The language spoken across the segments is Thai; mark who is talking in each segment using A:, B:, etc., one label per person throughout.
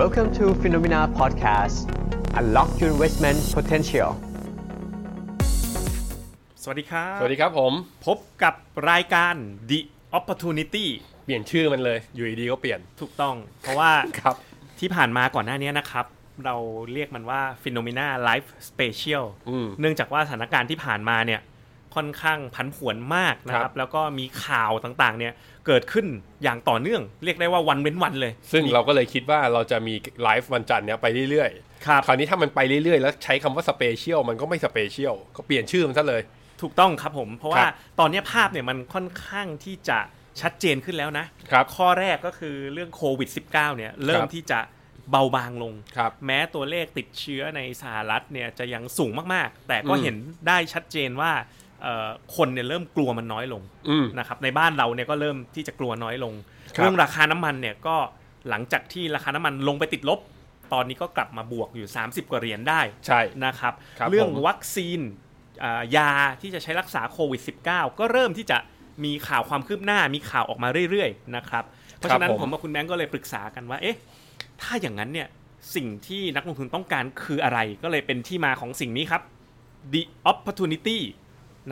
A: Welcome to Phenomena Podcast Unlock your investment potential
B: สวัสดีครับ
C: สวัสดีครับผม
B: พบกับรายการ The Opportunity
C: เปลี่ยนชื่อมันเลย อยู่ดีๆก็เปลี่ยน
B: ถูกต้อง เพราะว่า
C: ครับ
B: ที่ผ่านมาก่อนหน้านี้นะครับ เราเรียกมันว่า Phenomena Life Special
C: อืม
B: เนื่องจากว่าสถานการณ์ที่ผ่านมาเนี่ยค่อนข้างผันผวนมากนะค
C: ค
B: รั
C: รับ บ
B: แล้วก็มีข่าวต่างๆ เนี่ยเกิดขึ้นอย่างต่อเนื่อง เรียกได้ว่าวันเว้นวันเลย
C: ซึ่งเราก็เลยคิดว่าเราจะมีไลฟ์วันจันทร์เนี้ยไปเรื่อย
B: ครับ
C: ๆ คราวนี้ถ้ามันไปเรื่อยๆ แล้วใช้คำว่าสเปเชียลมันก็ไม่สเปเชียลก็เปลี่ยนชื่อมันซะเลย
B: ถูกต้องครับผม เพราะ
C: ค
B: ว่า
C: รับ
B: ตอนเนี้ยภาพเนี่ยมันค่อนข้างที่จะชัดเจนขึ้นแล้วนะครับข้อแรกก็คือเรื่องโควิด -19 เนี่ยเริ่ม
C: ครับ
B: ที่จะเบาบางลง
C: ครับ
B: แม้ตัวเลขติดเชื้อในสหรัฐเนี่ยจะยังสูงมากๆ แต่ก็
C: อืม
B: เห็นได้ชัดเจนว่าเอ่อคนเนี่ยเริ่มกลัวมันน้อยลง
C: อืม
B: นะครับในบ้านเราเนี่ยก็เริ่มที่จะกลัวน้อยลง
C: ครับ
B: เรื่องราคาน้ำมันเนี่ยก็หลังจากที่ราคาน้ำมันลงไปติดลบ ตอนนี้ก็กลับมาบวกอยู่ 30 กว่าเหรียญได้
C: ใช่
B: นะครับ
C: ครับ
B: เรื่อง
C: ผม
B: วัคซีนอ่ายาที่จะใช้รักษาโควิด -19 ก็เริ่มที่จะมีข่าวความคืบหน้ามีข่าวออกมาเรื่อยๆนะครับเพราะฉะนั้น
C: ผม
B: ผมกับคุณแบงก์ก็เลยปรึกษากันว่าเอ๊ะถ้าอย่างนั้นเนี่ยสิ่งที่นักลงทุนต้องการคืออะไรก็เลยเป็นที่มาของสิ่งนี้ครับ the opportunity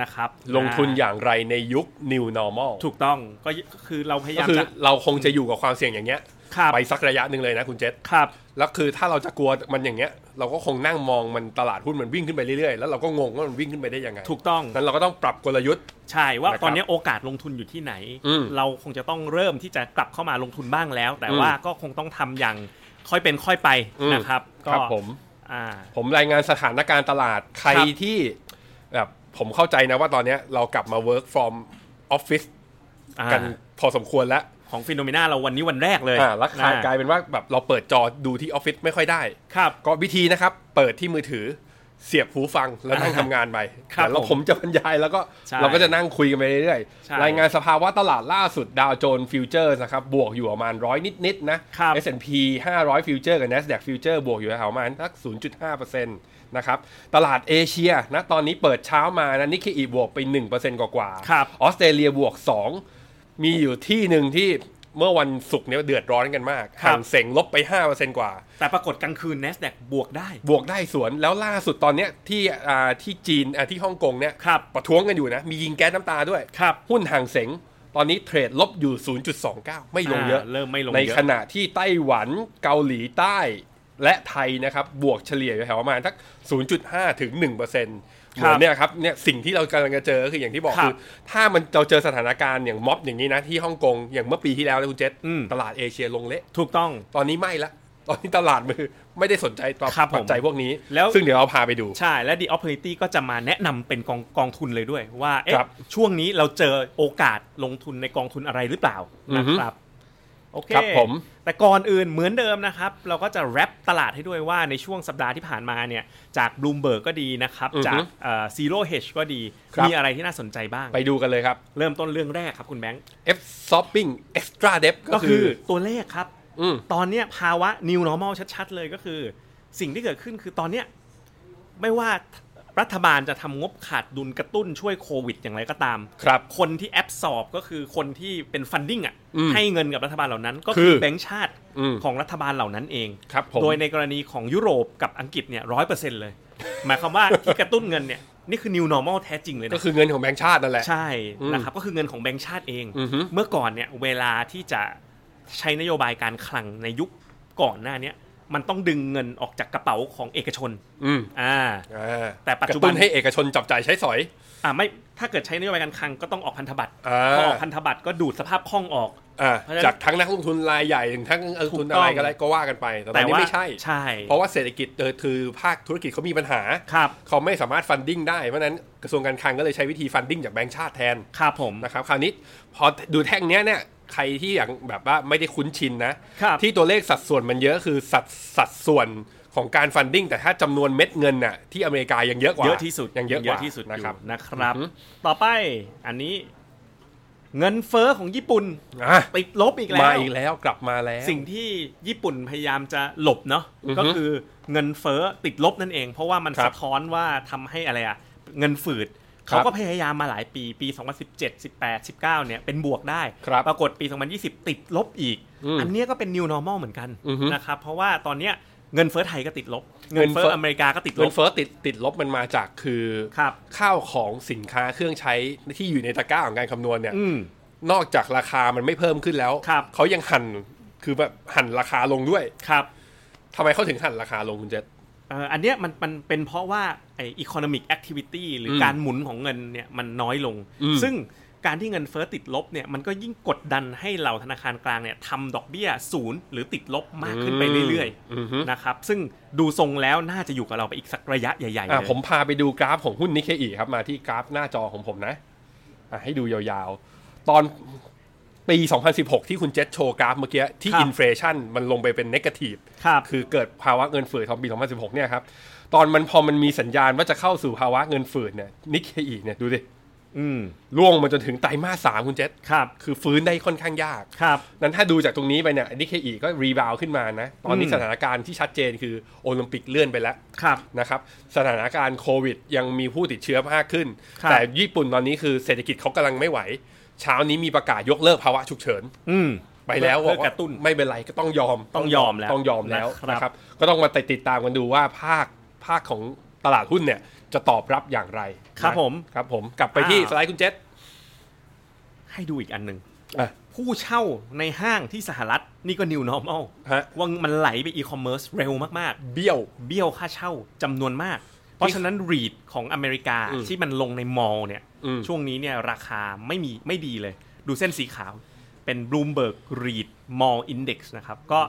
B: นะครับ
C: ลงทุน
B: อ่า
C: อย่างไรในยุค new normal
B: ถูกต้องก็คือเราพยา
C: ก็
B: ยาม
C: คือ
B: จะ
C: เราคงจะอยู่กับความเสี่ยงอย่างเงี้ย
B: ครับ
C: ไปสักระยะหนึ่งเลยนะคุณเจษ
B: ครับ
C: แล้วคือถ้าเราจะกลัวมันอย่างเงี้ย เราก็คงนั่งมองมันตลาดหุ้นมันวิ่งขึ้นไปเรื่อยๆ แล้วเราก็งงว่ามันวิ่งขึ้นไปได้ยังไง
B: ถูกต้อง
C: นั้นเราก็ต้องปรับกลยุทธ์
B: ใช่ว่า
C: นะครับ
B: ตอนนี้โอกาสลงทุนอยู่ที่ไหน
C: อืม
B: เราคงจะต้องเริ่มที่จะกลับเข้ามาลงทุนบ้างแล้ว แต่ว่าก็คงต้องทำอย่างค่อยเป็นค่อยไป
C: อืม
B: นะครับก็
C: ครับผม
B: อ่า
C: ผมรายงานสถานการณ์ตลาดใคร
B: ครับ
C: ที่แบบผมเข้าใจนะว่าตอนเนี้ยเรากลับมา work from office
B: า
C: กันพอสมควรแล้ว
B: ของฟิโนเมนาเราวันนี้วันแรกเลย
C: อ่าแล้ว
B: อ่
C: กลายเป็นว่าแบบเราเปิดจอดูที่ออฟฟิศไม่ค่อยได้
B: ครับ
C: ก็วิธีนะครับ เปิดที่มือถือเสียบหูฟังแล้วนั่งทำงานไป
B: ครับ
C: แล้วผมจะบรรยายแล้วก็
B: ใช่
C: เราก็จะนั่งคุยกันไปเรื่อย
B: ใช่
C: ๆ รายงานสภาวะตลาดล่าสุดดาวโจนส์ฟิวเจอร์นะครับ บวกอยู่ประมาณร้อยนิดๆนะ
B: ครับ
C: S&P 500ฟิวเจอร์กับ NASDAQ ฟิวเจอร์บวกอยู่แถวๆประมาณสัก0.5%นะครับ ตลาดเอเชียนะตอนนี้เปิดเช้ามานะนิกเกอีบวกไป 1%กว่าๆ
B: ครับ
C: ออสเตรเลียบวก 2 มีอยู่ที่หนึ่งที่เมื่อวันศุกร์เนี่ยเดือดร้อนกันมาก
B: ครั
C: หั
B: บ
C: นเสงลบไป 5%กว่า
B: แต่ปรากฏกลางคืน NASDAQ บวกได้
C: บวกได้สวนแล้วล่าสุดตอนเนี้ยที่อ่าที่จีนอ่าที่ฮ่องกงเนี่ย
B: ครับ
C: ประท้วงกันอยู่นะ มียิงแก๊สน้ำตาด้วย
B: ครับ
C: หุ้นห่างเสงตอนนี้เทรดลบอยู่ 0.29 ไม่ลงเยอะ
B: อ่าเริ่มไม่ลงเยอะ
C: ในขณะที่ไต้หวันเกาหลีใต้และไทยนะครับ บวกเฉลี่ยอยู่แถวประมาณสัก 0.5 ถึง 1%เหมือนเนี่ยครับเนี่ยสิ่งที่เรากำลังจะเจอก็คืออย่างที่บอก
B: ครับ
C: คือ ถ้ามันเราเจอสถานการณ์อย่างม็อบอย่างนี้นะที่ฮ่องกงอย่างเมื่อปีที่แล้วนะคุณเจษ
B: อืม
C: ตลาดเอเชียลงเละ
B: ถูกต้อง
C: ตอนนี้ไม่ละ ตอนนี้ตลาดมือไม่ได้สนใจต่อ
B: ครับผม
C: ปัจจัยพวกนี้
B: แล้ว
C: ซึ่งเดี๋ยวเราพาไปดู
B: ใช่และ The Opportunity ก็จะมาแนะนำเป็นกองกองทุนเลยด้วย ว่าเอ๊ะ
C: ครับ
B: ช่วงนี้เราเจอโอกาสลงทุนในกองทุนอะไรหรือเปล่านะครับโอเค
C: ครับผม
B: แต่ก่อนอื่นเหมือนเดิมนะครับ เราก็จะแรปตลาดให้ด้วยว่าในช่วงสัปดาห์ที่ผ่านมาเนี่ยจาก Bloomberg ก็ดีนะครับ
C: อือฮึ
B: จากเอ่อ Zero Hedge ก็ดี
C: ครับ
B: มีอะไรที่น่าสนใจบ้าง
C: ไปดูกันเลยครับ
B: เริ่มต้นเรื่องแรกครับคุณแบงค์
C: F shopping extra debt
B: ก็
C: ก็
B: คื
C: คือ อ
B: ตัวเลขครับ
C: อืม
B: ตอนเนี้ยภาวะ new normal ชัดๆ เลยก็คือ สิ่งที่เกิดขึ้นคือตอนเนี้ยไม่ว่ารัฐบาลจะทำงบขาดดุลกระตุ้นช่วยโควิดอย่างไรก็ตาม
C: ครับ
B: คนที่แอบสอบก็คือคนที่เป็นฟันดิ้งอ่ะ
C: อืม
B: ให้เงินกับรัฐบาลเหล่านั้น ก็
C: คื
B: คือ
C: อ
B: แบงก์ชาติ
C: อืม
B: ของรัฐบาลเหล่านั้นเอง
C: ครับผม
B: โดยในกรณีของยุโรปกับอังกฤษเนี่ยร้อยเปอร์เซ็นต์เลย หมายความว่าที่กระตุ้นเงินเนี่ยนี่คือ new normal แท้จริงเลยนะ
C: ก็คือเงินของแบงก์ชาตินั่นแหละ
B: ใช่
C: อืม
B: นะครับก็คือเงินของแบงก์ชาติเอง
C: อือฮึ
B: เมื่อก่อนเนี่ยเวลาที่จะใช้นโยบายการคลังในยุคก่อนหน้าเนี้ยมันต้องดึงเงินออกจากกระเป๋าของเอกชน
C: อืม
B: อ่า
C: อ่า
B: แต่ปัจจุบัน
C: กระตุ้นให้เอกชนจับจ่ายใช้สอย
B: อ่าไม่ถ้าเกิดใช้นโยบายการคลังก็ต้องออกพันธบัตร
C: อ่า
B: พอออกพันธบัตรก็ดูดสภาพคล่องออก
C: อ่า
B: เพราะฉะนั้น
C: จากทั้งนักลงทุนรายใหญ่ถึงทั้งนักลงทุน
B: ถูกต้
C: อะ
B: อง
C: ไรก็ได้ก็ว่ากันไป แต่ตอนนี้
B: ว่า
C: ไม่ใช่
B: ใช่
C: เพราะว่าเศรษฐกิจเออคือภาคธุรกิจเขามีปัญหา
B: ครับ
C: เขาไม่สามารถฟันดิ้งได้ เพราะฉะนั้นกระทรวงการคลังก็เลยใช้วิธีฟันดิ้งจากแบงก์ชาติแทน
B: ครับผม
C: นะครับคราวนี้พอดูแท่งเนี้ยเนี่ยใครที่อย่างแบบว่าไม่ได้คุ้นชินนะครับ ที่ตัวเลขสัดส่วนมันเยอะคือสัดสัดส่วนของการฟันดิ้งแต่ถ้าจำนวนเม็ดเงินน่ะที่อเมริกายังเยอะกว่า
B: เยอะที่สุด
C: ยังเยอะกว่า
B: ที่สุดอ
C: นะ
B: ยู่
C: ครับ
B: นะครับ
C: อือฮึ
B: ต่อไปอันนี้ เงินเฟ้อของญี่ปุ่น
C: อ่ะ
B: ติดลบอีกแล้ว
C: มาอีกแล้วกลับมาแล้ว
B: สิ่งที่ญี่ปุ่นพยายามจะหลบเนาะ
C: อือฮึ
B: ก็คือเงินเฟ้อติดลบนั่นเอง เพราะว่ามัน
C: ครับ
B: สะท้อนว่าทำให้อะไรอะเงินฝืด
C: ครั
B: เขา
C: บ
B: ก็พยายามมาหลายปีปี 2017 18 19เนี่ยเป็นบวกได้
C: ครับ
B: ปรากฏปี 2020 ติดลบอีก อันเนี้ยก็เป็น new normal เหมือนกัน
C: อือฮึ
B: นะครับเพราะว่าตอนเนี้ยเงินเฟ้อไทยก็ติดลบ เงินเฟ้
C: เงินเฟ้
B: อ
C: ออ
B: อเมริกาก็ติดล
C: เงิ
B: บ
C: นเฟ้อติดติดลบมันมาจากคือ
B: ครับ
C: ข้าวของสินค้าเครื่องใช้ที่อยู่ในตะกร้าของการคำนวณเนี่ย
B: อืม
C: นอกจากราคามันไม่เพิ่มขึ้นแล้ว
B: ครับ
C: เขายังหันคือแบบหันราคาลงด้วย
B: ครับ
C: ทำไมเขาถึงหันราคาลงคุณเจษ
B: เอ่ออันเนี้ยมันมันเป็นเพราะว่าไอ้ economic activity หรืออ
C: ม
B: การหมุนของเงินเนี่ยมันน้อยลง
C: อืม
B: ซึ่งการที่เงินเฟ้อติดลบเนี่ยมันก็ยิ่งกดดันให้เหล่าธนาคารกลางเนี่ยทำดอกเบี้ยศูนย์หรือติดลบมากขึ้นไปเรื่อยๆ
C: อือฮึ
B: นะครับซึ่งดูทรงแล้วน่าจะอยู่กับเราไปอีกสักระยะใหญ่ๆ
C: อ่ะ
B: เลย
C: ผมพาไปดูกราฟของหุ้นนิเคอีครับมาที่กราฟหน้าจอของผมนะอ่ะให้ดูยาวๆ ตอนปี 2016 ที่คุณเจษโชว์กราฟเมื่อกี้ ที่อินฟลชันมันลงไปเป็นเนกาทีฟ
B: ครับ
C: คือเกิดภาวะเงินเฟ้อของปี 2016 เนี่ยครับ ตอนมันพอมันมีสัญญาณว่าจะเข้าสู่ภาวะเงินเฟ้อเนี่ยนิเคอีเนี่ยดูดิ
B: อืม
C: ล่วงมาจนถึงไตรมาสสามคุณเจษ
B: ครับ
C: คือฟื้นได้ค่อนข้างยาก
B: ครับ
C: นั้นถ้าดูจากตรงนี้ไปเนี่ยนิเคอีก็รีบาวขึ้นมานะ ตอนนี้
B: อืม
C: สถานการณ์ที่ชัดเจนคือโอลิมปิกเลื่อนไปแล้ว
B: ครับ
C: นะครับ สถานการณ์โควิดยังมีผู้ติดเชื้อมากขึ้น
B: ครับ
C: แต่ญี่ปุ่นตอนนี้คือเศรษฐกิจเขากำลังไม่ไหว เช้านี้มีประกาศยกเลิกภาวะฉุกเฉิน
B: อืม
C: ไปแล้ว
B: เพื่อ
C: บอกว่า
B: ระตุ้น
C: ไม่เป็นไรก็ต้องยอม
B: ต้องยอมแล้ว
C: ต้องยอมแล้ว
B: นะครับ
C: นะครับ ก็ต้องมาติดตามกันดูว่าภาคภาคของตลาดหุ้นเนี่ยจะตอบรับอย่างไร
B: ครับ
C: นะ
B: ผม
C: ครับผมกลับไปที่
B: อ่า
C: สไลด์คุณเจษ
B: ให้ดูอีกอันหนึ่ง
C: อ่ะ
B: ผู้เช่าในห้างที่สหรัฐนี่ก็ new normal
C: ฮะ
B: ว่ามันไหลไป e-commerce เร็วมาก
C: เบี้ยว
B: ๆ เบี้ยวค่าเช่าจำนวนมาก เพราะฉะนั้น REIT ของอเมริกา
C: อืม
B: ที่มันลงในมอลเนี่ย
C: อืม
B: ช่วงนี้เนี่ยราคาไม่มีไม่ดีเลย ดูเส้นสีขาวเป็น Bloomberg REIT Mall Index นะครับ ก็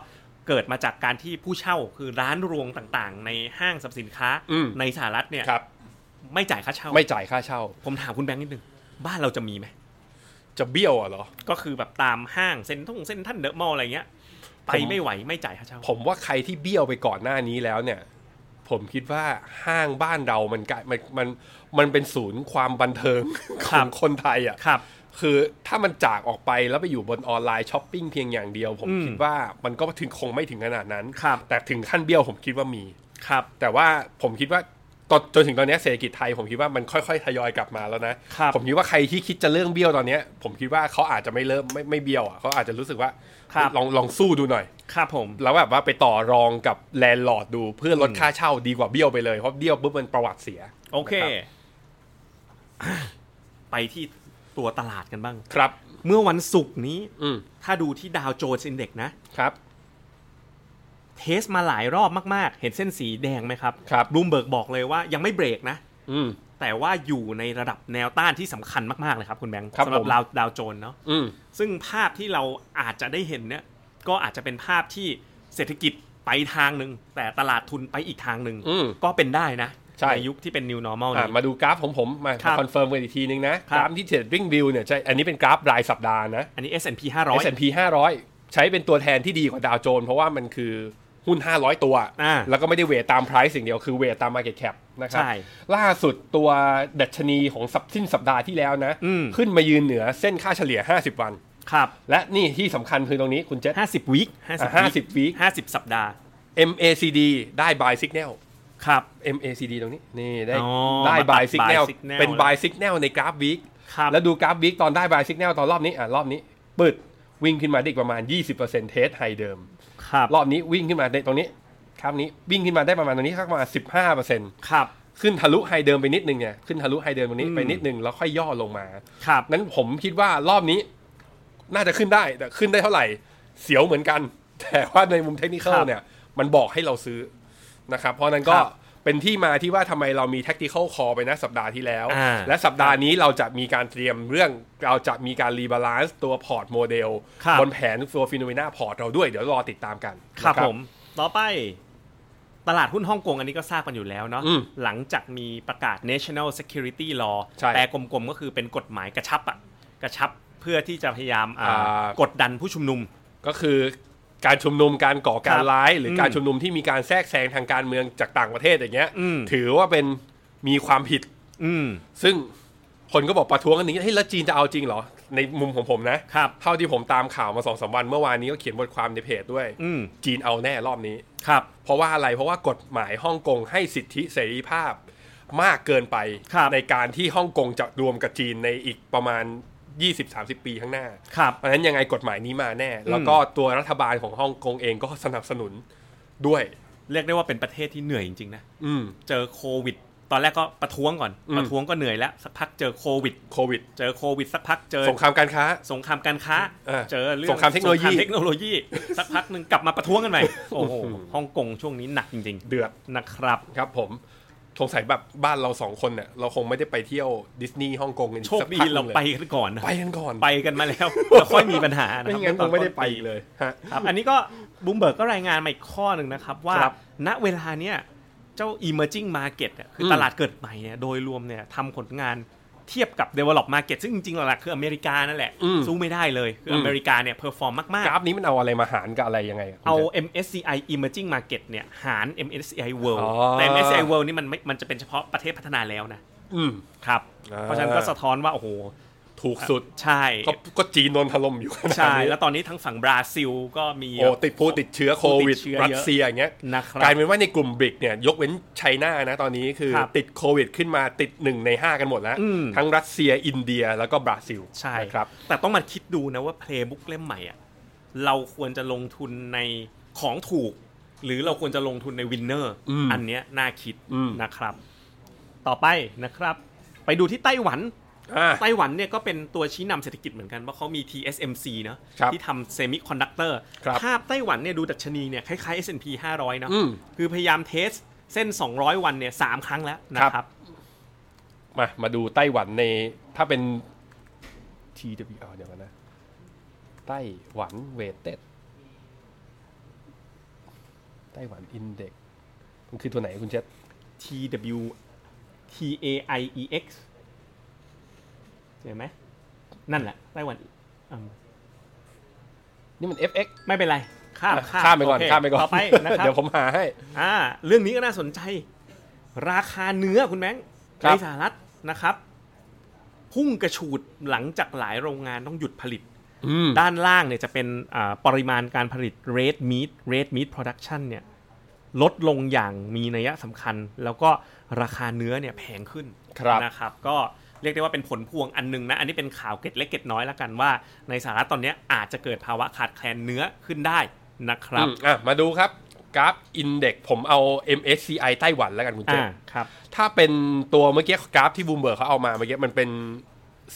B: เกิดมาจากการที่ผู้เช่าคือร้านรวงต่างๆ ในห้างสรรพสินค้า
C: อืม
B: ในสหรัฐเนี่ย
C: ครับ
B: ไม่จ่ายค่าเช่า
C: ไม่จ่ายค่าเช่า
B: ผมถามคุณแบงค์นิดนึง บ้านเราจะมีไหม
C: จะเบี้ยวอ่ะเหรอ
B: ก็คือแบบตามห้างเซ็นทงเซ็นท่านเดอะมอลล์อะไรเงี้ย ไป
C: ผม
B: ไม่ไหวไม่จ่ายค่าเช่า
C: ผมว่าใครที่เบี้ยวไปก่อนหน้านี้แล้วเนี่ย ผมคิดว่าห้างบ้านเรามันกลายมันมันมันเป็นศูนย์ความบันเทิง ข
B: ครั
C: อบ งคนไทยอ่ะ
B: ครับ
C: คือถ้ามันจากออกไปแล้วไปอยู่บนออนไลน์ช้อปปิ้งเพียงอย่างเดียว ผม
B: อืม
C: คิดว่ามันก็ถึงคงไม่ถึงขนาดนั้น
B: ครับ
C: แต่ถึงขั้นเบี้ยวผมคิดว่ามี
B: ครับ
C: แต่ว่าผมคิดว่าตอนจนถึงตอนเนี้ยเศรษฐกิจไทยผมคิดว่ามันค่อยๆทยอยกลับมาแล้วนะครับ ผมคิดว่าใครที่คิดจะเรื่องเบี้ยวตอนเนี้ยผมคิดว่าเขาอาจจะไม่เริ่มไม่ไม่เบี้ยวอ่ะเขาอาจจะรู้สึกว่า
B: ครับ
C: ลองลองสู้ดูหน่อย
B: ครับผม
C: แล้วแบบว่าไปต่อรองกับแลนด์ลอร์ดดูเพื่อลดค่าเช่าดีกว่าเบี้ยวไปเลย เพราะเบี้ยวปุ๊บมันประวัติเสีย
B: โอเค
C: นะ
B: ไปที่ตัวตลาดกันบ้าง
C: ครับ ครับ
B: เมื่อวันศุกร์นี้
C: อืม
B: ถ้าดูที่ดาวโจนส์อินเด็กนะ
C: ครับ
B: เทสมาหลายรอบมากๆ เห็นเส้นสีแดงไหมครับ
C: ครับ
B: บลูมเบิร์กบอกเลยว่ายังไม่เบรกนะ
C: อืม
B: แต่ว่าอยู่ในระดับแนวต้านที่สำคัญมากๆเลยครับคุณแบงค์
C: ครับ
B: สำหรับ
C: ผม
B: ดาวดาวโจนส์เนาะ
C: อืม
B: ซึ่งภาพที่เราอาจจะได้เห็นเนี่ยก็อาจจะเป็นภาพที่เศรษฐกิจไปทางหนึ่งแต่ตลาดทุนไปอีกทางหนึ่ง
C: อืม
B: ก็เป็นได้นะ
C: ใช่
B: ยุคที่เป็น new normal
C: อ่ะ
B: นี้
C: มาดูกราฟของผมมา
B: ครับ
C: คอนเฟิร์มกันอีกทีนึงนะครับ กราฟที่เทรดวิ่งบิลเนี่ยใช่อันนี้เป็นกราฟรายสัปดาห์นะ
B: อันนี้ S&P 500
C: S&P 500 ใช้เป็นตัวแทนที่ดีกว่าดาวโจนส์เพราะว่ามันคือหุ้น 500 ตัว
B: อ่า
C: แล้วก็ไม่ได้เวทตาม price อย่างเดียวคือเวทตาม market cap นะครั
B: ใช่
C: ล่าสุดตัวดัชนีของสัปสิ้นสัปดาห์ที่แล้วนะ
B: อืม
C: ขึ้นมายืนเหนือเส้นค่าเฉลี่ย 50 วัน
B: ครับ
C: และนี่ที่สำคัญคือตรงนี้คุณเจษ
B: 50 วิค
C: อ่ะ50 week
B: 50 สัปดาห์
C: MACD ได้ buy signal
B: ครับ
C: MACD ตรงนี้นี่ได้
B: อ๋อ
C: ได้
B: มาตัด
C: buy
B: buy
C: signal
B: signal
C: เป็น
B: แล้ว
C: buy signal ในกราฟ week
B: ครับ
C: แล้วดูกราฟ week ตอนได้ buy signal ตอนรอบนี้อ่ะรอบนี้ปึดวิ่งขึ้นมาได้อีกประมาณ 20%เทสไฮเดิม
B: ครับ
C: รอบนี้วิ่งขึ้นมาได้ตรงนี้ครับนี้วิ่งขึ้นมาได้ประมาณตรงนี้สักประมาณสิบห้าเปอร์เซ็นต์
B: ครับ
C: ขึ้นทะลุไฮเดิมไปนิดนึงเนี่ยขึ้นทะลุไฮเดิมตรงนี้
B: อืม
C: ไปนิดนึงแล้วค่อยย่อลงมา
B: ครับ
C: นั้นผมคิดว่ารอบนี้น่าจะขึ้นได้แต่ขึ้นได้เท่าไหร่ เสียวเหมือนกัน แต่ว่าในมุมเทคนิคอลเนี่ย มันบอกให้เราซื้อนะครับ เพราะนั้นก็เป็นที่มาที่ว่าทำไมเรามี tactical call ไปนะสัปดาห์ที่แล้ว
B: อ่า
C: และสัปดาห์นี้เราจะมีการเตรียมเรื่องเราจะมีการรีบาลานซ์ตัวพอร์ตโมเดล
B: ครับ
C: บนแผนตัวฟิโนเมนาพอร์ตเราด้วยเดี๋ยวรอติดตามกันนะ
B: ครับผม ต่อไป ตลาดหุ้นฮ่องกงอันนี้ก็ทราบกันอยู่แล้วเนาะ
C: อืม
B: หลังจากมีประกาศ national security law
C: ใช่
B: แต่กลมๆก็คือเป็นกฎหมายกระชับอะกระชับเพื่อที่จะพยายามอ่า
C: อ่า
B: กดดันผู้ชุมนุม
C: ก็คือการชุมนุมการก่อการ
B: ครับ
C: ร้ายหรืออ
B: ม
C: การชุมนุมที่มีการแทรกแซงทางการเมืองจากต่างประเทศอย่างเงี้ย
B: อืม
C: ถือว่าเป็นมีความผิด
B: อืม
C: ซึ่งคนก็บอกประท้วงกันนี้ให้ยแล้วจีนจะเอาจริงเหรอ ในมุมของผมนะครับ เท่าที่ผมตามข่าวมาสองสามวันเมื่อวานนี้ก็เขียนบทความในเพจด้วย
B: อืม
C: จีนเอาแน่รอบนี้
B: ครับ
C: เพราะว่าอะไรเพราะว่ากฎหมายฮ่องกงให้สิทธิเสรีภาพมากเกินไป
B: ครับ
C: ในการที่ฮ่องกงจะรวมกับจีนในอีกประมาณ 20 30 ปีข้างหน้า
B: ครับ
C: เพราะฉะนั้นยังไงกฎหมายนี้มาแน่ แล้วก็ตัวรัฐบาลของฮ่องกงเองก็สนับสนุนด้วย
B: เรียกได้ว่าเป็นประเทศที่เหนื่อยจริงๆนะ
C: อืม
B: เจอโควิด ตอนแรกก็ประท้วงก่อน
C: อืม
B: ประท้วงก็เหนื่อยแล้ว สักพักเจอโควิด
C: โควิด
B: เจอโควิด สักพักเจอ
C: สงครามการค้า
B: สงครามการค้า
C: เออ
B: เจอเรื่อง
C: สงครามเทคโนโลยี
B: สงครามเทคโนโลยี สักพักหนึ่งกลับมาประท้วงกันใหม่ โอ้โห ฮ่องกงช่วงนี้หนักจริง
C: เดือด
B: ๆ นะครับ
C: ครับผมสงสัยแบบบ้านเราสองคนเนี่ยเราคงไม่ได้ไปเที่ยวดิสนีย์ฮ่องกงกันอีก
B: โชค
C: สัก
B: ดี
C: พักห
B: เรา
C: นึ่งลย
B: ไปกันก่อนนะ
C: ไปกันก่อน
B: ไปกันมาแล้วแล้วค่อยมีปัญหานะ
C: ไม่
B: ครับ
C: งั้นค
B: ตอง
C: ไม่ได้ไป
B: ต้นปี
C: เลยฮะ
B: ครับอันนี้ก็บูมเบิร์กก็รายงานมาอีกข้อหนึ่งนะครับ ว่า
C: ครับ
B: ณเวลาเนี้ยเจ้า emerging market เนี่ยคือ
C: ม
B: ตลาดเกิดใหม่เนี่ยโดยรวมเนี่ยทำผลงานเทียบกับ develop market ซึ่งจริงๆหลักๆคืออเมริกานั่นแหละ สู้ไม่ได้เลย คืออเมริกาเนี่ยเพอร์ฟอร์มมาก
C: กราฟนี้มันเอาอะไรมาหารกับอะไรยังไงะคุณ
B: ๆ เอา
C: จษ
B: MSCI emerging market เนี่ยหาร MSCI
C: อ๋
B: world
C: อ
B: แต่ MSCI world นี่มันไม่มันจะเป็นเฉพาะประเทศพัฒนาแล้วนะ
C: อืม
B: ครับ
C: อ่า
B: เพราะฉะนั้นก็สะท้อนว่า โอ้โห
C: ถูกสุด
B: ใช่
C: ก็ก็จีนโดนถล่มอยู่ขนาด
B: ใช่
C: นี้
B: แล้วตอนนี้ทั้งฝั่งบราซิลก็มี
C: โอ้ติดผู้ติดเชื้อโควิด
B: ผู้ติดเชื้อเยอะ
C: รัสเซียอย่างเงี้ย
B: นะครับ
C: กลายเป็นว่าในกลุ่มบริกเนี่ยยกเว้นไชน่านะตอนนี้คือ
B: ครับ
C: ติดโควิดขึ้นมาติดหนึ่งใน 5 กันหมดแล้ว
B: อืม
C: ทั้งรัสเซียอินเดียแล้วก็บราซิล
B: ใช่
C: นะครับ
B: แต่ต้องมาคิดดูนะว่าเพลย์บุ๊กเล่มใหม่อะเราควรจะลงทุนในของถูก หรือเราควรจะลงทุนในวินเนอร์
C: อืม
B: อันเนี้ยน่าคิด
C: อืม
B: นะครับ ต่อไปนะครับ ไปดูที่ไต้หวัน
C: อ่ะ
B: ไต้หวันเนี่ยก็เป็นตัวชี้นำเศรษฐกิจเหมือนกันว่าเขามี TSMC เนอะ
C: ครับ
B: ที่ทำเซมิคอนดักเตอร์
C: ครับ
B: ภาพไต้หวันเนี่ยดูดัชนีเนี่ยคล้ายๆ S&P 500 เนอะ
C: อืม
B: คือพยายามเทสเส้น 200 วันเนี่ยสามครั้งแล้วนะครับ
C: มามาดูไต้หวันในถ้าเป็น TWR เดี๋ยวกันนะ ไต้หวันเวทเต็ดไต้หวันอินเด็กมันคือตัวไหนคุณเจษ
B: T W T A I E X เห็นไหม นั่นแหละไต้หวันอืม
C: นี่มัน FX
B: ไม่เป็นไร ข้าม
C: อ่ะ
B: ข้าม
C: ข้ามไปก่อน
B: โเค
C: ข้ามไปก่อน
B: ต่อไปนะครั
C: เดี๋
B: บ
C: ยวผมหาให้
B: อ่าเรื่องนี้ก็น่าสนใจ ราคาเนื้อคุณแบงค์
C: ครั
B: ใน
C: บ
B: สหรัฐนะครับ พุ่งกระฉูดหลังจากหลายโรงงานต้องหยุดผลิต
C: อืม
B: ด้านล่างเนี่ยจะเป็นอ่าปริมาณการผลิต red meat red meat production เนี่ยลดลงอย่างมีนัยสำคัญ แล้วก็ราคาเนื้อเนี่ยแพงขึ้น
C: ครับ
B: นะครับ ก็เรียกได้ว่าเป็นผลพวงอันหนึงนะ อันนี้เป็นข่าวเกร็ดเล็กเกร็ดน้อยละกันว่า ในสหรัฐตอนเนี้ยอาจจะเกิดภาวะขาดแคลนเนื้อขึ้นได้นะครับ
C: อืมอ่ะมาดูครับกราฟอินเด็กผมเอา MSCI ไต้หวันแล้วกันคุณเจษ
B: อ่าครับ
C: ถ้าเป็นตัวเมื่อกี้กราฟที่บูมเบิร์กเขาเอามาเมื่อกี้มันเป็น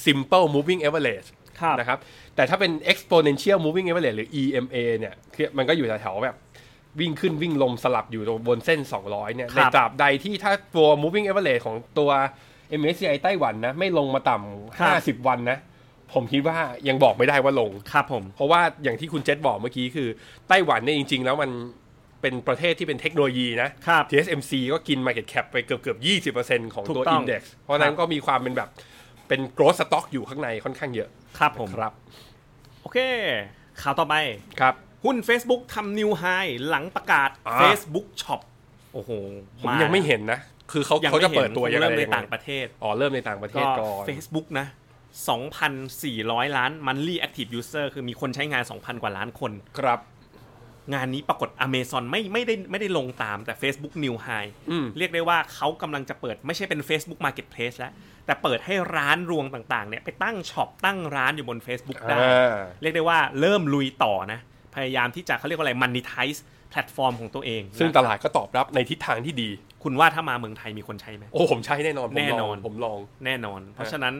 C: simple moving average
B: ครับ
C: นะครับ แต่ถ้าเป็น exponential moving average หรือ EMA เนี่ยคือมันก็อยู่แถวๆแบบวิ่งขึ้นวิ่งลงสลับอยู่บนเส้น 200 เนี่ย
B: ค
C: ใน
B: รับ
C: ตราบใดที่ถ้าตัว moving average ของตัว MSCI ไต้หวันนะ ไม่ลงมาต่
B: ครับ
C: ำ50 วันนะ ผมคิดว่ายังบอกไม่ได้ว่าลง
B: ครับผม
C: เพราะว่าอย่างที่คุณเจษบอกเมื่อกี้คือ ไต้หวันเนี่ยจริง ๆ แล้วมันเป็นประเทศที่เป็นเทคโนโลยีนะ
B: ครับ
C: TSMC ก็กิน Market Cap ไปเกือบเกือบ20%ของ
B: ถูก
C: ตัว
B: ต้อง
C: Index เพราะฉะนั้นก็มีความเป็นแบบเป็น growth stock อยู่ข้างในค่อนข้างเยอะ
B: ครับผม
C: ครับ
B: โอเค ข่าวต่อไป
C: ครับ
B: หุ้น Facebook ทำนิวไฮหลังประกาศ
C: อ่า
B: Facebook Shop โอ้โห
C: ผมยังไม่เห็นนะ คือเขา
B: ยัง
C: เขา
B: ไม่
C: จะ
B: ห็น
C: เปิดตัวยังไง
B: เริ่มใน
C: ยังไง
B: ต่างประเทศ
C: อ๋อเริ่มในต่างประเท
B: ก็
C: ศก่อน
B: Facebook นะ 2,400 ล้าน monthly active user คือมีคนใช้งาน 2,000 กว่าล้านคน
C: ครับ
B: งานนี้ปรากฏ Amazon ไม่ไม่ได้ไม่ได้ลงตามแต่ Facebook New High
C: อืม
B: เรียกได้ว่าเขากำลังจะเปิดไม่ใช่เป็น Facebook Marketplace แล้ว แต่เปิดให้ร้านรวงต่างๆเนี่ยไปตั้งช็อปตั้งร้านอยู่บน Facebook ได้
C: อ่า
B: เรียกได้ว่าเริ่มลุยต่อนะ พยายามที่จะเขาเรียกว่าอะไร monetize แพลตฟอร์มของตัวเอง
C: ซึ่ง
B: นะ
C: ตลาดก็ตอบรับในทิศทางที่ดี
B: คุณว่าถ้ามาเมืองไทยมีคนใช้ไหม
C: โอ้ผมใช้แน่นอนผมลง
B: แน่นอน
C: ผมลอง
B: แน่นอน เพราะฉะนั้น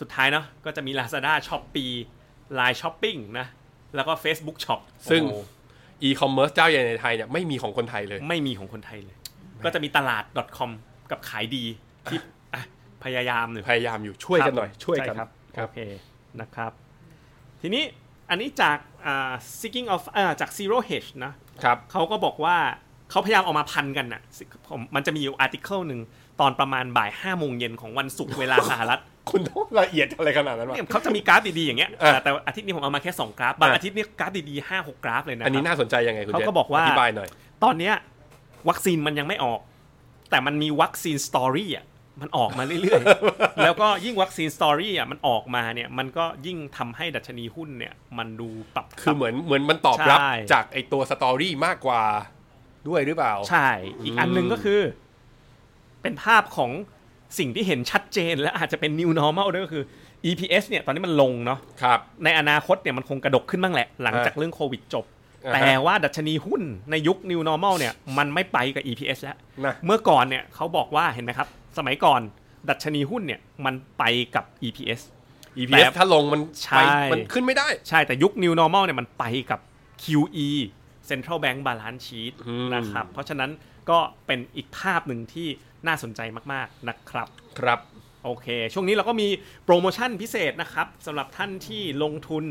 B: สุดท้ายเนาะก็จะมี Lazada s h o p ปี Line Shopping นะ แล้วก็ Facebook Shop
C: ซึ่ง
B: โอ้โห
C: e-commerce เจ้าใหญ่ในไทยเนี่ยไม่มีของคนไทยเลย
B: ไม่มีของคนไทยเลย ก็จะมีตลาด .com กับขายดีที่อ่ะพยายามหรือ
C: พยายามอยู่ช่วยกันหน่อยช่วยกัน
B: ใครับ
C: ครับ
B: โอเคนะครับ ทีนี้อันนี้จากอ่า seeking of อ่าจาก zero hedge นะ
C: ครับ
B: เขาก็บอกว่าเขาพยายามเอามาพันกันน่ะสิผมมันจะมีอยู่อาร์ติเคิลหนึ่งตอนประมาณบ่ายห้าโมงเย็นของวันศุกร์เวลาสห รัฐ
C: คุณต้องละเอียดอะไรขนาดนั้นวะ
B: เนี่ยเขาจะมีกราฟดีๆอย่างเงี้ย
C: อ่ะ
B: แต่แต่อาทิตย์นี้ผมเอามาแค่ 2 กราฟบาง
C: อ่ะ
B: อาทิตย์เนี้กราฟดีๆห้าหกกราฟเลยนะค
C: อันนี้
B: รับ
C: น่าสนใจยังไงคุณจษ
B: เขาก็บอกว่า
C: อธิบายหน่อย
B: ตอนเนี้ยวัคซีนมันยังไม่ออก แต่มันมีวัคซีนสตอรี่อ่ะมันออกมาเรื่อย ๆ แล้วก็ยิ่งวัคซีนสตอรี่อ่ะมันออกมาเนี่ยมันก็ยิ่งทำให้ดัชนีหุ้นเนี่ยมันดูปรับ
C: คือเหมือนเหมือนมันตอบรับ
B: ใช่
C: จากไอตัวสตอรี่มากกว่าด้วยหรือเปล่า
B: ใช่ อีกอันหนึ่งก็คือ เป็นภาพของสิ่งที่เห็นชัดเจนและอาจจะเป็น new normal ด้วยก็คือ EPS เนี่ยตอนนี้มันลงเนาะ
C: ครับ
B: ในอนาคตเนี่ยมันคงกระดกขึ้นบ้างแหละ หลังจาก
C: อ่า
B: เรื่องโควิดจบ
C: อ่าฮะ
B: แต่ว่าดัชนีหุ้นในยุค New Normal เนี่ยมันไม่ไปกับ EPS แล้ว
C: นะ
B: เมื่อก่อนเนี่ยเขาบอกว่าเห็นไหมครับ สมัยก่อนดัชนีหุ้นเนี่ยมันไปกับ EPS
C: EPS
B: แบบ
C: ถ้าลงมัน
B: ใช่
C: ไปมันขึ้นไม่ได้
B: ใช่แต่ยุค New Normal เนี่ยมันไปกับ QE Central Bank Balance Sheet
C: อืม
B: นะครับ เพราะฉะนั้นก็เป็นอีกภาพหนึ่งที่น่าสนใจมาก ๆ นะครับ
C: ครับ
B: โอเค ช่วงนี้เราก็มีโปรโมชั่นพิเศษนะครับสำหรับท่านที่ลงทุน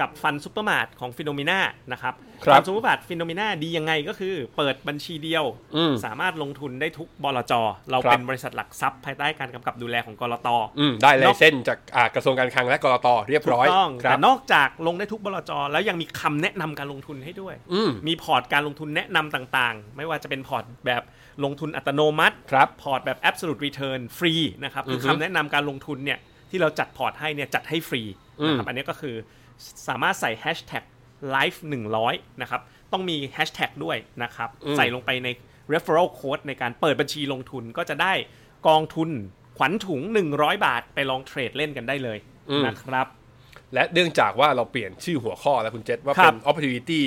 B: กับฟันซุปเปอร์มาร์ทของฟิโนเมนานะครับ
C: ครับ
B: ฟัซุปเปอร์มาร์ทฟิโนเมนาดียังไงก็คือเปิดบัญชีเดียว
C: อืม
B: สามารถลงทุนได้ทุกบลจ เรา
C: ครับ
B: เป็นบริษัทหลักทรัพย์ภายใต้การกำกับดูแลของกรต
C: อืมได้ลาย
B: เนาะ
C: เส้นจากอ่ากระทรวงการคลังและกรตเรียบ
B: ถูก
C: ร้อย
B: ต้อง
C: ครั
B: แต่นอกจากลงได้ทุกบลจ แล้วยังมีคำแนะนำการลงทุนให้ด้วย
C: อืม
B: มีพอร์ตการลงทุนแนะนำต่างๆ ไม่ว่าจะเป็นพอร์ตแบบลงทุนอัตโนมัติ
C: ครับ
B: พอร์ตแบบ absolute return ฟรีนะครับคือ
C: อือฮึ
B: คำแนะนำการลงทุนเนี่ยที่เราจัดพอร์ตให้เนี่ยจัดให้ฟรีนะครับ
C: อืม
B: อันนี้ก็คือสามารถใส่ hashtag life 100นะครับต้องมี hashtag ด้วยนะครับใส่ลงไปใน referral code ในการเปิดบัญชีลงทุนก็จะได้กองทุนขวัญถุง 100 บาทไปลองเทรดเล่นกันได้เลยนะครับ
C: และเนื่องจากว่าเราเปลี่ยนชื่อหัวข้อแล้วคุณเจษว่า
B: ครั
C: เป็
B: บ
C: น opportunity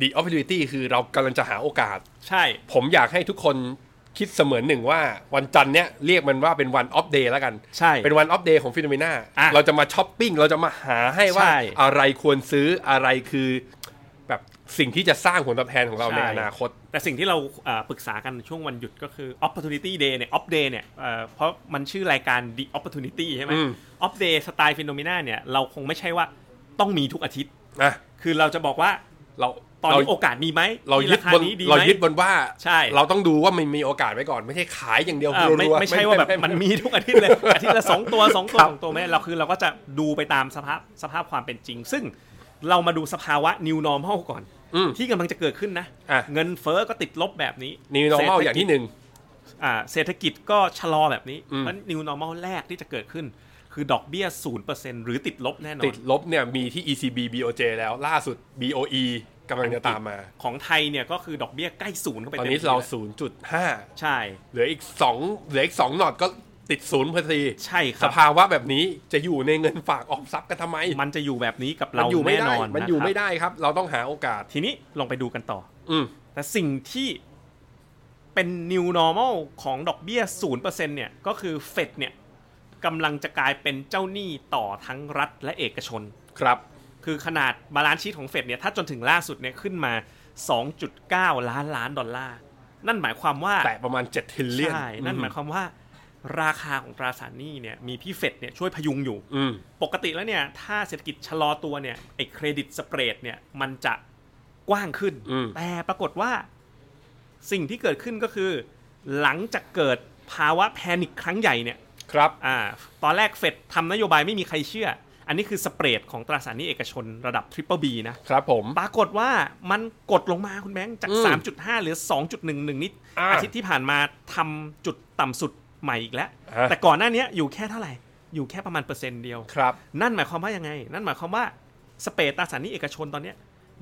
C: the opportunity คือเรากำลังจะหาโอกาส
B: ใช่
C: ผมอยากให้ทุกคนคิดเสมือนหนึ่งว่าวันจันทร์เนี้ยเรียกมันว่าเป็นวันออฟเดย์แล้วกัน
B: ใช่
C: เป็นวันออฟเดย์ของฟิโนเมนา
B: อ่ะ
C: เราจะมาช้อปปิ้ง เราจะมาหาให้ว่า
B: ใช่
C: อะไรควรซื้ออะไรคือแบบสิ่งที่จะสร้างผลตอบแทนของเราใน
B: ใช่
C: อนาคต
B: แต่สิ่งที่เราเอ่อปรึกษากันช่วงวันหยุดก็คือ opportunity day เนี่ย off day เนี่ยเอ่อเพราะมันชื่อรายการ the opportunity ใช่ไหม
C: อืม
B: off day สไตล์ phenomena เนี่ย เราคงไม่ใช่ว่าต้องมีทุกอาทิตย์
C: นะ
B: คือเราจะบอกว่า
C: เรา
B: ตอน
C: เรา
B: นี้โอกาสมีไหม
C: เรา
B: ที่
C: ยึด
B: คา
C: บน
B: นี้ดีไหม
C: เรายึดบนว่า
B: ใช่
C: เราต้องดูว่ามันมีโอกาสไว้ก่อนไม่ใช่ขายอย่างเดียว
B: เอ่อไม่
C: รัวๆ
B: ไม่ใช่ว่าแบบมันมีทุกอาทิตย์ เลย อาทิตย์ละสองตัวสองตัวสองตัวไหมเราคือเราก็จะดูไปตามสภาพสภาพความเป็นจริง ซึ่งเรามาดูสภาวะ new normal ก่อน
C: อืม
B: ที่กำลังจะเกิดขึ้นนะ
C: อ่ะ
B: เงินเฟ้อก็ติดลบแบบนี้
C: new normal อย่างที่หนึ่ง
B: อ่าเศรษฐกิจก็ชะลอแบบนี้
C: อืม
B: เพราะ new normal แรกที่จะเกิดขึ้น คือดอกเบี้ย 0%หรือติดลบแน่นอ
C: ติ
B: น
C: ดลบเนี่ยมีที่ ECB BOJ แล้วล่าสุด BOE กำลังจะตามมา
B: ของไทยเนี่ยก็คือดอกเบี้ยใกล้ศูนย์เข้าไป
C: ตอน
B: ต็ม
C: นี้
B: ที่
C: เรา
B: แล้ว
C: 0.5
B: ใช่
C: เหลืออีก2เหลืออีกสองหนอดก็ติดศูนย์พอดี
B: ใช่ค
C: ส
B: รับ
C: ภาวะแบบนี้จะอยู่ในเงินฝากออมทรัพย์กันทำไม
B: มันจะอยู่แบบนี้กับ
C: มั
B: เรา
C: อยู่ไม่
B: แน่
C: ได้
B: นอน
C: มันอยู่
B: ะครับ
C: ไม่ได้ครับ เราต้องหาโอกาส
B: ทีนี้ลองไปดูกันต่อ
C: อืม
B: แต่สิ่งที่เป็น new normal ของดอกเบี้ย 0%เนี่ย ก็คือเฟดเนี่ยกำลังจะกลายเป็นเจ้าหนี้ต่อทั้งรัฐและเอกชน
C: ครับ
B: คือขนาดบาลานซ์ชีตของเฟดเนี่ยถ้าจนถึงล่าสุดเนี่ยขึ้นมา 2.9 ล้านล้านดอลลาร์ นั่นหมายความว่า
C: แต่ประมาณ7 t ริลเลียน
B: ใช่นั่นหมายความว่าราคาของตราสารหนี้เนี่ยมีพี่เฟดเนี่ยช่วยพยุงอยู่
C: อืม
B: ปกติแล้วเนี่ยถ้าเศรษฐกิจชะลอตัวเนี่ยไอ้เครดิตสเปรดเนี่ยมันจะกว้างขึ้น
C: อืม
B: แต่ปรากฏว่าสิ่งที่เกิดขึ้นก็คือ หลังจากเกิดภาวะแพนิคครั้งใหญ่เนี่ย
C: ครับ
B: อ่าตอนแรกเฟดทำนโยบายไม่มีใครเชื่อ อันนี้คือสเปรดของตราสารหนี้เอกชนระดับ Triple B นะ
C: ครับผม
B: ปรากฏว่ามันกดลงมาคุณแบงค์จาก
C: อืม
B: 3.5 เหรือ 2.11 นิด
C: อ่า
B: อาทิตย์ที่ผ่านมาทำจุดต่ำสุดใหม่อีกแล้ว
C: ฮะ
B: แต่ก่อนหน้าเนี้ยอยู่แค่เท่าไหร่ อยู่แค่ประมาณเปอร์เซ็นต์เดียว
C: ครับ
B: นั่นหมายความว่ายังไง นั่นหมายความว่าสเปรดตราสารหนี้เอกชนตอนเนี้ย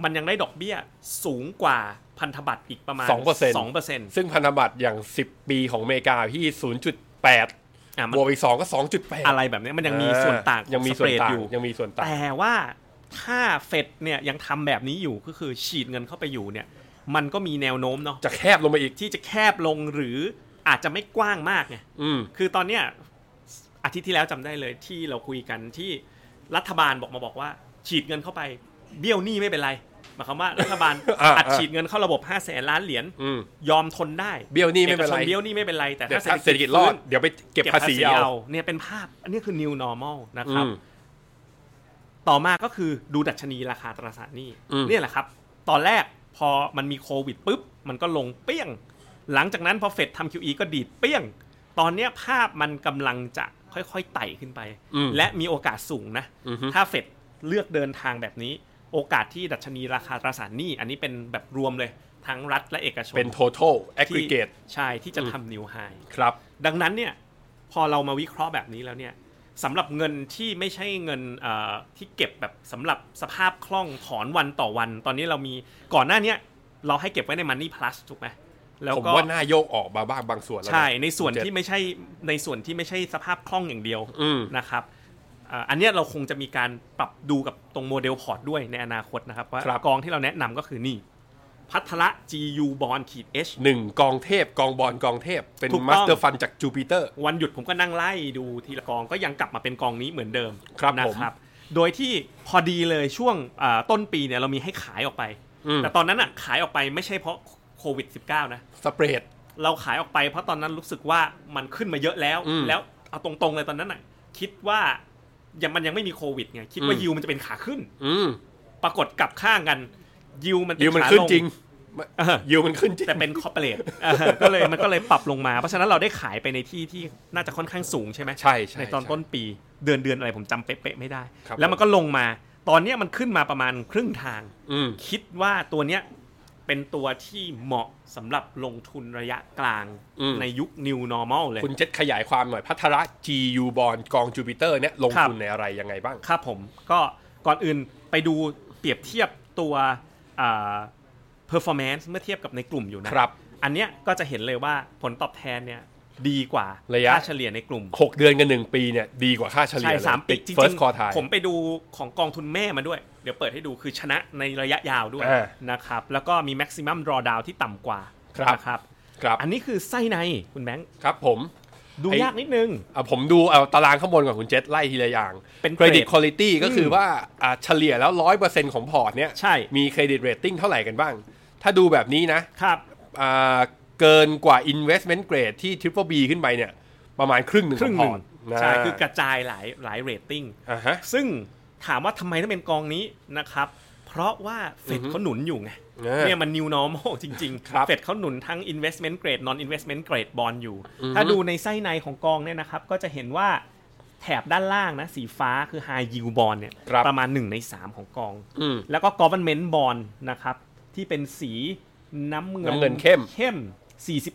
B: มันยังได้ดอกเบี้ยสูงกว่าพันธบัตรอีกประมาณ
C: 2%
B: 2%อ
C: ซึ่งพันธบัตรอย่าง 10 ปีของอเมริกาที่ 0.8
B: ่ะมัน
C: บวกอีก2ก็ 2.8
B: อะไรแบบเนี้ยมันยังมีส่วนต่างของ
C: ยังมี
B: ส
C: ส่ว
B: เปรด
C: นต่าง
B: อยู่
C: ยังมีส่วนต่าง
B: แต่ว่าถ้าเฟดเนี่ยยังทำแบบนี้อยู่ก็คือฉีดเงินเข้าไปอยู่เนี่ย มันก็มีแนวโน้มเนาะ
C: จะแคบลงมาอีก
B: ที่จะแคบลงหรืออาจจะไม่กว้างมากไง
C: อืม
B: คือตอนเนี้ยอาทิตย์ที่แล้วจำได้เลยที่เราคุยกันที่รัฐบาลบอกมาบอกว่า ฉีดเงินเข้าไปเบี้ยวหนี้ไม่เป็นไรหมายความว่ารัฐบาล
C: อ่า
B: อัด
C: อ่า
B: ฉีดเงินเข้าระบบ5้าแสนล้านเหรียญ
C: อืม
B: ยอมทนได้
C: เบี้ยวหนี้ไม่เป็นไร
B: อกชเบี้ยวหนี้ไม่เป็นไรแต่
C: เดี๋ยว
B: ถ้า
C: ถ้าเศรษฐกิจรอด เดี๋ยวไปเก็บ
B: เก็บ
C: ภา
B: ภา
C: ษี
B: ษี
C: เอา
B: เอาเนี่ยเป็นภาพอันนี้คือ new normal นะค
C: อื
B: รับ
C: ม
B: ต่อมาก็คือดูดัชนีราคาตราสารหนี้
C: อืม
B: เนี่ยแหละครับ ตอนแรกพอมันมีโควิดปุ๊บ มันก็ลงเปี้ยง หลังจากนั้นพอเฟดทำ QE ก็ดีดเปี้ยง ตอนเนี้ยภาพมันกำลังจะค่อยๆไต่ขึ้นไป และมีโอกาสสูงนะ ถ้าเฟดเลือกเดินทางแบบนี้ โอกาสที่ดัชนีราคาตราสารหนี้ อันนี้เป็นแบบรวมเลยทั้งรัฐและเอกชน
C: เป็น total
B: ที่
C: aggregate
B: ใช่ที่จะทำนิวไฮ
C: ครับ
B: ดังนั้นเนี่ยพอเรามาวิเคราะห์แบบนี้แล้วเนี่ยสำหรับเงินที่ไม่ใช่เงินเอ่อที่เก็บแบบสำหรับสภาพคล่องถอนวันต่อวัน ตอนนี้เรามีก่อนหน้าเนี้ยเราให้เก็บไว้ใน Money Plus ถูกไหมแล้ว
C: ผม
B: ก็
C: ว่าหน้าโยกออกมาบ้างบางส่วนแล้วะ
B: ใช่ในส่วนที่
C: เจ็ด
B: ไม่ใช่ในส่วนที่ไม่ใช่สภาพคล่องอย่างเดียว
C: อืม
B: นะครับ อ่าอันเนี้ยเราคงจะมีการปรับดูกับตรงโมเดลพอร์ตด้วยในอนาคตนะครับว่า
C: ครับ
B: กองที่เราแนะนำก็คือนี่ พัทละ GU Bond ขีด H
C: หนึ่งกองเทพกองบอลกองเทพ เป็น
B: ถูกต้อง
C: มาสเตอร์ฟันจากจูปิเตอร์
B: วันหยุดผมก็นั่งไล่ดูทีละกองก็ยังกลับมาเป็นกองนี้เหมือนเดิม
C: ครับ
B: นะ
C: ผม
B: ครับ โดยที่พอดีเลยช่วงอ่าต้นปีเนี่ยเรามีให้ขายออกไป
C: อืม
B: แต่ตอนนั้นอ่ะขายออกไปไม่ใช่เพราะโควิด -19 นะ
C: สเปรด
B: เราขายออกไปเพราะตอนนั้นรู้สึกว่ามันขึ้นมาเยอะแล้ว
C: อืม
B: แล้วเอาตรงๆเลยตอนนั้นน่ะคิดว่ายังมันยังไม่มีโควิดไงคิดว่า
C: อืม
B: ยิวมันจะเป็นขาขึ้น
C: อืม
B: ปรากฏกลับข้างกัน ยิวมันเป็
C: ยิวมัน
B: ขา
C: ขึ้น
B: ลง
C: จริง
B: เออ
C: ยิวมันขึ้นจริง
B: แต่เป็นคอร์เปอ เรทก็เลยมันก็เลยปรับลงมา เพราะฉะนั้นเราได้ขายไปในที่ที่น่าจะค่อนข้างสูงใช่ไหม
C: ใช่ใช่
B: ตอน
C: ใช่
B: ต้นปีเดือนเดือนอะไรผมจำเป๊ะๆไม่ได้
C: ครับ
B: แล้วมันก็ลงมาตอนเนี้ยมันขึ้นมาประมาณครึ่งทาง
C: อืม
B: คิดว่าตัวเนี้ยเป็นตัวที่เหมาะสำหรับลงทุนระยะกลาง
C: อืม
B: ในยุค new normal เลย
C: คุณเจษขยายความหน่อยพัทระ GU บอลกองจูปิเตอร์เนี่ยลง
B: ครับ
C: ทุนในอะไรยังไงบ้าง
B: ครับผมก็ก่อนอื่นไปดูเปรียบเทียบตัวอ่า performance เมื่อเทียบกับในกลุ่มอยู่นะ
C: ครับ
B: อันเนี้ยก็จะเห็นเลยว่าผลตอบแทนเนี่ยดีกว่า
C: ระยะ
B: ค่าเฉลี่ยในกลุ่ม
C: 6 เดือนกับ1ปีเนี่ยดีกว่าค่าเฉลี่
B: ใช่
C: ยเลย
B: สามปี
C: ติด
B: จริง
C: first quartile
B: ๆผมไปดูของกองทุนแม่มาด้วย เดี๋ยวเปิดให้ดูคือชนะในระยะยาวด้วย
C: อ่า
B: นะครับแล้วก็มี maximum drawdown ที่ต่ำกว่า
C: ครับ
B: นะครับ
C: ครับ
B: อันนี้คือไส้ในคุณแบงค์
C: ครับผม
B: ดู
C: ไอ้
B: ยากนิดนึง
C: อ่ะผมดูเอาตารางข้างบนก่อนคุณเจษไล่ทีละอย่าง
B: เป็น
C: เครดิต
B: เกรด
C: คุณ i t y ก็คือว่าอ่ะเฉลี่ยแล้ว 100%ของพอร์ตเนี่ย
B: ใช่
C: มีเครดิตเรตติ้งเท่าไหร่กันบ้าง ถ้าดูแบบนี้นะครับ อ่าเกินกว่า investment grade ที่ Triple B ขึ้นไปเนี่ยประมาณครึ่งหนึ่ง
B: ครึ่งหนึ่ง
C: ขอพอตนะ
B: ใช่ คือกระจายหลายหลายเรตติ้ง
C: อ่าฮะ
B: ซึ่งถามว่าทำไมต้องเป็นกองนี้นะครับ เพราะว่าเฟดเขาหนุนอยู่ไง
C: เออ
B: เนี่ยมัน new normal จริง
C: ครั
B: ๆ
C: บ
B: เฟดเขาหนุนทั้ง investment grade non investment grade bond อยู่ ถ้าดูในไส้ในของกองเนี่ยนะครับ ก็จะเห็นว่าแถบด้านล่างนะ สีฟ้าคือ high yield bond เนี่ย
C: ครับ
B: ประมาณ 1 ใน 3 ของกอง
C: อืม
B: แล้วก็ government bond นะครับ ที่เป็นสีน้ำเงิน
C: น้ำเงินเข้ม
B: เข้ม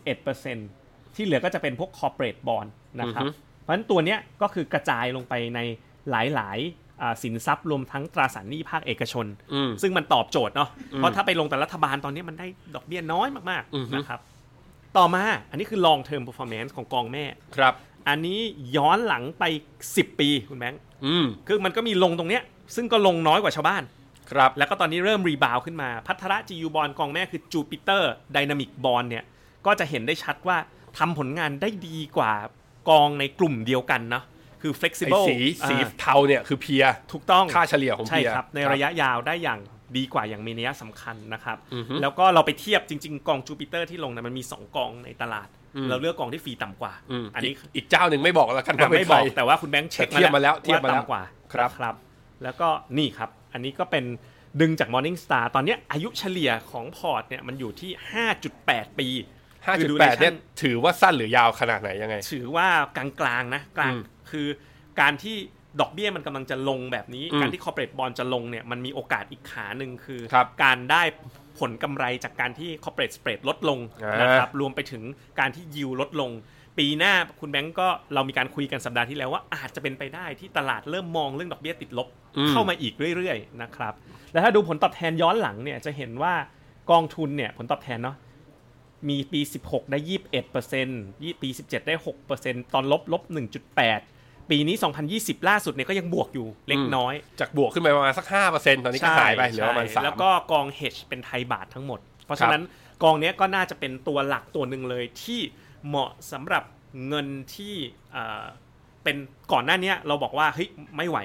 B: 41%ที่เหลือก็จะเป็นพวก corporate bond นะครับ เพราะฉะนั้นตัวเนี้ยก็คือกระจายลงไปในหลายๆอ่าสินทรัพย์รวมทั้งตราสารหนี้ภาคเอกชน
C: อืม
B: ซึ่งมันตอบโจทย์เนาะเพราะถ้าไปลงแต่รัฐบาลตอนนี้มันได้ดอกเบี้ยน้อยมาก
C: อือฮึ
B: ๆนะครับต่อมาอันนี้คือ long term performance ของกองแม่
C: ครับ
B: อันนี้ย้อนหลังไป 10 ปีคุณแบงค์
C: อืม
B: คือมันก็มีลงตรงเนี้ยซึ่งก็ลงน้อยกว่าชาวบ้าน
C: ครับ
B: แล้วก็ตอนนี้เริ่มรีบาวขึ้นมา พัทระจียูบอลกองแม่คือจูปิเตอร์ไดนามิกบอลเนี่ย ก็จะเห็นได้ชัดว่าทำผลงานได้ดีกว่ากองในกลุ่มเดียวกันเนาะคือ
C: ไอ้
B: flexible
C: สีสี
B: อ่า
C: เทาเนี่ยคือเพีย
B: ถูกต้อง
C: ค่าเฉลี่ยของ
B: ใช่
C: เพีย
B: ครับ ในระยะยาวได้อย่างดีกว่าอย่างมีนัยสำคัญนะครับ
C: อือฮึ
B: แล้วก็เราไปเทียบจริง ๆ กองจูปิเตอร์ที่ลงนะมันมี 2 กองในตลาด
C: อืม
B: เราเลือกกองที่ฟรีต่ำกว่า
C: อืม
B: อันนี้
C: กอีกเจ้าหนึ่งไม่บอกแล้วกัน
B: อ่ะ
C: ว่า
B: ไม่
C: ไม่
B: บบ อ
C: อก ก
B: แต่ว่าคุณแบงค์เช็ค
C: แต่เทียบมาแล้วเทียบมาแล้ว
B: ต่ำกว่า
C: ครับ
B: ครับ แล้วก็นี่ครับ อันนี้ก็เป็นดึงจาก Morning Star ตอนเนี้ยอายุเฉลี่ยของพอร์ตเนี่ยมันอยู่ที่ 5.8 ปี
C: ห้า
B: คือ
C: จุดแปด
B: duration
C: เนี่ยถือว่าสั้นหรือยาวขนาดไหนยังไง
B: ถือว่ากลางๆนะกลาง
C: อืม
B: คือการที่ดอกเบี้ยมันกำลังจะลงแบบนี้
C: อืม
B: การที่ corporate bond จะลงเนี่ยมันมีโอกาสอีกขาหนึ่งคือ
C: ครับ
B: การได้ผลกำไรจากการที่ corporate spread ลดลง
C: อ่าน
B: นะครับรวมไปถึงการที่ยิวลดลง ปีหน้าคุณแบงก์ก็เรามีการคุยกันสัปดาห์ที่แล้วว่าอาจจะเป็นไปได้ที่ตลาดเริ่มมองเรื่องดอกเบี้ยติดลบ
C: อืม
B: เข้ามาอีกเรื่อยๆนะครับแล้วถ้าดูผลตอบแทนย้อนหลังเนี่ยจะเห็นว่ากองทุนเนี่ยผลตอบแทนเนาะ มีปี 16 ได้ 21%ยี่ปี 17 ได้ 6%ตอนลบลบ 1.8 ปีนี้ 2020 ล่าสุดเนี่ยก็ยังบวกอยู่เล็กน้อย
C: จากบวกขึ้นไปประมาณสักห้าเปอร์เซ็นต์ตอนนี้ก็หายไปเหลือประมาณ
B: ใช่
C: สาม
B: แล้วก็กอง hedge เป็นไทยบาททั้งหมด เพราะฉะนั้นกองเนี้ยก็น่าจะเป็นตัวหลักตัวหนึ่งเลยที่เหมาะสำหรับเงินที่เอ่อเป็นก่อนหน้าเนี้ยเราบอกว่าเฮ้ยไม่ไหว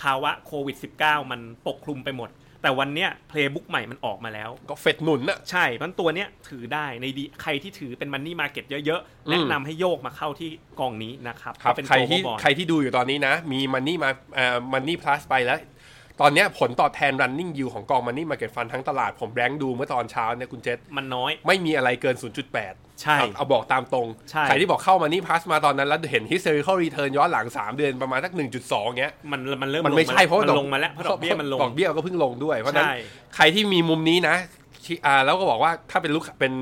B: ภาวะโควิด -19 มันปกคลุมไปหมด แต่วันเนี้ยเพลย์บุ๊กใหม่มันออกมาแล้ว
C: ก็เฟดหนุนน่ะ
B: ใช่เพราะฉะนั้นตัวเนี้ยถือได้ในดีใครที่ถือเป็นมันนี่มาเก็ตเยอะๆ แนะนำให้โยกมาเข้าที่กองนี้นะครับ
C: ครับ
B: ก็เป็น
C: ใคร
B: โกล
C: ที่
B: บอล
C: ใครที่ดูอยู่ตอนนี้นะ มีมันนี่มาเอ่อมันนี่ plus ไปแล้ว ตอนเนี้ยผลตอบแทน running yield ของกองมันนี่มาเก็ตฟันทั้งตลาดผมแบงค์ดูเมื่อตอนเช้าเนี่ยคุณเจษ
B: มันน้อย
C: ไม่มีอะไรเกิน 0.8
B: ใช่
C: เอาเอาบอกตามตรง
B: ใช่
C: ใครที่บอกเข้ามันนี่ plus มาตอนนั้นแล้วเห็น historical return ย้อนหลัง 3 เดือนประมาณสัก1.2เงี้ย
B: มันมันเริ่ม
C: มันไม่
B: ลงา
C: ใช่เพราะ
B: มัน
C: ดอก
B: ลงมาแล้วเพราะดอกเบี้ยมันลง
C: ดอกเบี้ยก็เพิ่งลงด้วย เพราะฉะนั้น
B: ใช่
C: ใครที่มีมุมนี้นะที่อ่าแล้วก็บอกว่าถ้าเป็นลูกเป็น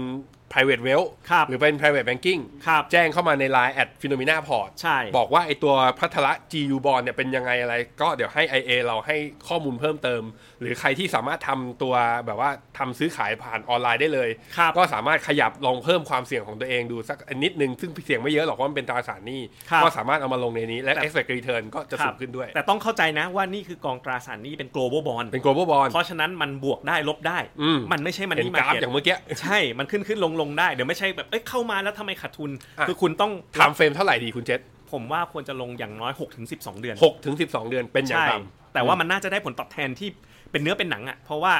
C: private wealth
B: ครับ
C: หรือเป็น private banking
B: ครับ
C: แจ้งเข้ามาใน Line แอดฟิโนมิน่าพอร์ต
B: ใช่
C: บอกว่าไอตัวพัทละ GU bond เนี่ยเป็นยังไงอะไร ก็เดี๋ยวให้ IA เราให้ข้อมูลเพิ่มเติม หรือใครที่สามารถทำตัวแบบว่าทำซื้อขายผ่านออนไลน์ได้เลย
B: ครับ
C: ก็สามารถขยับลองเพิ่มความเสี่ยงของตัวเองดูสักนิดนึง ซึ่งเสี่ยงไม่เยอะหรอกว่าะมันเป็นตราสารหนี้
B: ครับ
C: ก็สามารถเอามาลงในนี้และ
B: แต่
C: expect return ก็จะ
B: ค
C: สูง
B: รับ
C: ขึ้นด้วย
B: แต่ต้องเข้าใจนะว่านี่คือกองตราสารหนี้เป็น global bond
C: เป็น global bond
B: เพราะฉะนั้นมันบวกได้ลบได้
C: อืม
B: มันไม่ใช่มัน
C: เห็น
B: นี่
C: ก
B: มา
C: ราฟ
B: เก็ต
C: อย่างเมื่อกี้
B: ใช่ มันขึ้นขึ้นลงลงได้ เดี๋ยวไม่ใช่แบบ เอ้ยเข้ามาแล้วทำไมขาดทุน
C: อ่ะ
B: คือคุณต้อง
C: ทำเฟรมเท่าไหร่ดีคุณเจษ
B: ผมว่าควรจะลงอย่างน้อย 6-12 เดือน
C: หกถึงสิบสองเดือนเป็นอย่าง
B: ใช่
C: ต่ำ
B: แต่ว่ามันน่าจะได้ผลตอบแทนที่เป็นเนื้อเป็นหนังอะ่ะ เพราะว่า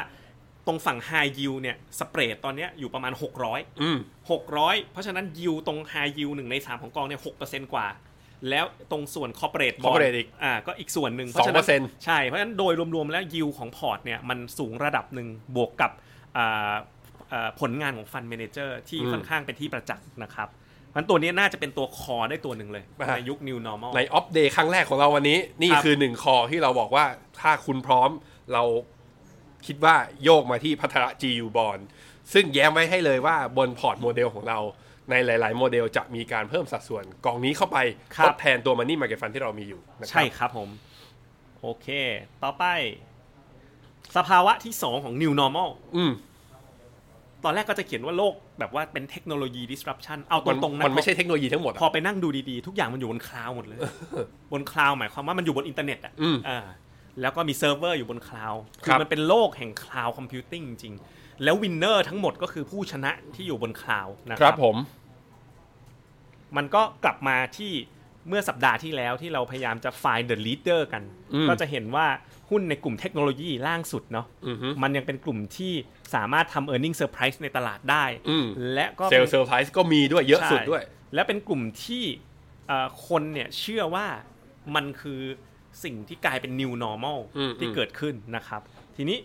B: ตรงฝั่ง High Yield เนี่ย สเปรดตอนเนี้ยอยู่ประมาณ 600
C: อืม
B: 600 เพราะฉะนั้น Yield ตรง High Yield หนึ่งใน 3 ของกองเนี่ย6%กว่า แล้วตรงส่วน Corporate Bond
C: Corporate อีก
B: อ่าก็อีกส่วนหนึ่ง
C: 2%
B: เพราะฉะนั้นใช่ เพราะฉะนั้นโดยรวมๆแล้ว Yield ของพอร์ตเนี่ย มันสูงระดับหนึ่งบวกกับอ่าอ่าผลงานของ Fund Manager ที่ค่อนข้างเป็นที่ประจักษ์นะครับมันตัวเนี้ยน่าจะเป็นตัวคอได้ตัวหนึ่งเลยในยุค New Normal
C: ในออฟเดย์ครั้งแรกของเราวันนี้ นี่
B: ครับ
C: คือหนึ่งคอที่เราบอกว่าถ้าคุณพร้อมเราคิดว่าโยกมาที่พัทระ GU Bond ซึ่งแย้มไว้ให้เลยว่าบนพอร์ตโมเดลของเรา ในหลาย ๆ โมเดลจะมีการเพิ่มสัดส่วนกองนี้เข้าไป
B: ครับ
C: ทดแทนตัวมันนี่มาเก็ตฟันที่เรามีอยู่นะครั
B: ใช่ครับผม โอเค ต่อไป สภาวะที่ 2 ของ New Normal
C: อืม
B: ตอนแรกก็จะเขียนว่าโลกแบบว่าเป็นเทคโนโลยี disruption เอาต
C: มัน
B: รงๆนะ
C: มันไม่ใช่
B: พอ
C: เทคโนโลยีทั้งหมดอะ
B: พอไปนั่งดูดีๆ ทุกอย่างมันอยู่บนคลาวด์หม ดเลย บนคลาวด์หมายความว่ามันอยู่บนอินเทอร์เน็ตอ่ะ
C: อืม
B: อ่าแล้วก็มีเซิร์ฟเวอร์อยู่บนคลาวด์คื
C: ครั
B: อบ มันเป็นโลกแห่งคลาวด์คอมพิวติ้งจริงๆแล้ววินเนอร์ทั้งหมดก็คือผู้ชนะที่อยู่บนคลาวด์นะ
C: ค
B: ค
C: รั
B: รับ บ
C: ผม
B: มันก็กลับมาที่เมื่อสัปดาห์ที่แล้วที่เราพยายามจะ find the leader กัน
C: อืม
B: ก็จะเห็นว่าหุ้นในกลุ่มเทคโนโลยีล่างสุดเนาะ
C: อือฮึ
B: มันยังเป็นกลุ่มที่สามารถทำ earning surprise ในตลาดได้
C: อืม
B: และก็
C: เซลล์เซอร์ไพรส์ก็มีด้วยเยอะ
B: ใช่
C: สุดด้วย
B: และเป็นกลุ่มที่เอ่อคนเนี่ยเชื่อว่ามันคือสิ่งที่กลายเป็น new normal
C: อืม
B: ที่
C: อืม
B: เกิดขึ้นนะครับ ทีนี้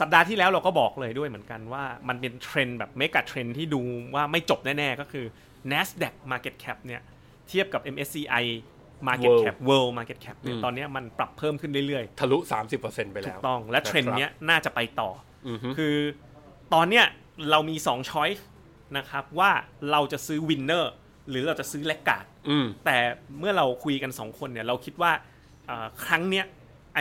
B: สัปดาห์ที่แล้วเราก็บอกเลยด้วยเหมือนกันว่ามันเป็นเทรนด์แบบเมกะเทรนด์ที่ดูว่าไม่จบแน่ ๆ ก็คือ NASDAQ Market Cap เนี่ย เทียบกับ MSCI Market
C: World
B: Cap World Market Cap เนี่ย
C: อืม
B: ตอนเนี้ยมันปรับเพิ่มขึ้นเรื่อย
C: ทะลุ 30%ไป
B: ๆ ถู
C: แล้
B: ก
C: ว
B: ต้องและเทรนด์เนี้ยน่าจะไปต่อ
C: อือฮึ
B: คือตอนเนี้ยเรามี2ช้อยส์นะครับว่าเราจะซื้อวินเนอร์หรือเราจะซื้อแลกการ์ด
C: อืม
B: แต่เมื่อเราคุยกัน 2 คนเนี่ยเราคิดว่าเอ่อครั้งเนี้ยไอ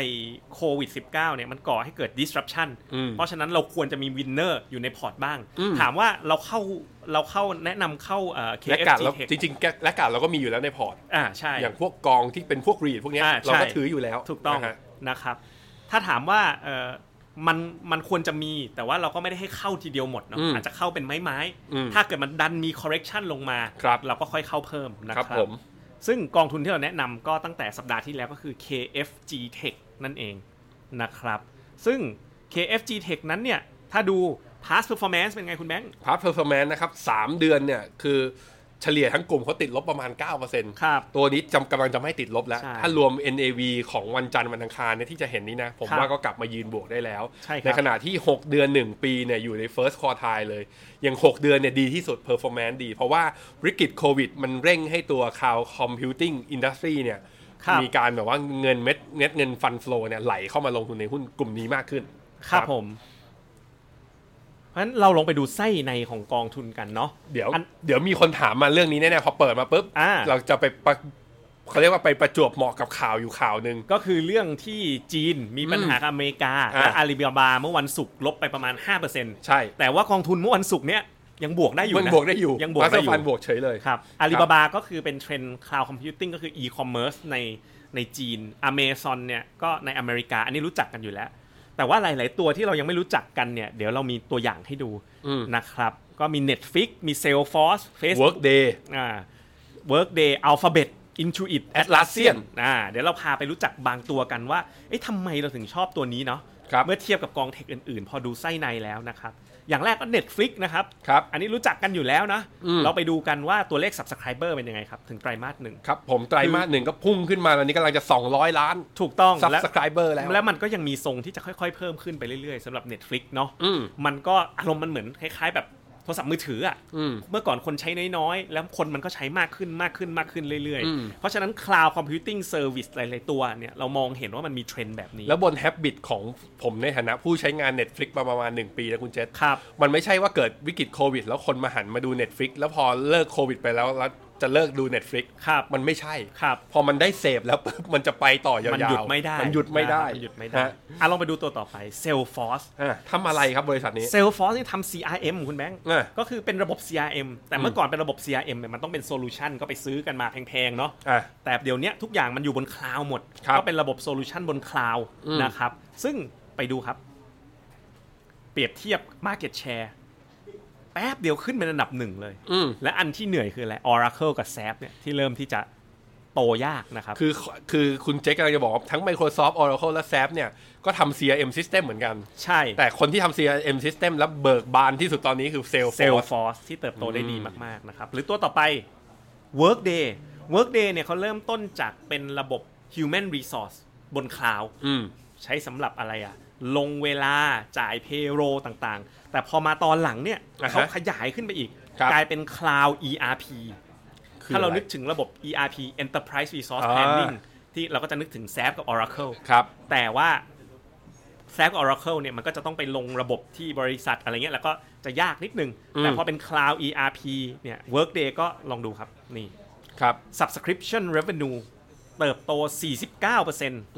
B: โควิด -19 เนี่ยมันก่อให้เกิด disruption
C: อืม
B: เพราะฉะนั้นเราควรจะมีวินเนอร์อยู่ในพอร์ตบ้าง
C: อืม
B: ถามว่าเราเข้าเราเข้าแนะนำเข้าเอ่อ
C: และการ
B: KFG
C: เรา
B: Tech
C: จริงๆและการเราก็มีอยู่แล้วในพอร์ต
B: อ่าใช่
C: อย่างพวกกองที่เป็นพวกรีดพวกเนี้ย
B: อ่า
C: เราก็
B: ใช่
C: ถืออยู่แล้ว
B: ถูกต้อง
C: นะฮะ
B: นะครับ ถ้าถามว่าเอ่อมันมันควรจะมีแต่ว่าเราก็ไม่ได้ให้เข้าทีเดียวหมดเนาะ
C: อืม
B: อาจจะเข้าเป็นไม้ไม้ๆ
C: อืม
B: ถ้าเกิดมันดันมี correction ลงมา
C: ครับ
B: เราก็ค่อยเข้าเพิ่มนะ
C: ค
B: ค
C: รั
B: รั
C: บบ ผม
B: ซึ่งกองทุนที่เราแนะนำก็ตั้งแต่สัปดาห์ที่แล้วก็คือ KFG Tech นั่นเองนะครับ ซึ่ง KFG Tech นั้นเนี่ย ถ้าดู past performance เป็นไงคุณแบงค์
C: พาร์ทเพอร์ฟอร์แมนซ์นะครับสามเดือนเนี่ย คือเฉลี่ยทั้งกลุ่มเขาติดลบประมาณ 9%
B: ครับ
C: ตัวนี้จำกำลังจะไม่ติดลบแล้ว
B: ใช่
C: ถ้ารวม NAV ของวันจันทร์วันอังคารเนี่ยที่จะเห็นนี้นะ ผม
B: ครับ
C: ว่าก็กลับมายืนบวกได้แล้ว
B: ใช่ครับ
C: ขณะที่ 6 เดือน 1 ปีเนี่ยอยู่ใน First Quartile เลย อย่าง 6 เดือนเนี่ยดีที่สุด Performance ดี เพราะว่าวิกฤตโควิดมันเร่งให้ตัว Cloud Computing Industry เนี่ย
B: ครับ
C: มีการแบบว่าเงินเม็ดเม็ดเงินฟันฟลอเนี่ยไหลเข้ามาลงทุนในหุ้นกลุ่มนี้มากขึ้น
B: ครับผม เพราะฉะนั้นเราลงไปดูไส้ในของกองทุนกันเนาะ
C: เดี๋ยว
B: อัน
C: เดี๋ยวมีคนถามมาเรื่องนี้แน่ๆพอเปิดมาปุ๊บ
B: อ่า
C: เราจะไปประเขาเรียกว่าไปประจวบเหมาะกับข่าวอยู่ข่าวหนึ่ง
B: ก็คือเรื่องที่จีนมีปัญหากับอเมริกา
C: อ่า
B: และอาลีบาบาเมื่อวันศุกร์ลบไปประมาณ 5%
C: ใช่
B: แต่ว่ากองทุนเมื่อวันศุกร์เนี่ยยังบวกได้อยู่
C: มัน
B: นะ
C: บวกได้อยู่
B: ยังบวกได้อยู่
C: ฟันบวกเฉยเลย
B: ครับอาลีบาบาก็คือเป็นเทรนด์คลาวด์คอมพิวติ้งก็คืออีคอมเมิร์ซในในจีนอเมซอนเนี่ยก็ในอเมริกา อันนี้รู้จักกันอยู่แล้ว แต่ว่าหลาย ๆ ตัวที่เรายังไม่รู้จักกันเนี่ย เดี๋ยวเรามีตัวอย่างให้ดู
C: อืม
B: นะครับ ก็มี Netflix มี Salesforce Facebook
C: Workday
B: อ่า Workday Alphabet Intuit
C: Atlassian
B: อ่าเดี๋ยวเราพาไปรู้จักบางตัวกันว่า เอ๊ะทำไมเราถึงชอบตัวนี้เนาะ
C: ครับ
B: เมื่อเทียบกับกองเทคอื่น ๆ พอดูไส้ในแล้วนะครับ อย่างแรกก็ Netflix นะครับ
C: ครับ
B: อันนี้รู้จักกันอยู่แล้วนะ
C: อืม
B: เราไปดูกันว่าตัวเลข subscriber เป็นยังไงครับ ถึงไตรมาสหนึ่ง
C: ครับผมไตรมาสหนึ่งก็พุ่งขึ้นมาตอนนี้กำลังจะ 200 ล้าน
B: ถูกต้อง
C: subscriber แล้ว
B: และมันก็ยังมีทรงที่จะค่อยๆ เพิ่มขึ้นไปเรื่อยๆสำหรับ Netflix เนาะ
C: อืม
B: มันก็อารมณ์มันเหมือนคล้ายๆ แบบ โทรศัพท์มือถืออ่ะ
C: อืม
B: เมื่อก่อนคนใช้น้อยๆ แล้วคนมันก็ใช้มากขึ้นมากขึ้นมากขึ้นเรื่อย
C: อืม
B: ๆ เพราะฉะนั้น cloud computing service หลายๆตัวเนี่ยเรามองเห็นว่ามันมีเทรนด์แบบนี้
C: แล้วบนแฮบบิตของผมในฐานะผู้ใช้งาน Netflix มาประมาณ 1 ปีนะคุณเจษ
B: ครับ
C: มันไม่ใช่ว่าเกิดวิกฤตโควิด แล้วคนมาหันมาดู Netflix แล้วพอเลิกโควิดไปแล้วแล้วจะเลิกดู Netflix
B: ครับ
C: มันไม่ใช่
B: ครับ
C: พอมันได้เสพแล้วปุ๊บมันจะไปต่อยาวๆ
B: มันหยุดไม่ได้
C: มันหยุดไม่ได้
B: นหยุดไม่ได้
C: ฮะ
B: อ่ะลองไปดูตัวต่อไป Salesforce
C: อ่ะทำอะไรครับบริษัทนี้
B: Salesforce นี่ทำ CRM คุณแบงค์
C: อ่ะ
B: ก็คือเป็นระบบ CRM แต่เมื่อก่อนเป็นระบบ CRM เนี่ยมันต้องเป็นโซลูชันก็ไปซื้อกันมาแพงๆเนาะ
C: อ่ะ
B: แต่เดี๋ยวเนี้ยทุกอย่างมันอยู่บนคลาวด์หมด
C: ครับ
B: ก็เป็นระบบโซลูชันบนคลาวด์นะครับ ซึ่งไปดูครับ เปรียบเทียบ Market Share แป๊บเดียวขึ้นเป็นอันดับหนึ่งเลย
C: อืม
B: และอันที่เหนื่อยคืออะไร Oracle กับ SAP เนี่ยที่เริ่มที่จะโตยากนะครับ
C: คือคือคุณเจษกำลังจะบอกว่าทั้ง Microsoft Oracle และ SAP เนี่ยก็ทำ CRM system เหมือนกัน
B: ใช่
C: แต่คนที่ทำ CRM system แล้วเบิกบานที่สุดตอนนี้คือ
B: เซลฟ
C: Salesforce
B: อร์สที่เติบโตได้ดีมาก ๆ นะครับ หรือตัวต่อไป Workday Workday เนี่ยเขาเริ่มต้นจากเป็นระบบ Human Resource บนคลาว
C: อืม
B: ใช้สำหรับอะไรอะลงเวลาจ่ายเพโ l ต่างๆ แต่พอมาตอนหลังเนี่ย
C: อ่าฮะ
B: เขาขยายขึ้นไปอีก
C: ครับ
B: กลายเป็น Cloud ERP
C: คือ
B: ถ้าเรา
C: อะไร
B: นึกถึงระบบ ERP Enterprise Resource
C: อ่า
B: Planning ที่เราก็จะนึกถึง SAP กับ Oracle
C: ครับ
B: แต่ว่าแซก Oracle เนี่ยมันก็จะต้องไปลงระบบที่บริษัทอะไรเงี้ยแล้วก็จะยากนิดนึง
C: อืม
B: แต่พอเป็น Cloud ERP เนี่ย Workday ก็ลองดูครับ นี่
C: ครับ
B: Subscription Revenue เติบโต 49%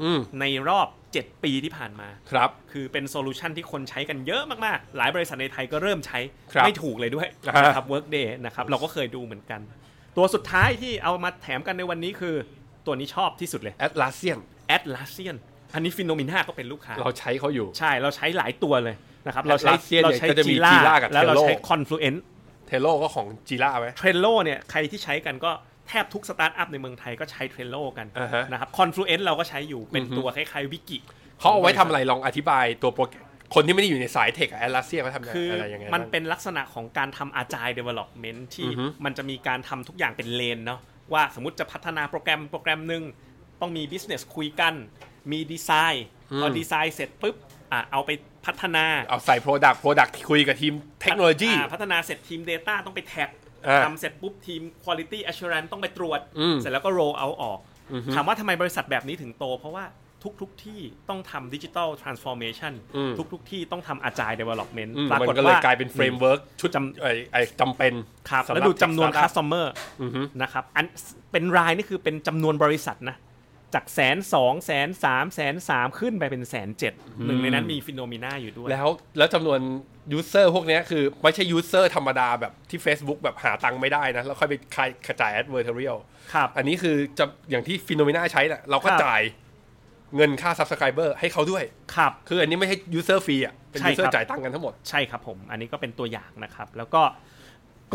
C: อืม
B: ในรอบ 7 ปีที่ผ่านมา
C: ครับ
B: คือเป็นโซลูชันที่คนใช้กันเยอะมาก ๆ หลายบริษัทในไทยก็เริ่มใช้
C: ครับ
B: ไม่ถูกเลยด้วย
C: อ่าน
B: นะครับ Workday นะครับ เราก็เคยดูเหมือนกัน ตัวสุดท้ายที่เอามาแถมกันในวันนี้คือตัวนี้ชอบที่สุดเลย
C: แอตลาเซียน
B: Atlassian อันนี้ฟิโนมิน่าก็เป็นลูกค้า
C: เราใช้เขาอยู่
B: ใช่ เราใช้หลายตัวเลยนะครับ เราใช้
C: Atlassian
B: เราใช้
C: เนี่ยก็จะมี
B: จีล่า
C: Jira กับ
B: แล้วเรา
C: Trello
B: ใช้ Confluence
C: เทโลก็ของจีล่าไหม
B: Trello เนี่ยใครที่ใช้กันก็แทบทุกสตาร์ทอัพในเมืองไทยก็ใช้ Trello กัน
C: อ่าฮะ
B: นะครับ Confluence เราก็ใช้อยู่เป็นตัวคล้ายๆวิกิ
C: เขาเอาไว้ทำอะไรลองอธิบายตัวโปรแกรมคนที่ไม่ได้อยู่ในสายเทคแอตลาเซียนเขาทำ
B: คือ
C: อะไรยังไง
B: มัน
C: บ้าง
B: เป็นลักษณะของการทำอาจาย development ที่
C: อือฮึ
B: มันจะมีการทำทุกอย่างเป็นเลนเนาะว่าสมมติจะพัฒนาโปรแกรมโปรแกรมหนึ่งต้องมี business คุยกัน มีดีไซน์พอ
C: ม
B: ดีไซน์เสร็จปุ๊บอ่ะเอาไปพัฒนา
C: เอาใส่โปรดักต์โปรดักต์คุยกับทีมเทคโนโลยี
B: อ่าพัฒนาเสร็จทีม Data ต้องไปแท็ก
C: อ่า
B: ทำเสร็จปุ๊บทีม Quality Assurance ต้องไปตรวจ
C: อืม
B: เสร็จแล้วก็ roll out ออก ถามว่าทำไมบริษัทแบบนี้ถึงโต เพราะว่าทุกๆทที่ต้องทำดิจิ t a ล transformation
C: อืม
B: ทุกๆทที่ต้องทำ agile development
C: อืม
B: ปรา
C: มัน
B: กฏ
C: ก็เลย
B: ว่าก
C: ลายเป็นเฟรมเวิร์กชุด
B: จ
C: ไอ้ไอ้จำเป็น
B: ำครับ
C: สำห
B: แล้ว
C: รับ
B: ดูจำนวน
C: startup
B: customer นะครับอันเป็นรายนี่คือเป็นจำนวนบริษัทนะ จากแสนสองแสนสามแสนสามขึ้นไปเป็นแสนเจ็ดหนึ่งในนั้นมีฟิโนมิน่าอยู่ด้วย
C: แล้วแล้วจำนวนยูเซอร์พวกเนี้ยคือไม่ใช่ยูเซอร์ธรรมดาแบบที่ Facebook แบบหาตังค์ไม่ได้นะ แล้วค่อยไปขายกระจายแอดเวอร์เทอรียล
B: ครับ
C: อันนี้คือจะอย่างที่ฟิโนเมนาใช้น่ะเราก็
B: ครับ
C: จ่ายเงินค่า Subscriber ให้เขาด้วย
B: ครับ
C: คืออันนี้ไม่ใช่ user fee อ่ะ เป็น
B: ใช่ครับ
C: user จ่ายตังค์กันทั้งหมด
B: ใช่ครับผม อันนี้ก็เป็นตัวอย่างนะครับ แล้วก็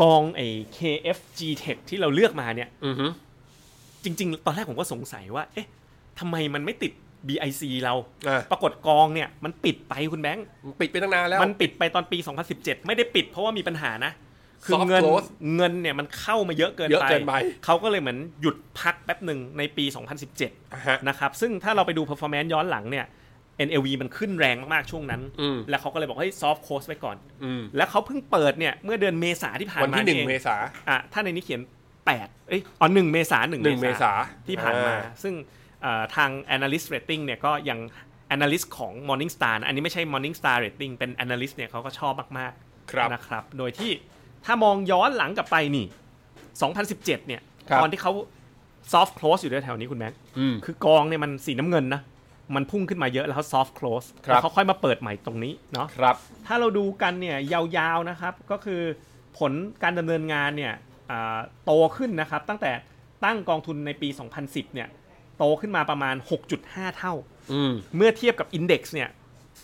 B: กองไอ้ KFG Tech ที่เราเลือกมาเนี่ย
C: อือฮึ
B: จริง ๆ ตอนแรกผมก็สงสัยว่า เอ๊ะทำไมมันไม่ติด BIC เรา
C: เออ
B: ปรากฏกองเนี่ย มันปิดไปคุณแบงค์
C: มันปิดไปตั้งนานแล้ว
B: มันปิดไปตอนปี 2017 ไม่ได้ปิดเพราะว่ามีปัญหานะ คือ
C: Soft
B: เงิน
C: close
B: เงินเนี่ยมันเข้ามาเยอะเกิน
C: เยอะ
B: ไป
C: เกินไป
B: เขาก็เลยเหมือนหยุดพักแป๊บหนึ่งในปี 2017
C: อ่ะฮะ
B: นะครับซึ่งถ้าเราไปดู performance ย้อนหลังเนี่ย NLV มันขึ้นแรงมาก ๆ ช่วงนั้น
C: อืม
B: แล้วเขาก็เลยบอกให้ soft close ไว้ก่อน
C: อืม
B: แล้วเขาเพิ่งเปิดเนี่ย เมื่อเดือนเมษาที่ผ่าน
C: วัน
B: มา
C: ที่หนึ่ง
B: อง
C: เมษา
B: อ่ะถ้าในนี้เขียน 8 เอ้ยอ๋อหนึ่งเมษาหนึ่ง
C: หนึ่งเมษา
B: ที่ผ่านมา
C: อ่า
B: ซึ่งเอ่อทาง analyst rating เนี่ยก็ยัง analyst ของ Morningstar นะอันนี้ไม่ใช่ Morningstar rating เป็น analyst เนี่ยเขาก็ชอบมาก ๆ
C: ครับ
B: นะครับ โดยที่ถ้ามองย้อนหลังกลับไปนี่ 2017 เนี่ย
C: ครับ
B: ตอนที่เขา soft close อยู่แถวๆนี้คุณแม็ก
C: อืม
B: คือกองเนี่ยมันสีน้ำเงินนะ มันพุ่งขึ้นมาเยอะแล้ว soft close
C: ครับ
B: แล้วเขาค่อยมาเปิดใหม่ตรงนี้เนาะ
C: ครับ
B: ถ้าเราดูกันเนี่ยยาวๆนะครับ ก็คือผลการดำเนินงานเนี่ยอ่าโตขึ้นนะครับ ตั้งแต่ตั้งกองทุนในปี 2010 เนี่ย โตขึ้นมาประมาณ 6.5 เท่า
C: อืม
B: เมื่อเทียบกับอิน e x เนี่ย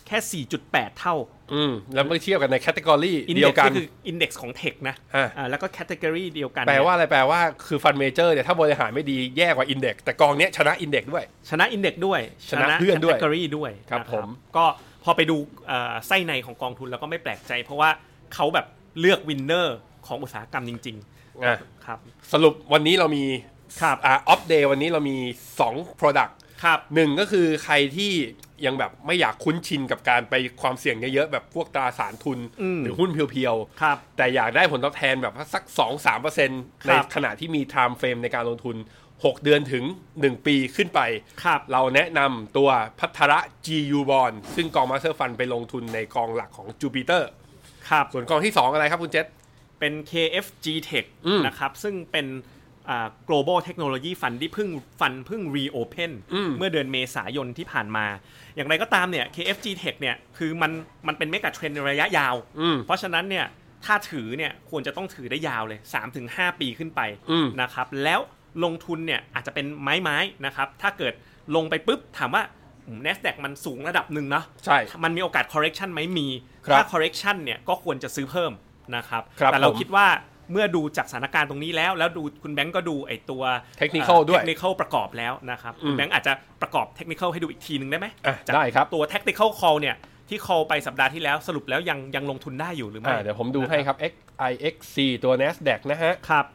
B: แค่ 4.8 เท่า
C: อืม แล้วเมื่อเทียบกันในแคตตากรี
B: อิน
C: เดี
B: เด็ก
C: ยวกัน
B: ก็คืออิน e x ของเทคนะ
C: ฮะ
B: อ่าแล้วก็แคตตากรีเดียวกัน
C: แปล
B: เนี่ย
C: ว่าอะไรแปลว่าคือฟันเมเจอร์เนี่ยถ้าบริหารไม่ดีแย่กว่าอินเด็กซ์แต่กองเนี้ยชนะอินเด็กซ์ด้วย
B: ชนะอินเด็กด้วย
C: ชนะเพื่อนด้วย
B: แคตตากรีด้วย
C: ครับ
B: นะ
C: ผม
B: ก็พอไปดูเอ่อไส้ในของกองทุนแล้วก็ไม่แปลกใจ เพราะว่าเขาแบบเลือกวินเนอร์ของอุตสาหกรรมจริง
C: อ่ะ
B: ๆ ครับ
C: สรุปวันนี้เรามี
B: ครับ
C: อ่าอัปเดตวันนี้เรามี 2 Product
B: ครับ
C: หนึ่งก็คือใครที่ยังแบบไม่อยากคุ้นชินกับการไปความเสี่ยงเยอะๆแบบพวกตราสารทุน
B: อืม
C: หรือหุ้นเพียว
B: ครับ
C: ๆ แต่อยากได้ผลตอบแทนแบบสัก 2-3%
B: ค
C: ใน
B: รับ
C: ขณะที่มี time frame ในการลงทุน 6 เดือนถึง 1 ปีขึ้นไป
B: ครับ
C: เราแนะนำตัวพัทระ GU Bond ซึ่งกอง Master Fund ไปลงทุนในกองหลักของ Jupiter
B: ครับ
C: ส่วนกองที่ 2 อะไรครับคุณเจษ
B: เป็น KFG Tech
C: อืม
B: นะครับ ซึ่งเป็นอ่า global technology fund ที่เพิ่งฟันเพิ่ง reopen
C: อืม
B: เมื่อเดือนเมษายนที่ผ่านมา อย่างไรก็ตามเนี่ย KFG Tech เนี่ย คือมันมันเป็น mega trend ในระยะยาว
C: อืม
B: เพราะฉะนั้นเนี่ย ถ้าถือเนี่ยควรจะต้องถือได้ยาวเลย 3-5 ปีขึ้นไป
C: อืม
B: นะครับ แล้วลงทุนเนี่ยอาจจะเป็นไม้ ๆ นะครับ ถ้าเกิดลงไปปุ๊บ ถามว่า NASDAQ มันสูงระดับหนึ่งเนาะ
C: ใช่
B: มันมีโอกาส correction ไหมมี
C: ครับ
B: ถ้า correction เนี่ยก็ควรจะซื้อเพิ่มนะครับ
C: ครับ
B: แต่เรา
C: ผม
B: คิดว่าเมื่อดูจากสถานการณ์ตรงนี้แล้ว แล้วดูคุณแบงก์ก็ดูไอตัว
C: Technical ด้วย
B: เทคนิคประกอบแล้วนะครับคุณแบงก์อาจจะประกอบเทคนิคให้ดูอีกทีหนึ่งได้ไหม
C: อ่ะ
B: จาก
C: ได้ครับ
B: ตัว technical call เนี่ยที่ call ไปสัปดาห์ที่แล้วสรุปแล้วยังยังลงทุนได้อยู่หรือไม่
C: อ่าเดี๋ยวผมดูให้ครับ XIXC ตัว NASDAQ นะฮะ
B: ครับ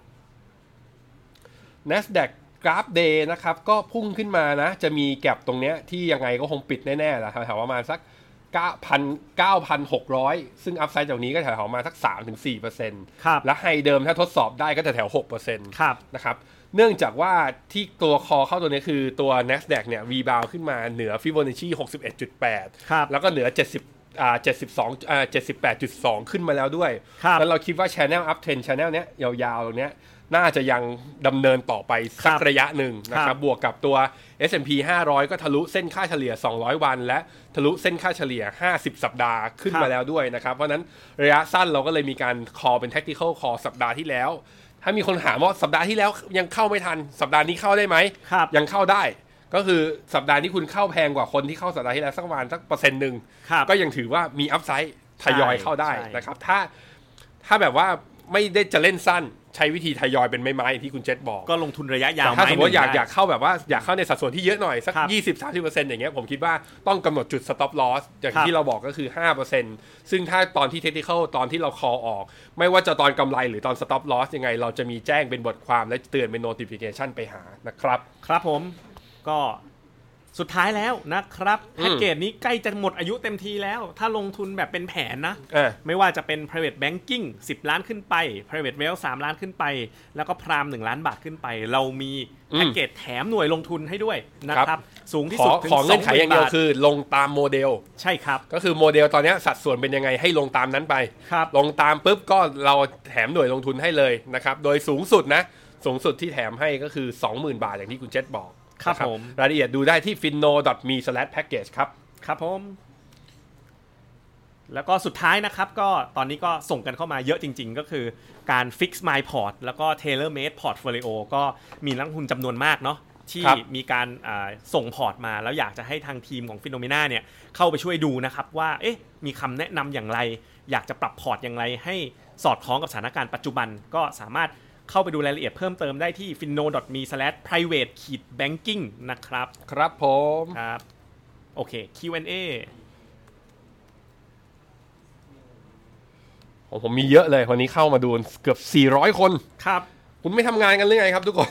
C: NASDAQ กราฟเดย์นะครับ ก็พุ่งขึ้นมานะ จะมีแก็บตรงเนี้ยที่ยังไงก็คงปิดแน่ๆแหละแถวๆประมาณสัก 9,600 ซึ่งอัพไซด์จากนี้ก็แถวๆประมาณสัก 3-4%
B: ครับ
C: และไฮเดิมถ้าทดสอบได้ก็จะแถว6%
B: ครับ
C: นะครับ เนื่องจากว่าที่ตัวคอเข้าตัวนี้คือตัว NASDAQ เนี่ยรีบาวขึ้นมาเหนือฟิโบนัชชี61.8
B: ครับ
C: แล้วก็เหนือ 70อ่า72อ่า78.2 ขึ้นมาแล้วด้วย
B: ครับ
C: แล้วเราคิดว่า Channel Up Trend Channel เนี้ยยาวๆตรงเนี้ยน่าจะยังดำเนินต่อไป
B: ค
C: สัก
B: รับ
C: ระยะหนึ่งนะค
B: ครั
C: รับบ บวกกับตัว S&P 500 ก็ทะลุเส้นค่าเฉลี่ย 200 วัน และทะลุเส้นค่าเฉลี่ย 50 สัปดาห์ขึ้นมาแล้วด้วยนะครับ เพราะฉะนั้นระยะสั้นเราก็เลยมีการ call เป็น tactical call สัปดาห์ที่แล้ว ถ้ามีคนถามว่าสัปดาห์ที่แล้วยังเข้าไม่ทันสัปดาห์นี้เข้าได้ไหม
B: ครับ
C: ยังเข้าได้ ก็คือสัปดาห์นี้คุณเข้าแพงกว่าคนที่เข้าสัปดาห์ที่แล้วสักประมาณสักเปอร์เซ็นต์หนึ่ง
B: ครับ
C: ก็ยังถือว่ามีอัพไซด์ทยอยเข้าได้
B: ใช่
C: นะครับ ถ้าถ้าแบบว่าไม่ได้จะเล่นสั้นใช้วิธีทยอยเป็นไม้ๆอย่างที่คุณเจษบอก
B: ก็ลงทุนระยะยาว
C: แต่ถ้าสมมติว่าอยาก
B: ไหนึ่ง
C: อ
B: ได้
C: ยากเข้าแบบว่าอยากเข้าในสัดส่วนที่เยอะหน่อย สัก
B: ครับ
C: 20-30%อย่างเงี้ยผมคิดว่าต้องกำหนดจุด stop loss อย่าง
B: ครับ
C: ที่เราบอกก็คือ 5%ซึ่งถ้าตอนที่ technical ตอนที่เรา call ออก ไม่ว่าจะตอนกำไรหรือตอน stop loss ยังไง เราจะมีแจ้งเป็นบทความและเตือนเป็น notification ไปหานะครับ
B: ครับผมก็สุดท้ายแล้วนะครับ
C: อืม
B: แพ็กเกจนี้ใกล้จะหมดอายุเต็มทีแล้ว ถ้าลงทุนแบบเป็นแผนนะ
C: เออ
B: ไม่ว่าจะเป็น private banking 10 ล้านขึ้นไป private wealth 3 ล้านขึ้นไป แล้วก็พราม 1 ล้านบาทขึ้นไป เรามีแพ็กเกจแถมหน่วยลงทุนให้ด้วยนะค
C: ครั
B: รับ
C: บ
B: สูงที่
C: ข
B: สุ
C: อ
B: ดถึง
C: ขอเงื่อนไขอย่างเดียว
B: 20,000บท
C: คือลงตามโมเดล
B: ใช่ครับ
C: ก็คือโมเดลตอนเนี้ยสัดส่วนเป็นยังไงให้ลงตามนั้นไป
B: ครับ
C: ลงตามปุ๊บก็เราแถมหน่วยลงทุนให้เลยนะครับ โดยสูงสุดนะ สูงสุดที่แถมให้ก็คือ 20,000 บาทอย่างที่คุณเจษบอก
B: ครับ
C: นะ
B: ผม
C: รายละเอียดดูได้ที่ finno.me/package ครับ
B: ครับผม แล้วก็สุดท้ายนะครับก็ตอนนี้ก็ส่งกันเข้ามาเยอะจริง ๆ ก็คือการ fix my port แล้วก็ tailor made portfolio ก็มีนักลงทุนจำนวนมากเนาะที่
C: ครับ
B: มีการอ่าส่งพอร์ตมา แล้วอยากจะให้ทางทีมของฟิโนเมนาเนี่ยเข้าไปช่วยดูนะครับว่าเอ๊ะมีคำแนะนำอย่างไร อยากจะปรับพอร์ตอย่างไร ให้สอดคล้องกับสถานการณ์ปัจจุบัน ก็สามารถเข้าไปดูรายละเอียดเพิ่มเติมได้ที่ fino.me/private-banking นะครับ
C: ครับผม
B: ครับ โอเค Q&A
C: ผมมีเยอะเลยวันนี้เข้ามาดูเกือบ 400 คน
B: ครับ
C: คุณไม่ทำงานกันหรือไงครับทุกคน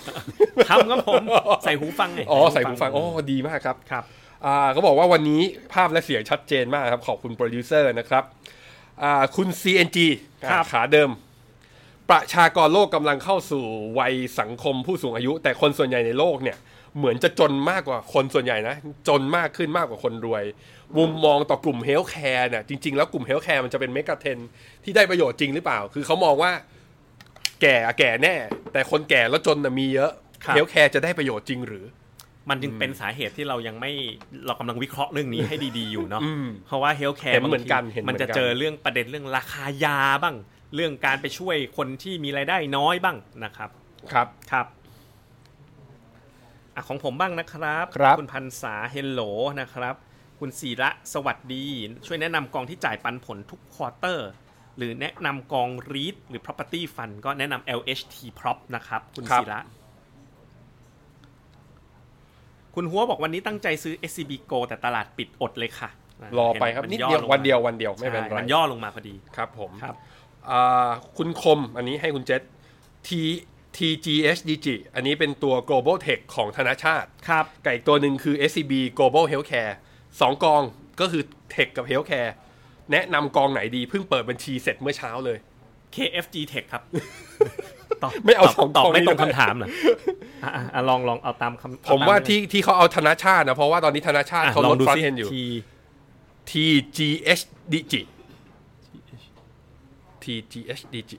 B: ทำครับผมใส่หูฟังไง
C: อ๋อ ใส่หูฟังโอ้ดีมากครับ
B: ครับ
C: อ่าก็บอกว่าวันนี้ภาพและเสียงชัดเจนมากครับ ขอบคุณโปรดิวเซอร์นะครับอ่าคุณ CNG
B: ครับ
C: อ่าขาเดิม ประชากรโลกกำลังเข้าสู่วัยสังคมผู้สูงอายุ แต่คนส่วนใหญ่ในโลกเนี่ย เหมือนจะจนมากกว่าคนส่วนใหญ่นะ จนมากขึ้นมากกว่าคนรวย มุมมองต่อกลุ่มเฮลท์แคร์เนี่ยจริง ๆ แล้วกลุ่มเฮลท์แคร์มันจะเป็นเมกะเทรนด์ที่ได้ประโยชน์จริงหรือเปล่า คือเขามองว่า แก่อะแก่แน่ แต่คนแก่แล้วจนน่ะมีเยอะ
B: ครับ
C: เฮลท์แคร์จะได้ประโยชน์จริงหรือ
B: มันจึงเป็นสาเหตุที่เรายังไม่เรากำลังวิเคราะห์เรื่องนี้ให้ดีๆอยู่เนาะเพราะว่าเฮลท์แคร์
C: เห็นเหมือนกันเห็นเหมื
B: มั
C: อนนกัน
B: จะเจอเรื่องประเด็นเรื่องราคายาบ้าง เรื่องการไปช่วยคนที่มีรายได้น้อยบ้างนะครับ
C: ครับ
B: ครับอะของผมบ้างนะครับ
C: ครับ
B: ณพันษาเฮลโหลนะครับ คุณศิระสวัสดี ช่วยแนะนำกองที่จ่ายปันผลทุกควอเตอร์ หรือแนะนำกองรีดหรือ property fund ก็แนะนำ LHT prop นะครับ คุณศิระ คุณหัวบอกวันนี้ตั้งใจซื้อ SCB Go แต่ตลาดปิดอดเลยค่ะ
C: รอไปครับ
B: มั
C: นิด
B: อ
C: เดียว
B: ลงมา
C: วันเดียววันเดียวไม่เป็น
B: ใช่
C: ไร
B: มันย่อลงมาพอดี
C: ครับผม
B: ครับ
C: อ่าคุณคมอันนี้ให้คุณเจษ T TGS DG อันนี้เป็นตัว global tech ของธนาชาติ
B: ครับ
C: กับอีกตัวหนึ่งคือ SCB Global Healthcare สองกองก็คือ Tech กับ Healthcare แนะนำกองไหนดีเพิ่งเปิดบัญชีเสร็จเมื่อเช้าเลย
B: KFG Tech ครับตบ
C: ไม่เอา
B: ตบ
C: สอง
B: ตอบ
C: กอง
B: ไม่ตรง
C: นี้ด้วย
B: คำถามเหรออ่ะอ่ะอ่ะลองลองเอาตามคำ
C: ผมว่า
B: เอต
C: ที่ที่เขาเอาธนาชาตินะ เพราะว่าตอนนี้ธนาชาติ
B: อ่ะ
C: เขา
B: ลอ
C: ล
B: ง
C: ด
B: ดู
C: ฟรอน
B: ซิ
C: ต์เอนอยู่
B: ที
C: TGH DG TGH DG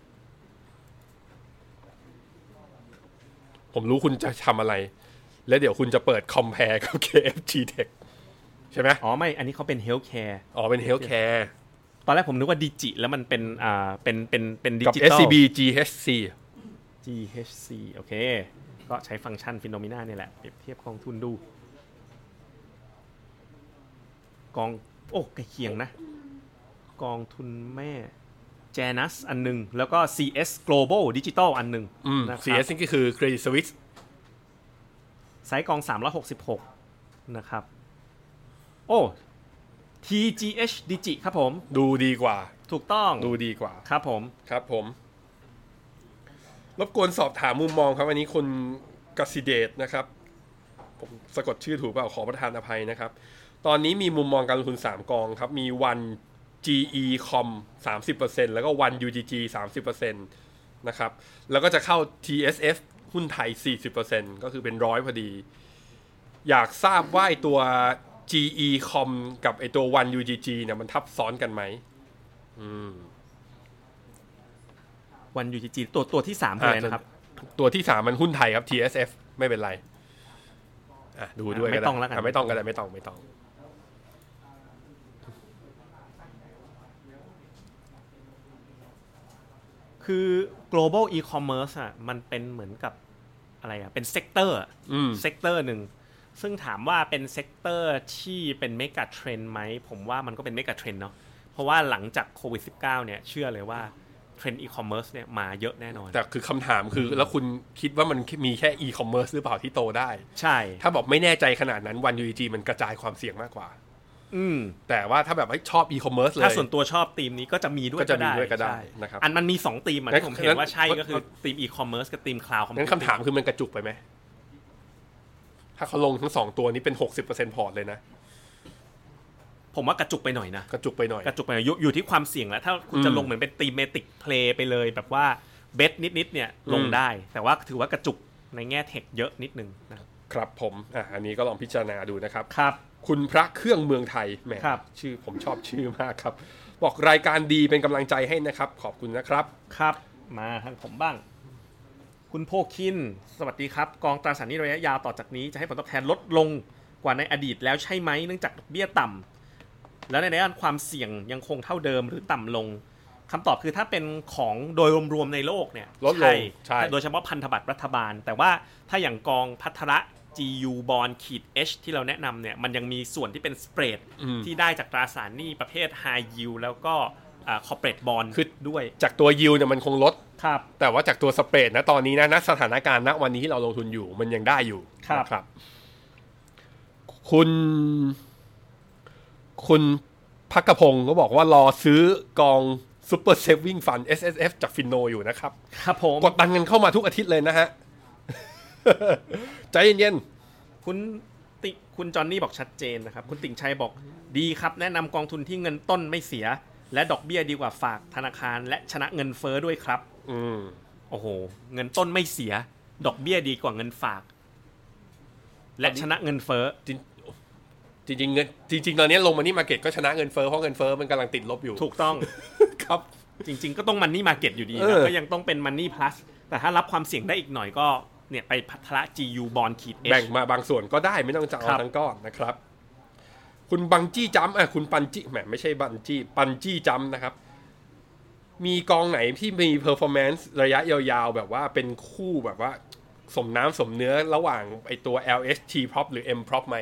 C: ผมรู้คุณจะทำอะไร แล้วเดี๋ยวคุณจะเปิด compare กับ KFG Tech ใช่ไหม
B: อ๋อไม่ อันนี้เขาเป็น healthcare
C: อ๋อเป็น Healthcare
B: ตอนแรกผมนึกว่าดิจิแล้วมันเป็นอ่าเป็นเป็นเป็นดิ
C: กับ
B: จิตอล
C: SCB GHC
B: GHC โอเค ก็ใช้ฟังก์ชันฟิโนมิน่าเนี่ยแหละ เปรียบเทียบกองทุนดู กองโอ้ใกล้เคียงนะ กองทุนแม่ Janus อันหนึ่งแล้วก็ CS Global Digital อันหนึ่ง
C: อืม
B: นะครับ
C: CS นี่ก็คือ Credit Suisse
B: ไซส์กอง 366 นะครับ โอ้ TGH Digi ครับผม
C: ดูดีกว่า
B: ถูกต้อง
C: ดูดีกว่า
B: ครับผม
C: ครับผม รบกวนสอบถามมุมมองครับ วันนี้คุณกสิเดชนะครับ ผมสะกดชื่อถูกเปล่าขอประทานอภัยนะครับ ตอนนี้มีมุมมองการลงทุน 3 กองครับ มีวัน GE Com 30%แล้วก็วัน UGG 30%นะครับ แล้วก็จะเข้า TSF หุ้นไทย 40%ก็คือเป็นร้อยพอดี อยากทราบว่าไอ้ตัว GE Com กับไอตัววัน UGG เนี่ยมันทับซ้อนกันไหม
B: วัน UGG ตัวตัวที่ 3 คืออะไรนะครับ
C: ตัวที่สามมันหุ้นไทยครับ TSF ไม่เป็นไร อ่ะ ดูด้วย
B: อ่ะไม่ต้องแล้วกัน
C: ะไม่ต้องก็ได้ไม่ต้องไม่ต้อง
B: คือ global e-commerce อ่ะ มันเป็นเหมือนกับอะไรอ่ะ เป็นเซกเตอร์
C: อืม
B: เซกเตอร์หนึ่ง ซึ่งถามว่าเป็นเซกเตอร์ที่เป็นเมกะเทรนไหม ผมว่ามันก็เป็นเมกะเทรนเนาะ เพราะว่าหลังจากโควิด -19 เนี่ย เชื่อเลยว่าเทรน e-commerce เนี่ยมาเยอะแน่นอน
C: แต่คือคำถามคือ แล้วคุณคิดว่ามันมีแค่ e-commerce หรือเปล่าที่โตได้
B: ใช่
C: ถ้าบอกไม่แน่ใจขนาดนั้นวัน UEG มันกระจายความเสี่ยงมากกว่า
B: อืม
C: แต่ว่าถ้าแบบว่าชอบ e-commerce เลย
B: ถ้าส่วนตัวชอบธีมนี้ก็จะมีด้วย
C: ก็จะมีด้วยก็ได้
B: ใช่
C: นะครับ
B: อันมันมีสองธีมอ่ะ
C: งั้น
B: ที่ผมเห็นว่าใช่
C: งั้น
B: ก็คือธีม e-commerce กับธีม cloud
C: งั้นคำถามคือมันกระจุกไปไหม ถ้าเขาลงทั้งสองตัวนี้เป็นหกสิบเปอร์เซ็นต์พอร์ตเลยนะ
B: ผมว่ากระจุกไปหน่อยนะ
C: กระจุกไปหน่อย
B: กระจุกไปหน่อยอยู่อยู่ที่ความเสี่ยงแล้ว ถ้าคุณจะ
C: อืม
B: ลงเหมือนเป็นตีมเมติกเพลย์ไปเลย แบบว่าเบสนิด ๆ เนี่ยลง
C: อืม
B: ได้ แต่ว่าถือว่ากระจุกในแง่เทคเยอะนิดนึงนะครับ
C: ครับผม อ่ะอันนี้ก็ลองพิจารณาดูนะครับ
B: ครับ
C: คุณพระเครื่องเมืองไทยแหม
B: ครับ
C: ชื่อผมชอบชื่อมากครับ บอกรายการดีเป็นกำลังใจให้นะครับ ขอบคุณนะครับ
B: ครับ มาทางผมบ้าง คุณโพคิน สวัสดีครับ กองตราสารหนี้ระยะยาวต่อจากนี้จะให้ผลตอบแทนลดลงกว่าในอดีตแล้วใช่ไหมเนื่องจากดอกเบี้ยต่ำแล้วในด้านความเสี่ยงยังคงเท่าเดิมหรือต่ำลงคำตอบคือถ้าเป็นของโดยรวมๆในโลกเนี่ย
C: ลดลง
B: ใช่
C: ใช่
B: โดยเฉพาะพันธบัตรรัฐบาล แต่ว่าถ้าอย่างกองพัทระ GU บอลขีด H ที่เราแนะนำเนี่ยมันยังมีส่วนที่เป็นสเปรดที่ได้จากตราสารหนี้ประเภท High Yield แล้วก็คอร์เปรทบอลด้วย
C: จากตัวยิวเนี่ยมันคงลด
B: ครับ
C: แต่ว่าจากตัวสเปรดนะตอนนี้นะณสถานการณ์ณวันนี้ที่เราลงทุนอยู่มันยังได้อยู่
B: ครับ
C: นะคุณ คุณพักกระพงศ์ก็บอกว่ารอซื้อกองซูเปอร์เซฟวิ่งฟัน S S F จากฟินโนอยู่นะครับ
B: ครับผม
C: กดดันกันเข้ามาทุกอาทิตย์เลยนะฮะ ใจเย็น
B: คุณติคุณจอนนี่บอกชัดเจนนะครับ คุณติ่งชัยบอกดีครับ แนะนำกองทุนที่เงินต้นไม่เสีย และดอกเบี้ยดีกว่าฝากธนาคาร และชนะเงินเฟ้อด้วยครับ
C: ๆอืม
B: โอ้โห เงินต้นไม่เสีย ดอกเบี้ยดีกว่าเงินฝาก และชนะเงินเฟ้อ
C: จริงจริงๆเงินจริง ๆ ตอนนี้ลงมานี่มาเก็ตก็ชนะเงินเฟ้อเพราะเงินเฟ้อมันกำลังติดลบอยู่
B: ถูกต้อง
C: ครับ
B: จริง ๆ ก็ต้องมันนี่มาเก็ตอยู่ดี
C: เอ
B: นะ
C: อ
B: ก็ยังต้องเป็นมันนี่พลัสแต่ถ้ารับความเสี่ยงได้อีกหน่อยก็ เนี่ยไปพัทละ GU บอลขีด
C: แบ่ง
B: H
C: มาบางส่วนก็ได้ไม่ต้องจะเอา
B: ครับ
C: ทั้งก้อนนะครับ คุณบังจี้จัมป์อ่ะคุณปันจี้แหมไม่ใช่บันจี้ปันจี้จัมป์นะครับ มีกองไหนที่มีเพอร์ฟอร์แมนซ์ระยะยาวๆ แบบว่าเป็นคู่แบบว่า สมน้ำสมเนื้อระหว่างไอตัว LST prop หรือ M prop ไหม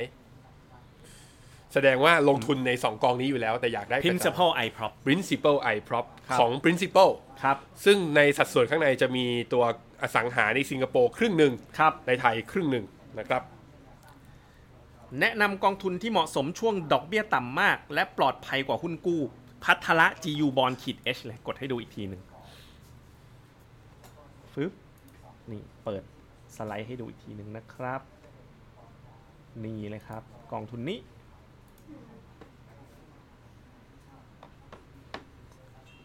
C: แสดงว่าลงทุนในสองกองนี้อยู่แล้วแต่อยากได้กระจาย
B: principal i prop
C: principal i prop
B: ครับ
C: ของ principal
B: ครับ
C: ซึ่งในสัดส่วนข้างในจะมีตัวอสังหาในสิงคโปร์ครึ่งหนึ่ง
B: ครับ
C: ในไทยครึ่งหนึ่งนะครับ
B: แนะนำกองทุนที่เหมาะสมช่วงดอกเบี้ยต่ำมาก และปลอดภัยกว่าหุ้นกู้ พัทละ GU บอลขีด H เลยกดให้ดูอีกทีหนึ่งฟึบ นี่เปิดสไลด์ให้ดูอีกทีหนึ่งนะครับ นี่เลยครับ กองทุนนี้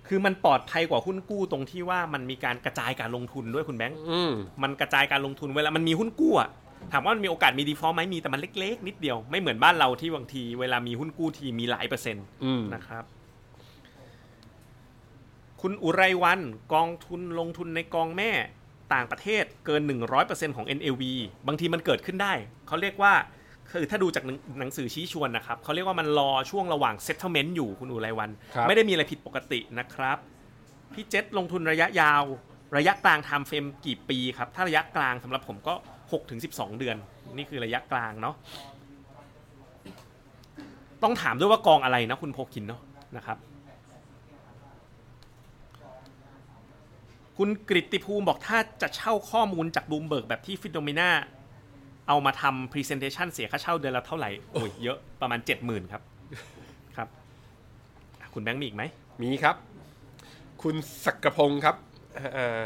B: คือมันปลอดภัยกว่าหุ้นกู้ตรงที่ว่ามันมีการกระจายการลงทุนด้วยคุณแบงค์
C: อืม
B: มันกระจายการลงทุนเวลามันมีหุ้นกู้อะถามว่ามันมีโอกาสมีดีฟอลต์ไหมมีแต่มันเล็กๆ นิดเดียวไม่เหมือนบ้านเราที่บางทีเวลามีหุ้นกู้ทีมีหลายเปอร์เซ็นต์
C: อืม
B: นะครับ คุณอุไรวันกองทุนลงทุนในกองแม่ต่างประเทศเกิน 100%ของ NAV บางทีมันเกิดขึ้นได้ เขาเรียกว่าคือถ้าดูจากหนังหนังสือชี้ชวนนะครับ เขาเรียกว่ามันรอช่วงระหว่าง settlement อยู่คุณอุไรวัน
C: ครับ
B: ไม่ได้มีอะไรผิดปกตินะครับ พี่เจษลงทุนระยะยาว ระยะกลางทำเฟรมกี่ปีครับ ถ้าระยะกลางสำหรับผมก็ 6 ถึง 12 เดือน นี่คือระยะกลางเนาะต้องถามด้วยว่ากองอะไรนะคุณโพคินเนาะนะครับ คุณกริตติภูมิบอกถ้าจะเช่าข้อมูลจากบูมเบิร์กแบบที่ฟิโนเมนาเอามาทำพรีเซนเทชันเสียค่าเช่าเดือนละเท่าไหร่โอ้ยเยอะประมาณ 70,000 ครับครับอ่ะคุณแบงค์มีอีกไหม
C: มีครับ คุณสักกระพงศ์ครับเอ่อ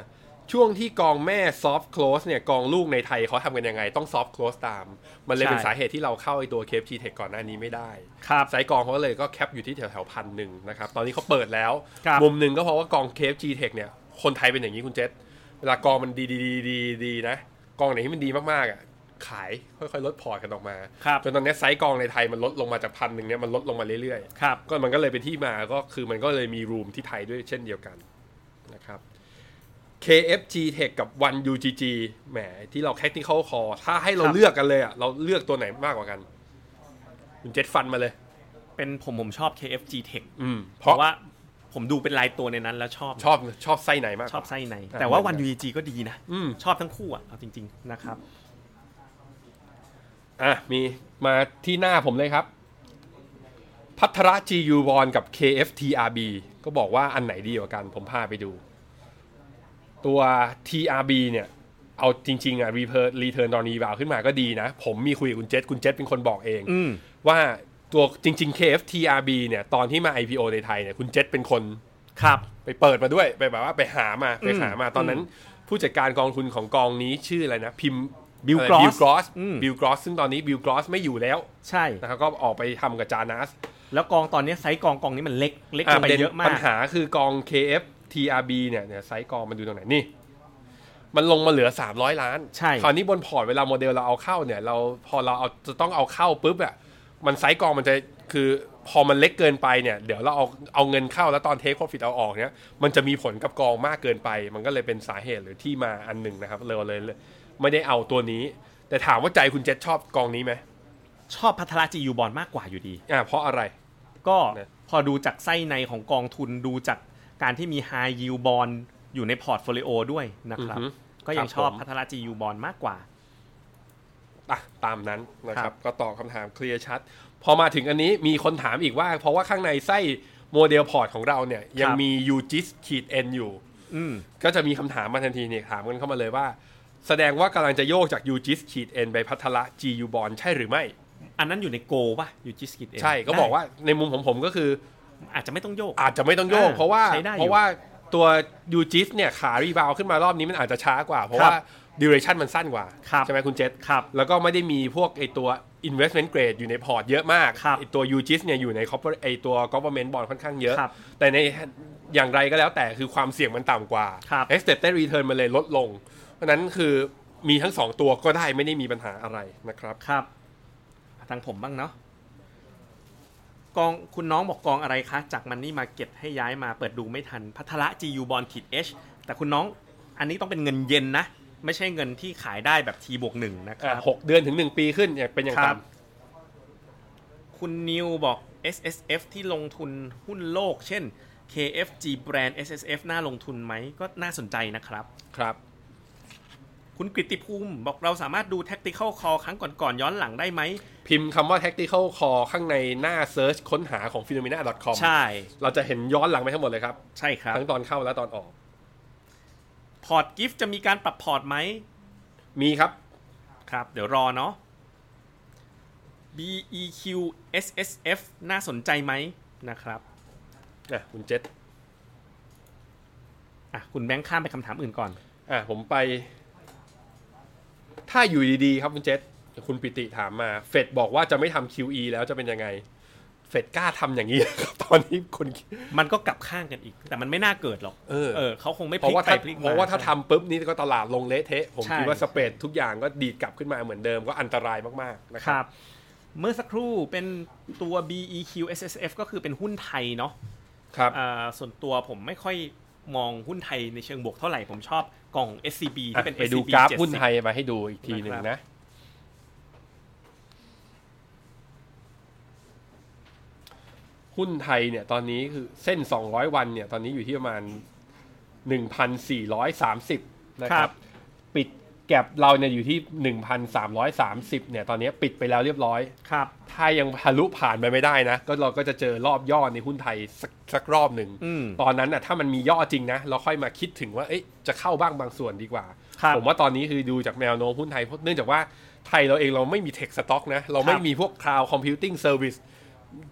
C: ช่วงที่กองแม่ซอฟ t c คล s e เนี่ยกองลูกในไทยเขาทำกันยังไง ต้องซอฟ t c คล s e ตาม มันเลย
B: ใช่
C: เป็นสาเหตุที่เราเข้าไอตัว KFG Tech ก่อนหน้านี้ไม่ได้
B: ครับ
C: สายกองเขาก็เลยก็แคปอยู่ที่แถวแถวพันหนึ่งนะครับ ตอนนี้เขาเปิดแล้ว
B: ครับ
C: มุมหนึ่งก็เพราะว่ากอง KFG Tech เนี่ย คนไทยเป็นอย่างนี้คุณเจษเวลากองมันดีดีดีดีดีนะ กองไหนที่มันดีมากๆอ่ะขายค่อยๆ ลดพอร์ตกันออกมา
B: ครับ
C: จนตอนเนี้ยไซส์กองในไทยมันลดลงมาจากพันหนึ่งเนี่ยมันลดลงมาเรื่อยๆ
B: ครับ
C: ก็มันก็เลยเป็นที่มาก็คือมันก็เลยมีรูมที่ไทยด้วยเช่นเดียวกันนะครับ KFG Tech กับ One UGG แหมที่เรา Tactical Call ถ้าให้เรา
B: ครับ
C: เลือกกันเลยอ่ะ เราเลือกตัวไหนมากกว่ากันคุณเจ็ดฟันมาเลย
B: เป็นผมผมชอบ KFG Tech
C: อืม เพ
B: เพราะ
C: ราะ
B: ว่าผมดูเป็นลายตัวในนั้นแล้วชอบ
C: ชอบชอบไส้ไหนมาก
B: ชอบ
C: กว่า
B: ไส้ใน
C: อ่ะ
B: แต่ว่า
C: เหมื
B: วั
C: อน นกัน
B: UEG ก็ดีนะ
C: อืม
B: ชอบทั้งคู่อ่ะเอาจริง ๆ นะครับ
C: อ่ะ มีมาที่หน้าผมเลยครับ พัทระ GU b o n กับ KFTRB ก็บอกว่าอันไหนดีกว่ากัน ผมพาไปดู ตัว TRB เนี่ย เอาจริง ๆ อ่ะ รีเทิร์นรีเทิร์นตอนนี้บาวขึ้นมาก็ดีนะ ผมมีคุยกับคุณเจษคุณเจษเป็นคนบอกเอง
B: อืม
C: ว่าตัวจริง ๆ KFTRB เนี่ย ตอนที่มา IPO ในไทยเนี่ย คุณเจษเป็นคน
B: ครับ
C: ไปเปิดมาด้วยไปแบบว่าไปหามาไปหามา
B: อืม
C: ตอนนั้น ผู้จัดการกองทุนของกองนี้ชื่ออะไรนะ พิม
B: Bill
C: ะไร
B: Gross
C: บิลกรอส
B: อืม
C: บิลกรอสซึ่งตอนนี้บิลกรอสไม่อยู่แล้ว
B: ใช่
C: นะครับก็ออกไปทำกับจานัส
B: แล้วกองตอนนี้ไซส์กองกองนี้มันเล็ก เล็กล
C: อ่ะ
B: งไป
C: ประเด็น
B: เยอะมา
C: ปั
B: ก
C: ญหาคือกอง KF TRB เนี่ยเนี่ยไซส์กองมันดูตรงไหนนี่ มันลงมาเหลือ 300 ล้าน
B: ใช่
C: คราวนี้บนพอร์ตเวลาโมเดลเราเอาเข้าเนี่ย เราพอเราเอาจะต้องเอาเข้าปุ๊บอ่ะมันไซส์กองมันจะคือพอมันเล็กเกินไปเนี่ยเดี๋ยวเราเอาเอาเงินเข้าแล้วตอนเทคโปรฟิตเอาออกเนี่ยมันจะมีผลกับกองมากเกินไป มันก็เลยเป็นสาเหตุหรือที่มาอันหนึ่งนะครับเลยเลยเลยไม่ได้เอาตัวนี้ แต่ถามว่าใจคุณเจษชอบกองนี้ไหม
B: ชอบพัทราจียูบอลมากกว่าอยู่ดี
C: อ่าเพราะอะไร
B: ก็
C: นะ
B: พอดูจากไส้ในของกองทุนดูจากการที่มี High Yield Bond อยู่ในพอร์ตโฟลิโอด้วยนะครับ
C: อือฮึ
B: ก็ยัง
C: ค
B: ช
C: รั
B: อบ
C: ผม
B: พัทราจียูบอลมากกว่า
C: อ่ะตามนั้นนะ
B: ค
C: ค
B: รั
C: รับบ ก็ตอบคำถามเคลียร์ชัด พอมาถึงอันนี้มีคนถามอีกว่า เพราะว่าข้างในไส้โมเดลพอร์ตของเราเนี่ย ยังมี u g i s ขีด n อยู่
B: อืม
C: ก็จะมีคำถามมาทันทีเนี่ยถามกันเข้ามาเลยว่า แสดงว่ากำลังจะโยกจาก u g i s ขีด n ไปพัทละ GU bond ใช่หรือไม่
B: อันนั้นอยู่ในโกป่ะอยู่จิสกิตเอง
C: ใช่ก็บอกว่าในมุมของผมก็คือ
B: อาจจะไม่ต้องโยก
C: อาจจะไม่ต้องโยก
B: อ่า
C: เพราะว่า
B: ใช้ได้อยู่
C: เพราะว่าตัวยูจิสเนี่ยขารีบาวขึ้นมารอบนี้มันอาจจะช้ากว่า เพราะว่าดิเรชันมันสั้นกว่า
B: ครับ
C: ใช่ไหมคุณเจษ
B: ครับ
C: แล้วก็ไม่ได้มีพวกไอตัว investment grade อยู่ในพอร์ตเยอะมาก
B: ครับ
C: ไอตัวยูจิสเนี่ยอยู่ใน corporate ไอตัว government bond ค่อนข้างเยอะ
B: ครับ
C: แต่ในอย่างไรก็แล้วแต่คือความเสี่ยงมันต่ำกว่า
B: ครับ
C: expected return มันเลยลดลง เพราะฉะนั้นคือมีทั้งสองตัวก็ได้ไม่ได้มีปัญหาอะไรนะครับ
B: ครับทางผมบ้างเนาะกองคุณน้องบอกกองอะไรคะ จากมันนี่มาเก็ตให้ย้ายมาเปิดดูไม่ทัน พัทละ GU Bond ขีด H แต่คุณน้องอันนี้ต้องเป็นเงินเย็นนะ ไม่ใช่เงินที่ขายได้แบบ T บวกหนึ่งนะค
C: อ่ะ
B: รับ
C: หกเดือนถึงหนึ่งปีขึ้นเนี่ยเป็นอย่าง
B: ครั
C: ต่ำ
B: บ คุณนิวบอก SSF ที่ลงทุนหุ้นโลก เช่น KFG Brand SSF น่าลงทุนไหม ก็น่าสนใจนะครับ
C: ครับ
B: คุณกริติภูมิบอกเราสามารถดู tactical call ครั้งก่อนๆย้อนหลังได้ไหม
C: พิมพ์คำว่า tactical call ข้างในหน้า search ค้นหาของ phenomena com
B: ใช่
C: เราจะเห็นย้อนหลังไปทั้งหมดเลยครับ
B: ใช่ครับ
C: ทั้งตอนเข้าและตอนออก
B: พอร์ตกิฟต์จะมีการปรับพอร์ตไหม
C: มีครับ
B: ครับ เดี๋ยวรอเนาะ BEQ SSF น่าสนใจไหมนะครับ
C: อ่ะ คุณเจษ
B: อ่ะ คุณแบงค์ข้ามไปคำถามอื่นก่อน
C: อ่ะ ผมไป ถ้าอยู่ดีๆครับคุณเจษคุณปิติถามมา เฟดบอกว่าจะไม่ทำ QE แล้วจะเป็นยังไง เฟดกล้าทำอย่างนี้ ครับ ตอนนี้คนคิด
B: มันก็กลับข้างกันอีก แต่มันไม่น่าเกิดหรอก
C: เออ
B: เขาคงไม่พ
C: เพ
B: ลิก
C: ราะว่า
B: ไป
C: ถ้า
B: พลิกม
C: เพราะว่าถ้าทำปุ๊บนี่ก็ตลาดลงเละเทะ ผม
B: ใช่
C: คิดว่าสเปรดทุกอย่างก็ดีดกลับขึ้นมาเหมือนเดิมก็อันตรายมากๆนะค
B: ค
C: รั
B: รับ บ เมื่อสักครู่เป็นตัว BEQ SSF ก็คือเป็นหุ้นไทยเนาะ
C: ครับ
B: อ่าส่วนตัวผมไม่ค่อยมองหุ้นไทยในเชิงบวกเท่าไหร่ ผมชอบกล่อง SCB ที่เป็น
C: ไปดู
B: SCB
C: กราฟ
B: 70
C: หุ้นไทยมาให้ดูอีกทีหนึ่ง
B: นะครั
C: นะ
B: บ
C: หุ้นไทยเนี่ย ตอนนี้คือเส้น 200 วันเนี่ย ตอนนี้อยู่ที่ประมาณ 1,430 นะค
B: ครั
C: รับ
B: บ
C: ปิดแก็บเราเนี่ยอยู่ที่ 1,330 เนี่ย ตอนนี้ปิดไปแล้วเรียบร้อย
B: ครับ
C: ถ้ายังทะลุผ่านไปไม่ได้นะ ก็เราก็จะเจอรอบย่อในหุ้นไทยสักสักรอบหนึ่ง
B: อืม
C: ตอนนั้นน่ะถ้ามันมีย่อจริงนะ เราค่อยมาคิดถึงว่าเอ๊ะจะเข้าบ้างบางส่วนดีกว่า
B: ครับ
C: ผมว่าตอนนี้คือดูจากแนวโน้มหุ้นไทยเพราะเนื่องจากว่าไทยเราเองเราไม่มีเทคสต็อกนะ เราไม่มีพวกคลาวคอมพิวติ้งเซอร์วิส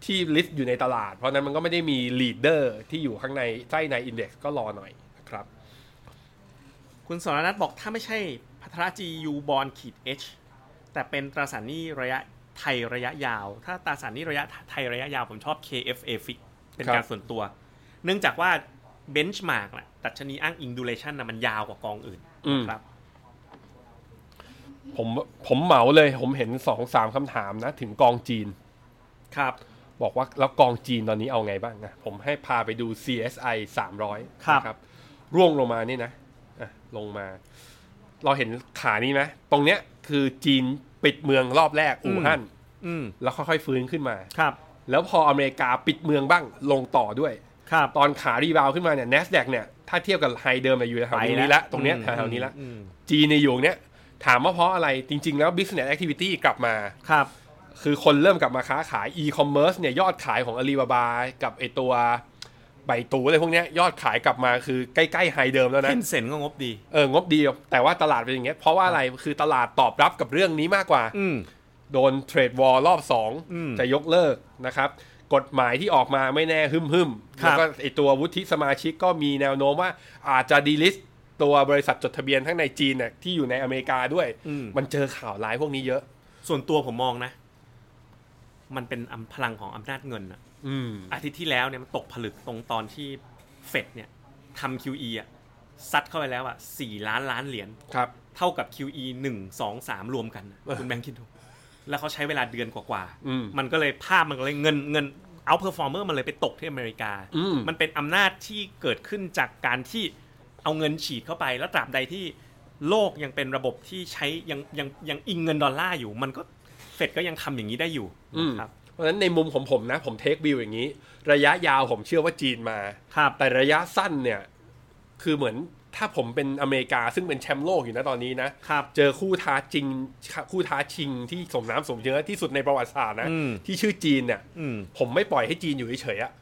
C: ที่ลิสต์อยู่ในตลาด เพราะฉะนั้นมันก็ไม่ได้มีลีดเดอร์ที่อยู่ข้างในใต้ในอินเด็กซ์ก็รอหน่อยนะครับ
B: คุณสรนัทบอกถ้าไม่ใช่พัทรจียูบอลขีด H แต่เป็นตราสารหนี้ระยะไทยระยะยาว ถ้าตราสารหนี้ระยะไทยระยะยาวผมชอบ KFA Fix เป็น
C: ครับ
B: การส่วนตัว เนื่องจากว่าเบนช์มาร์กน่ะดัชนีอ้างอิงดูเลชันน่ะมันยาวกว่ากองอื่น
C: อืม
B: ครับ
C: ผมผมเหมาเลยผมเห็นสองสามคำถามนะ ถึงกองจีน
B: ครับ
C: บอกว่าแล้วกองจีนตอนนี้เอาไงบ้างนะ ผมให้พาไปดู CSI 300
B: ครับ
C: นะร่วงลงมานี่นะอ่ะลงมา เราเห็นขานี้ไหมตรงเนี้ยคือจีนปิดเมืองรอบแรกอู่ฮั่น
B: อืม
C: แล้วค่อยๆฟื้นขึ้นมา
B: ครับ
C: แล้วพออเมริกาปิดเมืองบ้างลงต่อด้วย
B: ครับ
C: ตอนขารีบาวขึ้นมาเนี่ย NASDAQ เนี่ย ถ้าเทียบกับไฮเดิมเนี่ยอยู่แถวๆนี้
B: ไปแล้
C: ละ
B: ว
C: ตรงเนี้ย
B: อืม
C: แถวๆนี้ละ
B: อืม
C: จีนในยอยู่เนี้ยถามว่าเพราะอะไรจริง ๆ แล้ว business activity กลับมา
B: ครับ
C: คือคนเริ่มกลับมาค้าขาย e-commerce เนี่ยยอดขายของ Alibaba กับไอตัวใบตูอะไรพวกเนี้ยยอดขายกลับมาคือใกล้ๆไฮเดิมแล้วนะ
B: เห็นเซนก็งบดี
C: เอองบดีแต่ว่าตลาดเป็นอย่างเงี้ยเพราะว่าอะไรคือตลาดตอบรับกับเรื่องนี้มากกว่า
B: อืม
C: โดนเทรดวอลรอบ
B: อืม
C: 2 จะยกเลิกนะครับ กฎหมายที่ออกมาไม่แน่หึมหึม
B: ครับ
C: แล้วก็ไอตัววุฒิสมาชิกก็มีแนวโน้มว่าอาจจะดีลิสต์ตัวบริษัทจดทะเบียนทั้งในจีนน่ะที่อยู่ในอเมริกาด้วย
B: อืม
C: มันเจอข่าวร้ายพวกนี้เยอะ
B: ส่วนตัวผมมองนะ มันเป็นอำพลังของอำนาจเงินอะ
C: อืม
B: อาทิตย์ที่แล้วเนี่ยมันตกผลึกตรงตอนที่เฟดเนี่ยทำ QE อะซัดเข้าไปแล้วอะสี่ล้านล้านเหรียญ
C: ครับ
B: เท่ากับ QE 1 2 3 รวมกันน่ะคุณแบงค์คิดดู แล้วเขาใช้เวลาเดือนกว่า
C: อืม
B: มันก็เลยภาพมันก็เลยเงินเงินเอาเพอร์ฟอร์เมอร์มันเลยไปตกที่อเมริกา
C: อืม
B: มันเป็นอำนาจที่เกิดขึ้นจากการที่เอาเงินฉีดเข้าไป แล้วตราบใดที่โลกยังเป็นระบบที่ใช้ยังยังยังอิงเงินดอลลาร์อยู่ มันก็เฟดก็ยังทำอย่างนี้ได้อยู่
C: อืม
B: ครับ
C: เพราะฉะนั้นในมุมของผมนะ ผมเทควิวอย่างนี้ ระยะยาวผมเชื่อว่าจีนมา
B: ครับ
C: แต่ระยะสั้นเนี่ย คือเหมือนถ้าผมเป็นอเมริกาซึ่งเป็นแชมป์โลกอยู่นะตอนนี้นะ
B: ครับ
C: เจอคู่ท้าจริงคู่ท้าชิงที่สมน้ำสมเนื้อที่สุดในประวัติศาสตร์นะ
B: อืม
C: ที่ชื่อจีนเนี่ย
B: อืม
C: ผมไม่ปล่อยให้จีนอยู่เฉยๆอะ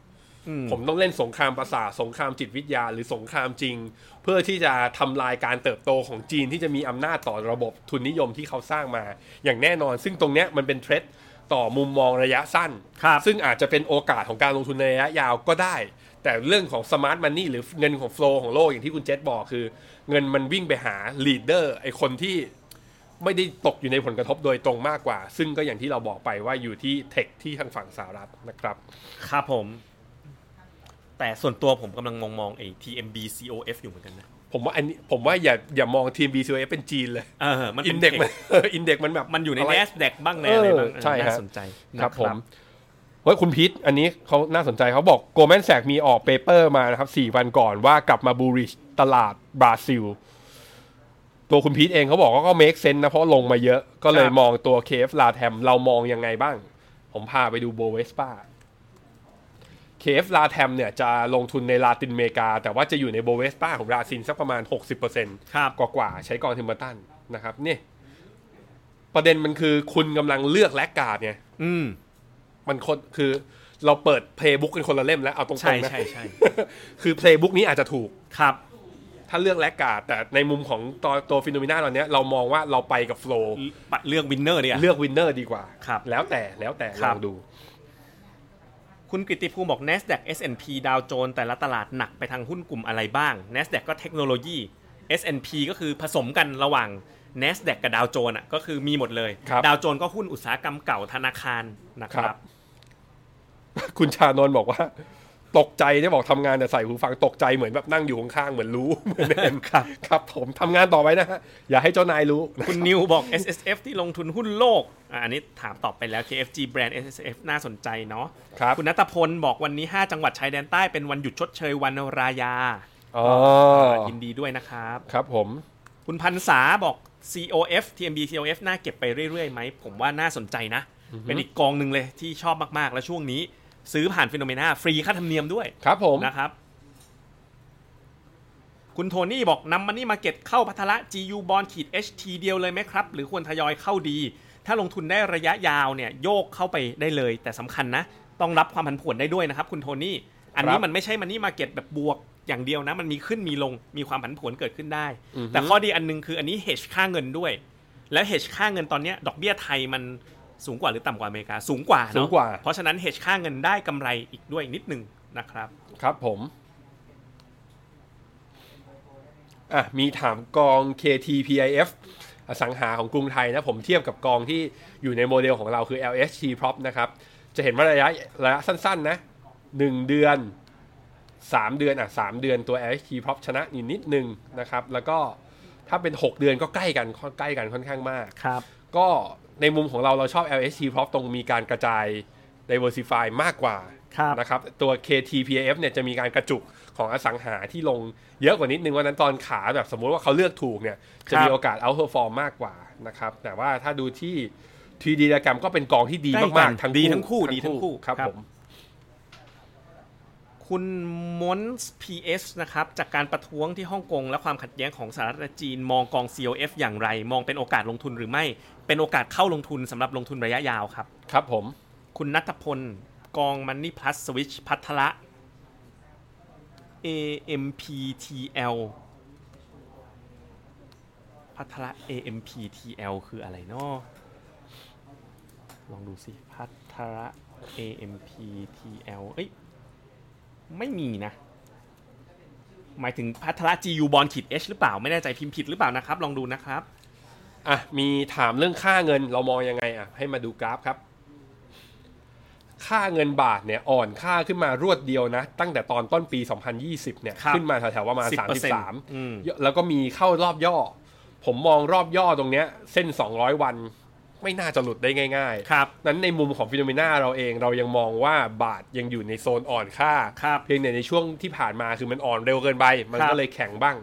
B: อืม
C: ผมต้องเล่นสงครามประสาทสงครามจิตวิทยาหรือสงครามจริง เพื่อที่จะทำลายการเติบโตของจีนที่จะมีอำนาจต่อระบบทุนนิยมที่เขาสร้างมา อย่างแน่นอน ซึ่งตรงเนี้ยมันเป็นเทรดต่อมุมมองระยะสั้น
B: ครับ
C: ซึ่งอาจจะเป็นโอกาสของการลงทุนในระยะยาวก็ได้ แต่เรื่องของสมาร์ทมันนี่หรือเงินของโฟลของโลกอย่างที่คุณเจษบอกคือ เงินมันวิ่งไปหาลีดเดอร์ไอคนที่ไม่ได้ตกอยู่ในผลกระทบโดยตรงมากกว่า ซึ่งก็อย่างที่เราบอกไปว่าอยู่ที่เทคที่ทางฝั่งสหรัฐนะครับ
B: ครับผม แต่ส่วนตัวผมกำลังมองมองไอ้ TMB COF อยู่เหมือนกันนะ
C: ผมว่าอันนี้ผมว่าอย่าอย่ามองทีม BCOF เป็นจีนเลย
B: เออมัน
C: อิ
B: เป็น น
C: เด็ก
B: เทค
C: มันอินเด็กมันแบบ
B: มันอยู่ใน
C: ะไร
B: n นสแดกบ้างในอะไรบ้าง
C: เออใช่ฮะ
B: น่าสนใจนะครับ
C: ผมเฮ้ยคุณพีทอันนี้เขาน่าสนใจเขาบอกโกลแมนแสกมีออกเปเปอร์มานะครับสี่วันก่อนว่ากลับมาบูริชตลาดบราซิล ตัวคุณพีทเองเขาบอกว่าก็เมคเซนนะ เพราะลงมาเยอะก็เลยมองตัว KF ลาแทมเรามองยังไงบ้าง ผมพาไปดูโบเวสป้า KF ลาแทมเนี่ยจะลงทุนในลาตินอเมริกา แต่ว่าจะอยู่ในโบเวสป้าของบราซิลสักประมาณ 60%
B: ครับ
C: กว่ากว่าๆใช้กองทิมเบอร์ตันนะครับนี่ประเด็นมันคือคุณกำลังเลือกแลกการ์ดไง
B: อืม
C: มันคนคือเราเปิดเพลย์บุ๊กกันคนละเล่มแล้วเอาตรง
B: ใช่
C: ๆนะ
B: ใช่ใช่
C: คือเพลย์บุ๊กนี้อาจจะถูก
B: ครับ
C: ถ้าเลือกแลกการ์ดแต่ในมุมของตัวตัวฟิโนมิน่าตอนเนี้ยเรามองว่าเราไปกับโฟล w
B: ปัดเลือกวินเนอร์เนี่ย
C: เลือกวินเนอร์ดีกว่า
B: ครับ
C: แล้วแต่แล้วแต่
B: ค
C: ล
B: รับ
C: องดู
B: คุณกริติภูมิบอก NASDAQ S&P ดาวโจนส์แต่ละตลาดหนักไปทางหุ้นกลุ่มอะไรบ้าง NASDAQ ก็เทคโนโลยี S&P ก็คือผสมกันระหว่าง n a s d a q กับดาวโจนอ่ะก็คือมีหมดเลย
C: ครับ
B: ดาวโจนก็หุ้นอุตสาหกรรมเก่าธนาคารนะค
C: ครั
B: รับ บ
C: คุณชานนท์บอกว่า ตกใจได้บอกทำงานแต่ใส่หูฟังตกใจเหมือนแบบนั่งอยู่ข้างๆเหมือนรู้ เหมือนเห็น
B: ครับ
C: ครับผมทำงานต่อไปนะฮะอย่าให้เจ้านายรู้
B: คุณนิวบอก S S F ที่ลงทุนหุ้นโลกอ่ะอันนี้ถามตอบไปแล้ว K F G แบรนด์ S S F น่าสนใจเนาะ
C: ครับ
B: คุณนัตพลบอกวันนี้ 5 จังหวัดชายแดนใต้เป็นวันหยุดชดเชยวันรายา
C: อ๋อ
B: ยินดีด้วยนะครับ
C: ครับผม
B: คุณพันษาบอก COF TMB COF น่าเก็บไปเรื่อยๆไหม ผมว่าน่าสนใจนะ เป็นอีกกองหนึ่งเลยที่ชอบมากๆ และช่วงนี้ ซื้อผ่านฟิโนเมนาฟรีค่าธรรมเนียมด้วย
C: ครับผม
B: นะครับ คุณโทนี่บอกนำมันนี่มาเก็ตเข้าพัทละ GU บอลขีด HT เดียวเลยไหมครับ หรือควรทยอยเข้าดี ถ้าลงทุนได้ระยะยาวเนี่ยโยกเข้าไปได้เลย แต่สำคัญนะ ต้องรับความผันผวนได้ด้วยนะครับ คุณโทนี่ อันนี้
C: ครับ
B: มันไม่ใช่มันนี่มาเก็ตแบบบวกอย่างเดียวนะ มันมีขึ้นมีลงมีความผันผวนเกิดขึ้นได้ แต่ข้อดีอันหนึงคืออันนี้เฮชค่าเงินด้วย แล้วเฮชค่าเงินตอนเนี้ยดอกเบี้ยไทยมันสูงกว่าหรือต่ำกว่าอเมริกาสูงกว่าเนอะ
C: สูงกว่า
B: เพราะฉะนั้นเฮชค่าเงินได้กำไรอีกด้วยนิดหนึงนะครับ
C: ครับผมอ่ะมีถามกอง KTPIF อสังหาของกรุงไทยนะผมเทียบกับกองที่อยู่ในโมเดลของเราคือ LST Prop นะครับ จะเห็นว่าระยะระยะสั้นๆนะ 1 เดือน 3 เดือนอ่ะ3เดือนตัว LST Prop ชนะอยู่นิดนึงนะครับ แล้วก็ถ้าเป็น 6 เดือนก็ใกล้กันค่อนใกล้กันค่อนข้างมาก
B: ครับ
C: ก็ในมุมของเราเราชอบ LST เพราะตรงมีการกระจาย diversify มากกว่า
B: ครับ
C: นะครับตัว KTPF เนี่ยจะมีการกระจุกของอสังหาที่ลงเยอะกว่านิดนึงวันนั้นตอนขาแบบสมมุติว่าเขาเลือกถูกเนี่ยจะมีโอกาส outperform มากกว่านะครับแต่ว่าถ้าดูที่ทีดีกรรมก็เป็นกองที่ดี
B: ใกล้กั
C: มาก
B: น
C: ๆทั้ง
B: ดีทั้งคู่ดีทั้งคู่
C: ครับ
B: ครับ
C: ผม
B: คุณมอนส์ PS นะครับ จากการประท้วงที่ฮ่องกงและความขัดแย้งของสหรัฐและจีนมองกอง COF อย่างไร มองเป็นโอกาสลงทุนหรือไม่ เป็นโอกาสเข้าลงทุนสำหรับลงทุนระยะยาวครับ
C: ครับผม
B: คุณนัทพล กองมันนี่พลัสสวิชพัทละ AMPTL พัทละ AMPTL คืออะไรเนาะลองดูสิ พัทละ AMPTL เอ้ย ไม่มีนะ หมายถึงพัทละ GU บอลขีด H หรือเปล่า ไม่แน่ใจพิมพ์ผิดหรือเปล่านะครับ ลองดูนะครับ
C: อ่ะมีถามเรื่องค่าเงินเรามองยังไงอ่ะให้มาดูกราฟครับ ค่าเงินบาทเนี่ยอ่อนค่าขึ้นมารวดเดียวนะ ตั้งแต่ตอนต้นปี 2020 เนี่ย
B: ครับ
C: ขึ้นมาแถวๆประมาณ 33
B: อืม
C: แล้วก็มีเข้ารอบย่อ ผมมองรอบย่อตรงเนี้ย เส้น 200 วันไม่น่าจะหลุดได้ง่าย
B: ครับ
C: นั้นในมุมของฟิโนเมนาเราเองเรายังมองว่าบาทยังอยู่ในโซนอ่อนค่า
B: ครับ
C: เพียงแต่ในช่วงที่ผ่านมาคือมันอ่อนเร็วเกินไป มัน
B: ครั
C: ก็
B: บ
C: เลยแข็งบ้าง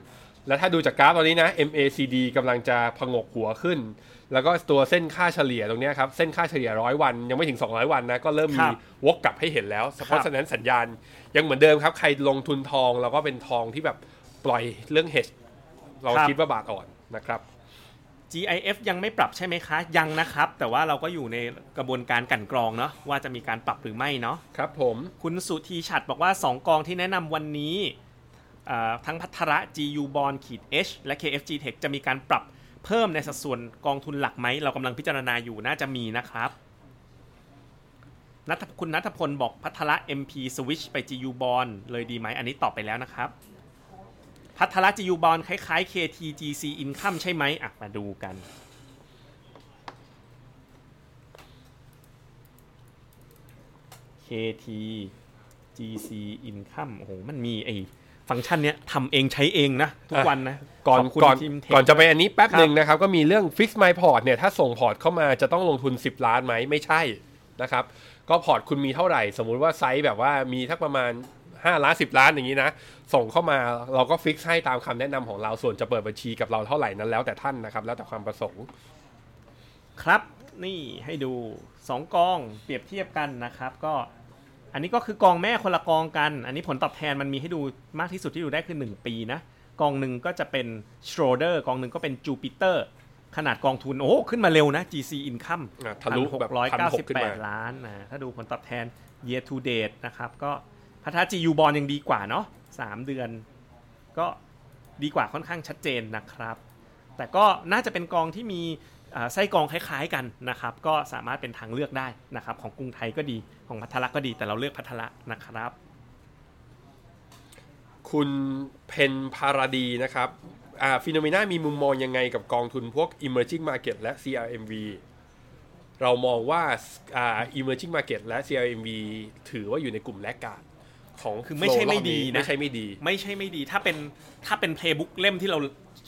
C: แล้วถ้าดูจากกราฟตอนนี้นะ MACD กำลังจะพงกหัวขึ้น แล้วก็ตัวเส้นค่าเฉลี่ยตรงเนี้ยครับเส้นค่าเฉลี่ยร้อยวันยังไม่ถึง 200 วันนะก็เริ่ม
B: ครั
C: มี
B: บ
C: วกกลับให้เห็นแล้วเพ
B: ครั
C: ราะ
B: บ
C: ฉะนั้นสัญญาณยังเหมือนเดิมครับใครลงทุนทองเราก็เป็นทองที่แบบปล่อยเรื่อง hedge เรา
B: ครับ
C: คิดว่าบาทอ่อนนะครับ
B: GIF ยังไม่ปรับใช่ไหมคะ ยังนะครับ แต่ว่าเราก็อยู่ในกระบวนการกลันกรองเนาะว่าจะมีการปรับหรือไม่เนาะ
C: ครับผม
B: คุณสุธีฉัดบอกว่า 2 กองที่แนะนำวันนี้เอ่อทั้งพัทระ GU Bond ขีด H และ KFG Tech จะมีการปรับเพิ่มในสัดส่วนกองทุนหลักไหม เรากำลังพิจารณาอยู่น่าจะมีนะครับนัทคุณนัทพลบอกพัทระ MP Switch ไป GU Bond เลยดีไหมอันนี้ตอบไปแล้วนะครับ พัทระ GU Bond คล้ายๆ KTGC Income ใช่ไหมอ่ะมาดูกัน KT GC Income โอ้โห มันมีไอ้ฟังก์ชันเนี้ยทำเองใช้เองนะ ทุกวันนะ
C: ก่อน
B: ขบคุณ
C: ก่อน
B: ทีมเทค
C: ก่อนจะไปอันนี้แป๊บ
B: ครับ
C: หนึ่งนะครับ ก็มีเรื่อง fix my port เนี่ยถ้าส่งพอร์ตเข้ามาจะต้องลงทุน 10 ล้านไหมไม่ใช่นะครับ ก็พอร์ตคุณมีเท่าไหร่ สมมุติว่าไซส์แบบว่ามีทักประมาณ 5 ล้าน 10 ล้านอย่างนี้นะ ส่งเข้ามาเราก็ฟิกให้ตามคำแนะนำของเราส่วนจะเปิดบัญชีกับเราเท่าไหร่นั้นแล้วแต่ท่านนะครับ แล้วแต่ความประสงค์
B: ครับ นี่ให้ดู 2 กองเปรียบเทียบกันนะครับ ก็ อันนี้ก็คือกองแม่คนละกองกัน อันนี้ผลตอบแทนมันมีให้ดูมากที่สุดที่ดูได้คือ 1 ปีนะ กองหนึ่งก็จะเป็น Schroeder กองหนึ่งก็เป็น Jupiter ขนาดกองทุน โอ้โหขึ้นมาเร็วนะ GC Income
C: อ่ะทะลุแบบ1,600ขึ้นมา
B: 1,698 ล้านนะถ้าดูผลตอบแทน year to date นะครับ ก็พัทา GU Bond ยังดีกว่าเนาะ3เดือน ก็ดีกว่าค่อนข้างชัดเจนนะครับ แต่ก็น่าจะเป็นกองที่มีเอ่อไส้กรองคล้ายๆกันนะครับ ก็สามารถเป็นทางเลือกได้นะครับ ของกรุงไทยก็ดีของพัทละก็ดีแต่เราเลือกพัทละนะครับ
C: คุณเพนพาราดีนะครับ อ่าฟิโนเมนามีมุมมองยังไงกับกองทุนพวก emerging market และ CRMV เรามองว่าอ่า emerging market และ CRMV ถือว่าอยู่ในกลุ่มแลกการดของ
B: คือไม่ใช่
C: flow รบ
B: ไม่ดีนะ
C: ไม่ใช่ไม่ดี
B: ไม่ใช่ไม่ดีถ้าเป็นถ้าเป็นเพลย์บุ๊กเล่มที่เรา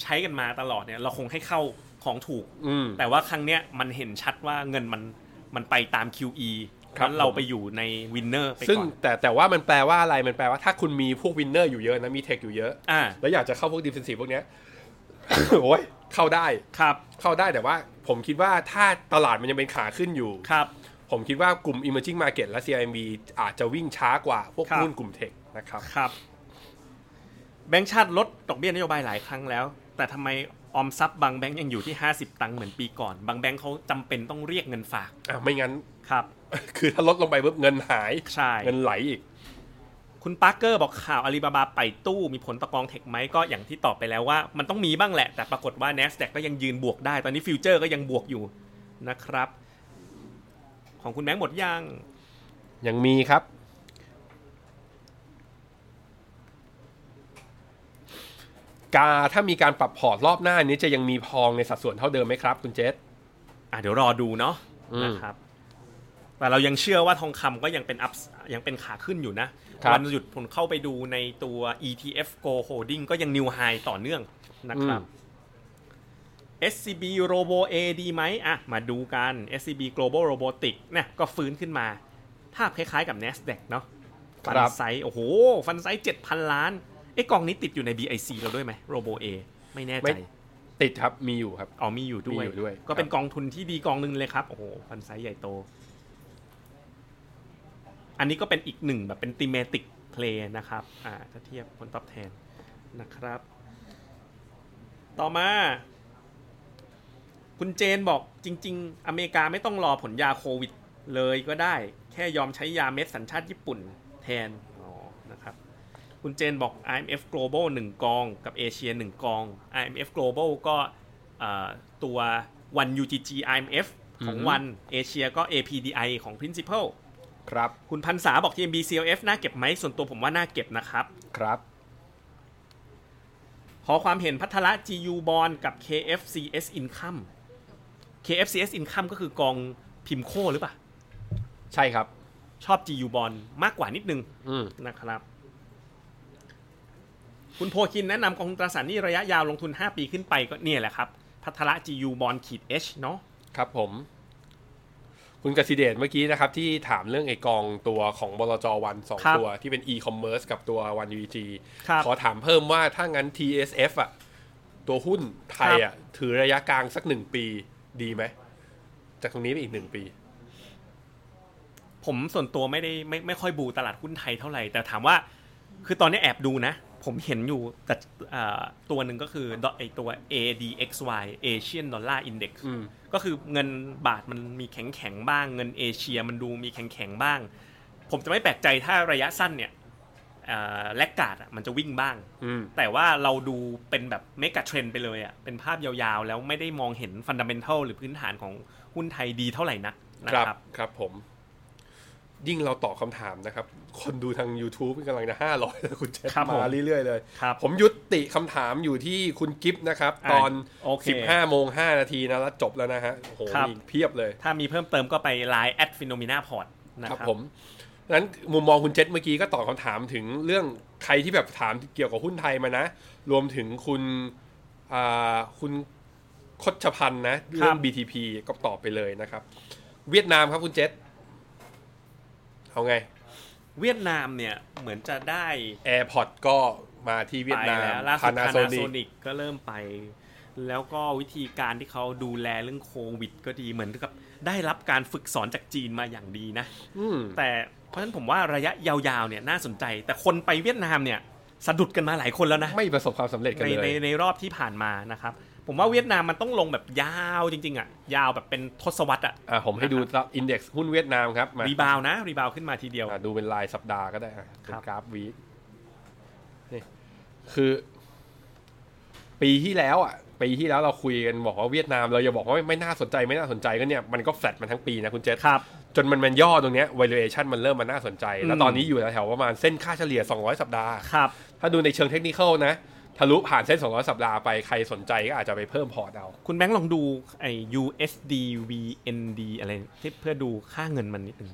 B: ใช้กันมาตลอดเนี่ย เราคงให้เข้าของถูก
C: อืม
B: แต่ว่าครั้งเนี้ยมันเห็นชัดว่าเงินมันมันไปตาม QE
C: ครับ
B: แล้วเรา
C: ผม
B: ไปอยู่ในวินเนอร์ไป
C: ซึ่ง
B: ก่อน
C: แต่แต่ว่ามันแปลว่าอะไรมันแปลว่าถ้าคุณมีพวกวินเนอร์อยู่เยอะนะ มีเทคอยู่เยอะ
B: อ่า
C: แล้วอยากจะเข้าพวกดิฟเฟนซีฟพวกเนี้ย โอ้ยเข้าได้
B: ครับ
C: เข้าได้แต่ว่าผมคิดว่าถ้าตลาดมันยังเป็นขาขึ้นอยู่
B: ครับ
C: ผมคิดว่ากลุ่ม emerging market และ CIMB อาจจะวิ่งช้ากว่าพวก
B: ครับ
C: หุ้นกลุ่มเทคนะครับ
B: ครับ แบงก์ชาติลดดอกเบี้ยนโยบายหลายครั้งแล้ว แต่ทำไมออมทรัพย์บางแบงก์ยังอยู่ที่ 50 ตังค์เหมือนปีก่อน บางแบงก์เขาจำเป็นต้องเรียกเงินฝาก
C: อ่ะไม่งั้น
B: ครับ
C: คือถ้าลดลงไปปุ๊บเงินหาย
B: ใช่
C: เงินไหลอีก
B: คุณปาร์เกอร์บอกข่าวอาลีบาบาไปตู้มีผลต่อกองเทคไหมก็อย่างที่ตอบไปแล้วว่า มันต้องมีบ้างแหละ แต่ปรากฏว่า NASDAQ ก็ยังยืนบวกได้ ตอนนี้ฟิวเจอร์ก็ยังบวกอยู่นะครับ ของคุณแบงค์หมดยัง
C: ยังมีครับ กาถ้ามีการปรับพอร์ตรอบหน้านี้จะยังมีพองในสัดส่วนเท่าเดิมไหมครับ คุณเจษ
B: อ่ะเดี๋ยวรอดูเนาะ
C: อืม
B: นะครับ แต่เรายังเชื่อว่าทองคำก็ยังเป็นอัพยังเป็นขาขึ้นอยู่นะครับ วัหยุดผมเข้าไปดูในตัว ETF Go Holding ก็ยังนิวไฮต่อเนื่องนะครับ SCB Robo A ดีไหมอ่ะ มาดูกัน SCB Global Robotic นะก็ฟื้นขึ้นมา ภาพคล้ายๆกับ NASDAQ เนาะ
C: ค
B: ฟั
C: รับ
B: ไซส์โอ้โห ฟันไซส์7,000 ล้านไอ้กองนี้ติดอยู่ใน BIC เราด้วยไหม Robo A ไม่แน่ใจ
C: ไม่ ติดครับ มีอยู่ครับ
B: อ๋อมีอยู่ด้ว
C: มี
B: ย
C: อยู่ด้วย
B: ก็เป็น
C: ครับ
B: กองทุนที่ดีกองหนึ่งเลยครับ โอ้โหฟันไซส์ใหญ่โต อันนี้ก็เป็นอีกหนึ่งแบบเป็นติเมติกเพลย์นะครับ อ่า ถ้าเทียบผลตอบแทนนะครับ ต่อมา คุณเจนบอกจริง ๆ อเมริกาไม่ต้องรอผลยาโควิดเลยก็ได้ แค่ยอมใช้ยาเม็ดสัญชาติญี่ปุ่นแทน อ๋อ นะครับ คุณเจนบอก IMF Global 1 กองกับเอเชีย 1 กอง IMF Global ก็เอ่อตัว One UGG IMF ของ
C: อือฮึ
B: วันเอเชียก็ APDI ของ Principal
C: ครับ
B: คุณพันษาบอก TMB CLF น่าเก็บไหมส่วนตัวผมว่าน่าเก็บนะครับ
C: ครับ
B: ขอความเห็นพัทละ GU Bond กับ KFCS Income KFCS Income ก็คือกองพิมโคหรือเปล่า
C: ใช่ครับ
B: ชอบ GU Bond มากกว่านิดนึง
C: อืม
B: นะครับ คุณโพคินแนะนำกองทุนตราสารหนี้ระยะยาวลงทุน 5 ปีขึ้นไปก็เนี่ยแหละครับ พัทละ GU Bond ขีด H เนาะ
C: ครับผม คุณกสิเดชเมื่อกี้นะครับ ที่ถามเรื่องไอกองตัวของบลจวันสองตัว ที่เป็น e-commerce กับตัววัน UG
B: ครับ
C: ขอถามเพิ่มว่าถ้างั้น TSF อ่ะ ตัวหุ้นไทยอ่ะ ถือระยะกลางสักหนึ่งปีดีไหม จากตรงนี้ไปอีกหนึ่งปี
B: ผมส่วนตัวไม่ได้ไม่ไม่ค่อยบูตลาดหุ้นไทยเท่าไหร่ แต่ถามว่า คือตอนนี้แอบดูนะ ผมเห็นอยู่แต่เอ่อตัวหนึ่งก็คือดอไอตัว ADXY Asian Dollar Index
C: อืม
B: ก็คือเงินบาทมันมีแข็งแข็งๆบ้าง เงินเอเชียมันดูมีแข็งแข็งๆบ้าง ผมจะไม่แปลกใจถ้าระยะสั้นเนี่ยเอ่อแลกการ์ดอะมันจะวิ่งบ้าง
C: อืม
B: แต่ว่าเราดูเป็นแบบเมกะเทรนไปเลยอะเป็นภาพยาวๆ แล้วไม่ได้มองเห็นฟันดัมเบ n ทัลหรือพื้นฐานของหุ้นไทยดีเท่าไหร่นักนะ
C: ครั
B: ครับ
C: บครับผม ยิ่งเราตอบคำถามนะครับ คนดูทาง YouTube นี่กำลังจะห้าร้อยแล้วคุณเจษ
B: ครับผม
C: มาเรื่อยๆเลย
B: ครับ
C: ผมยุติคำถามอยู่ที่คุณกิฟต์นะครับ
B: อ่ะ
C: ตอน
B: โอเค
C: 15โมง5นาทีนะแล้วจบแล้วนะฮะ โอ้โห
B: ครับ
C: มีเพียบเลย
B: ถ้ามีเพิ่มเติมก็ไป Line at p h e n o m e n a p o r t นะ
C: ค
B: ค
C: รั
B: รั
C: บบ ผมนั้นมุมมองคุณเจษเมื่อกี้ก็ตอบคำถามถึงเรื่องใครที่แบบถามเกี่ยวกับหุ้นไทยมานะ รวมถึงคุณอ่าคุณคดชพันธ์นะ เรื่อง BTP ก็ตอบไปเลยนะครับ เวียดนามครับคุณเจษเอาไง
B: เวียดนามเนี่ย เหมือนจะได้
C: AirPods ก็มาที่เวีย
B: ไป
C: ดนาม
B: แล้วล่าสุด
C: Panasonic
B: Panasonic ก็เริ่มไป แล้วก็วิธีการที่เขาดูแลเรื่องโควิด ก็ดีเหมือนกับได้รับการฝึกสอนจากจีนมาอย่างดีนะ
C: อืม
B: แต่เพราะฉะนั้นผมว่าระยะยาวๆเนี่ยน่าสนใจ แต่คนไปเวียดนามเนี่ยสะดุดกันมาหลายคนแล้วนะ
C: ไม่ประสบความสำเร็จกัน
B: ใน
C: เล
B: ใน
C: ย
B: ในรอบที่ผ่านมานะครับ ผมว่าเวียดนามมันต้องลงแบบยาวจริง ๆ อ่ะ ยาวแบบเป็นทศวรรษอ่ะ
C: อ่ะผมให้ดูอินเด็กซ์หุ้นเวียดนามครับ มา
B: รีบาวนะ รีบาวขึ้นมาทีเดียว
C: อ่ะดูเป็นรายสัปดาห์ก็ได้อ่ะ
B: ค
C: เป็
B: น รับ
C: กราฟวีคนี่คือ ปีที่แล้วอ่ะ ปีที่แล้วเราคุยกันบอกว่าเวียดนามเราอย่าบอกว่าไม่ไม่น่าสนใจไม่น่าสนใจก็เนี่ยมันก็แฟลตมาทั้งปีนะคุณเจษ
B: ครับ
C: จนมันมันย่อตรงเนี้ย valuation มันเริ่มมาน่าสนใจ แล้ว
B: อืม
C: ตอนนี้อยู่แถวๆประมาณเส้นค่าเฉลี่ย 200 สัปดาห์
B: ครับ
C: ถ้าดูในเชิงเทคนิคอลนะ แ ทะลุผ่านเส้น200 สัปดาห์ไปใครสนใจก็อาจจะไปเพิ่มพอร์ตเอา
B: คุณแบงค์ลองดูไอ้ USD VND อะไรที่เพื่อดูค่าเงินมันนิดนึง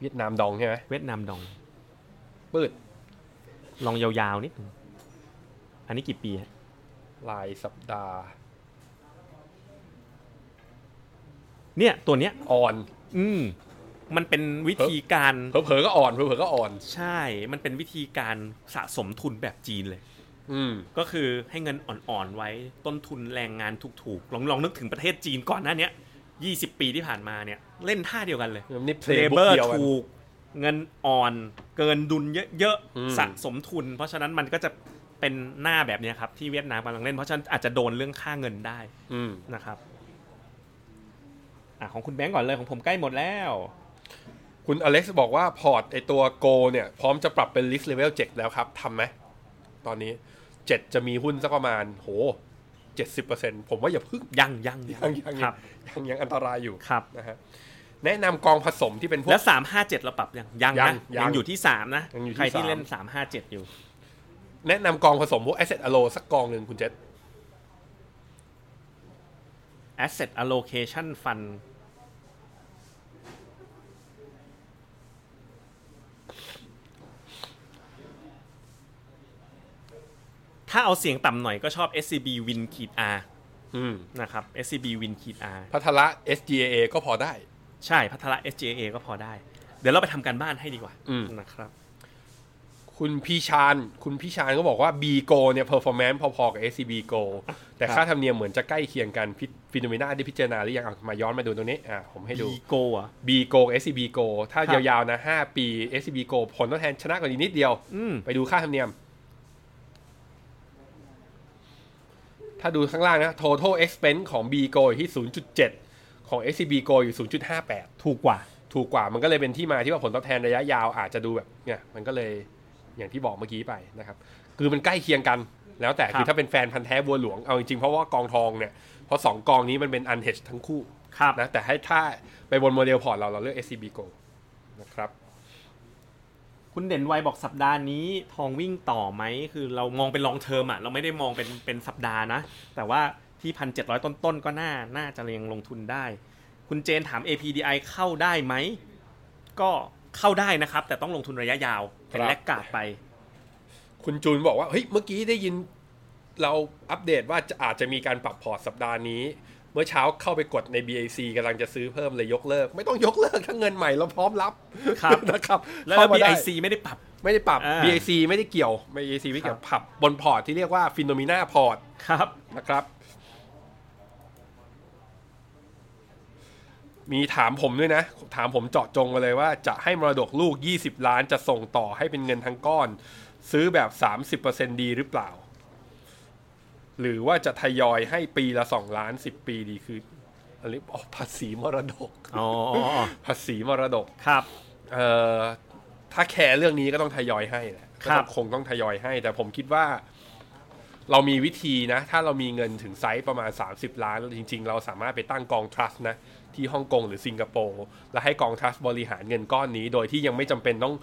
C: เวียดนามดองใช่ไหม
B: เวียดนามดอง
C: ปืด
B: ลองยาวๆนิดนึงอันนี้กี่ปีฮะ
C: ลายสัปดาห์
B: เนี่ยตัวเนี้ย
C: อ่อน
B: อืมมันเป็นวิธีการ
C: เผลอๆก็อ่อนเผลอๆก็อ่อน
B: ใช่ มันเป็นวิธีการสะสมทุนแบบจีนเลย
C: อืม
B: ก็คือให้เงินอ่อนๆไว้ต้นทุนแรงงานถูกๆ ลองลองนึกถึงประเทศจีนก่อนหน้าเนี้ย20 ปีที่ผ่านมาเนี่ย เล่นท่าเดียวกันเลย
C: นี่เพล
B: เล
C: ย์
B: เบอร์
C: เดียวกัน
B: ถูกเงินอ่อนเกินดุลเยอะ
C: อืม
B: ๆสะสมทุน เพราะฉะนั้นมันก็จะเป็นหน้าแบบเนี้ยครับ ที่เวียดนามกำลังเล่นเพราะฉะนั้นอาจจะโดนเรื่องค่าเงินได้
C: อืม
B: นะครับอ่ะของคุณแบงก์ก่อนเลยของผมใกล้หมดแล้ว
C: คุณอเล็กซ์บอกว่าพอร์ตไอตัวโกเนี่ย พร้อมจะปรับเป็นลิสต์เลเวลเจ็ดแล้วครับทำไหม ตอนนี้เจ็ดจะมีหุ้นสักประมาณ โหเจ็ดสิบเปอร์เซ็นผมว่าอย่าพึ่ง
B: ยังยัง
C: ยังยัง
B: ครับ
C: ยังยังอันตรายอยู่
B: ครับ
C: นะฮะแนะนำกองผสมที่เป็นพว
B: แล้
C: ก
B: วสามห้าเจ็ดเราปรับยังยัง
C: ยัง
B: นะ
C: ยั
B: ยั
C: ง
B: งอยู่ที่สามนะ
C: ยังอยู่ที่
B: ใครที่
C: สาม
B: เล่นสามห้าเจ็ดอยู่
C: แนะนำกองผสมพวก Asset Allo สักกองหนึ่งคุณเจษ
B: asset allocation fund ถ้าเอาเสียงต่ำหน่อยก็ชอบ SCB Win ขีด R
C: อืม
B: นะครับ SCB Win ขีด R
C: พัทละ SGA ก็พอได้
B: ใช่พัทละ SJA ก็พอได้ เดี๋ยวเราไปทำการบ้านให้ดีกว่า
C: อืม
B: นะครับ
C: คุณพี่ชานคุณพี่ชานก็บอกว่า B Go เนี่ย performance พอๆกับ SCB Go แต่ค่าธรรมเนียมเหมือนจะใกล้เคียงกันฟิโนเมนาได้พิจารณาหรือยังอ่ะมาย้อนมาดูตรงนี้อ่ะผมให้
B: B
C: ดู
B: Go อ่ะ
C: B Go SCB Go ถ้า
B: ครับ
C: ยาวๆนะ 5 ปี SCB Go ผลทดแทนชนะกว่านี้นิดเดียว
B: อืม
C: ไปดูค่าธรรมเนียม ถ้าดูข้างล่างนะ total expense ของ B Go อยู่ที่ 0.7 ของ SCB Go อยู่ 0.58
B: ถูกกว่า
C: ถูกกว่ามันก็เลยเป็นที่มาที่ว่าผลตอบแทนระยะยาวอาจจะดูแบบเนี่ยมันก็เลยอย่างที่บอกเมื่อกี้ไปนะครับ คือมันใกล้เคียงกัน แล้วแต่
B: ครับ
C: คือถ้าเป็นแฟนพันธ์แท้บัวหลวงเอาจริงๆเพราะว่ากองทองเนี่ยเพราะสองกองนี้มันเป็นอันเฮดทั้งคู่
B: ครับ
C: นะแต่ให้ถ้าไปบนโมเดลพอร์ตเราเราเลือก SCB Go นะครับ
B: คุณเด่นวัยบอกสัปดาห์นี้ทองวิ่งต่อไหม คือเรามองเป็นลองเทอมอ่ะ เราไม่ได้มองเป็นเป็นสัปดาห์นะ แต่ว่าที่พันเจ็ดร้อยต้นๆ ก็น่า น่าจะยังลงทุนได้ คุณเจนถาม APDI เข้าได้ไหม ก็เข้าได้นะครับ แต่ต้องลงทุนระยะยาว เป็น
C: ครับ
B: แลกกาดไป
C: คุณจูนบอกว่าเฮ้ยเมื่อกี้ได้ยินเราอัปเดตว่าจะอาจจะมีการปรับพอร์ตสัปดาห์นี้ เมื่อเช้าเข้าไปกดใน BAC กำลังจะซื้อเพิ่มเลยยกเลิก ไม่ต้องยกเลิกถ้าเงินใหม่เราพร้อมรับ
B: ครับ
C: นะครับ
B: แล้ว
C: เข้ามาได้
B: BIC ไม่ได้ปรับ
C: ไม่ได้ปรับ
B: อ่า
C: BAC ไม่ได้เกี่ยว BAC ไม่เกี่ยวผับบนพอร์ตที่เรียกว่าฟินโนมิน่าพอร์ต
B: ครับ
C: นะครับ มีถามผมด้วยนะ ถามผมเจาะจงมาเลยว่าจะให้มรดกลูก 20 ล้านจะส่งต่อให้เป็นเงินทั้งก้อน ซื้อแบบ 30%ดีหรือเปล่า หรือว่าจะทยอยให้ปีละ 2 ล้าน 10 ปีดีคืออันนี้อ๋อภาษีมรดก
B: อ๋อ
C: ภาษีมรดก
B: ครับ
C: เอ่อถ้าแคร์เรื่องนี้ก็ต้องทยอยให้แหละ
B: ครับ
C: ก็ต้องคงต้องทยอยให้ แต่ผมคิดว่า เรามีวิธีนะ ถ้าเรามีเงินถึงไซส์ประมาณ 30 ล้าน จริง ๆ เราสามารถไปตั้งกองทรัสต์นะ ที่ฮ่องกงหรือสิงคโปร์แล้วให้กองทรัสต์บริหารเงินก้อนนี้ โดยที่ยังไม่จำเป็นต้อง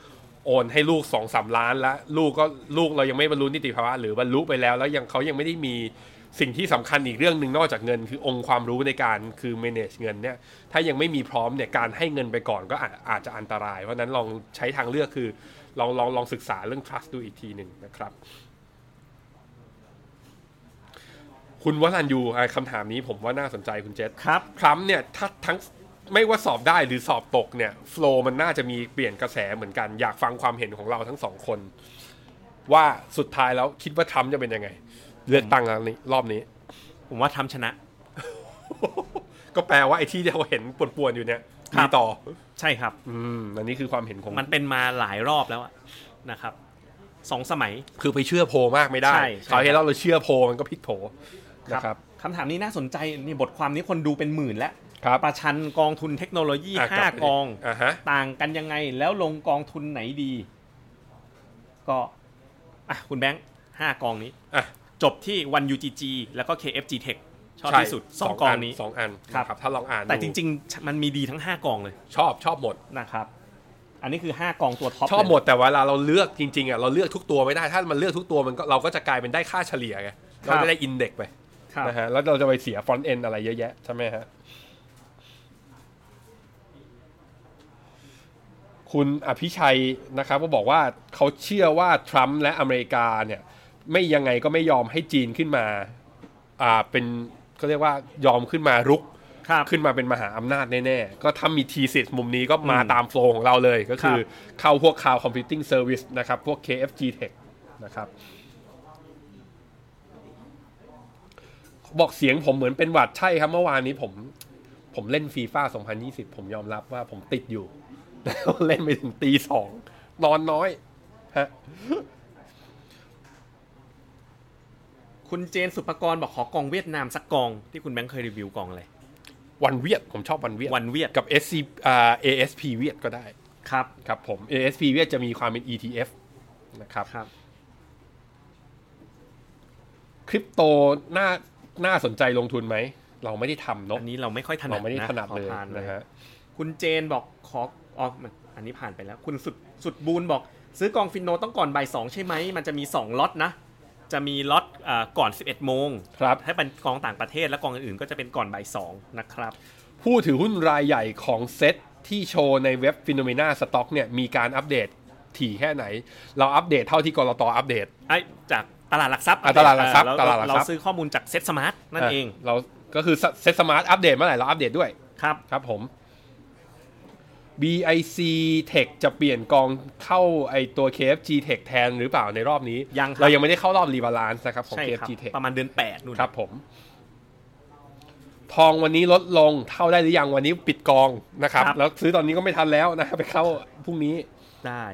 C: โอนให้ลูก2อสล้านและลูกก็ลูกเรายังไม่บรรลุนิติภาวะหรือบรรลุไปแล้ว แล้วยังเขายังไม่ได้มีสิ่งที่สำคัญอีกเรื่องหนึ่งนอกจากเงิน คือองค์ความรู้ในการคือ manage เงินเนี่ยถ้ายังไม่มีพร้อมเนี่ยการให้เงินไปก่อนก็อาจอาจจะอันตราย เพราะฉะนั้นลองใช้ทางเลือกคือลองลองลองศึกษาเรื่อง trust ดูอีกทีหนึ่งนะครับ คุณวรัญยูอ่ะคำถามนี้ผมว่าน่าสนใจคุณเจษ
B: ครับ
C: ทรัมป์เนี่ยถ้าทั้งไม่ว่าสอบได้หรือสอบตกเนี่ยโฟลมันน่าจะมีเปลี่ยนกระแสเหมือนกัน อยากฟังความเห็นของเราทั้งสองคน ว่าสุดท้ายแล้วคิดว่าทรัมป์จะเป็นยังไง เลือกตั้งครั้งนี้ รอบนี้
B: ผมว่าทำชนะ
C: ก็แปลว่าไอ้ที่เราเห็นป่วนๆอยู่เนี่ย
B: ครั
C: มี
B: บ
C: ต่อ
B: ใช่ครับ
C: อืมอันนี้คือความเห็นของ
B: มันเป็นมาหลายรอบแล้วอะนะครับสองสมัย
C: คือไปเชื่อโพลมากไม่ได้
B: ใช่ใช่
C: เขาวที่แล้วเราเชื่อโพลมันก็พลิกโผนะครับ
B: คำถามนี้น่าสนใจนี่บทความนี้คนดูเป็นหมื่นแล้ว
C: ครับ
B: ประชันกองทุนเทคโนโลยี
C: อ่ะลับไป
B: 5 กอง
C: อ่ะฮะ
B: ต่างกันยังไงแล้วลงกองทุนไหนดี ก็อ่ะคุณแบงค์ห้ากองนี้
C: อ่ะ
B: จบที่ One UGG แล้วก็ KFG Tech ชอบ
C: ใช่
B: ที่สุดสองกองนี้
C: สองอัน
B: ครับ
C: นะครับ ถ้าลองอ่าน
B: แต่จ
C: ดู
B: ริง ๆ มันมีดีทั้ง 5 กองเลย
C: ชอบชอบหมด
B: นะครับ อันนี้คือ 5 กองตัวท็อป
C: ชอบหม
B: เลย
C: ดแต่เวลาเราเลือกจริงๆอ่ะเราเลือกทุกตัวไม่ได้ถ้ามันเลือกทุกตัวมันก็เราก็จะกลายเป็นได้ค่าเฉลี่ยไงเราจะได้อินเด็กไป
B: ครับ
C: นะฮะแล้วเราจะไปเสียฟอนต์เอนอะไรเยอะแยะใช่ไหมฮะคุณอภิชัยนะครับก็บอกว่าเขาเชื่อว่าทรัมป์และอเมริกาเนี่ย ไม่ยังไงก็ไม่ยอมให้จีนขึ้นมาอ่าเป็นเขาเรียกว่ายอมขึ้นมารุก
B: ครับ
C: ขึ้นมาเป็นมหาอำนาจแน่ๆ ก็ถ้ามีทีสิทมุมนี้ก็มา
B: อืม
C: ตามโฟล์ของเราเลยก็คือ
B: ครับ
C: เข้าพวก Cloud Computing Service นะครับ พวก KFG Tech นะครับ บอกเสียงผมเหมือนเป็นหวัดใช่ครับเมื่อวานนี้ผมผมเล่นฟีฟ่า2020 ผมยอมรับว่าผมติดอยู่ เล่นไปถึงตีสองนอนน้อยฮะ
B: คุณเจนสุปกรณ์บอกขอกองเวียดนามสักกองที่คุณแบงค์เคยรีวิวกองอะไร
C: วันเวียด ผมชอบวันเวียด
B: วันเวียด
C: กับ SC อ่า ASP เวียดก็ได้
B: ครับ
C: ครับผม ASP เวียดจะมีความเป็น ETF นะครับ
B: ครับ
C: คริปโตน่าน่าสนใจลงทุนไหม เราไม่ได้ทำเนาะ
B: อันนี้เราไม่ค่อยถนั
C: เรา
B: ด
C: ไม่ได้
B: นะ
C: ถนัด
B: ขอ
C: เลย
B: ผ่าน
C: นะฮะ
B: คุณเจนบอกขออ๋อมันอันนี้ผ่านไปแล้ว คุณสุดสุดบูนบอก ซื้อกองฟินโนต้องก่อนบ่ายสองใช่ไหม มันจะมี 2ล็อตนะ จะมีล็อตเอ่อก่อน 11 โมง
C: ครับ
B: ให้เป็นกองต่างประเทศและกองอื่นๆก็จะเป็นก่อนบ่ายสองนะครับ
C: ผู้ถือหุ้นรายใหญ่ของเซ็ตที่โชว์ในเว็บฟิโนเมนาสต็อกเนี่ย มีการอัปเดตถี่แค่ไหน เราอัปเดตเท่าที่กรตอัปเดต
B: ไอ้จากตลาดหลักทรัพย์
C: อ่ะตลาดหลักทรัพย์
B: เออ
C: ตลาดหลักทรัพย์
B: เราซื้อข้อมูลจากเซ็ตสมาร์ทนั่นเอง
C: เราก็คือเซ็ตสมาร์ทอัปเดตเมื่อไหร่เราอัปเดตด้วย
B: ครับ
C: ครับผม BIC Tech จะเปลี่ยนกองเข้าไอตัว KFG Tech แทนหรือเปล่าในรอบนี้
B: ยังครับ
C: เรายังไม่ได้เข้ารอบรีบาลานซ์นะครับของ
B: ใช่ครับ
C: KFG Tech
B: ประมาณเดือนแปดนู่น
C: ครับผม ทองวันนี้ลดลงเท่าได้หรือยังวันนี้ปิดกองนะครับ แล้วซื้อตอนนี้ก็ไม่ทันแล้วนะไปเข้าพรุ่งนี้
B: ได้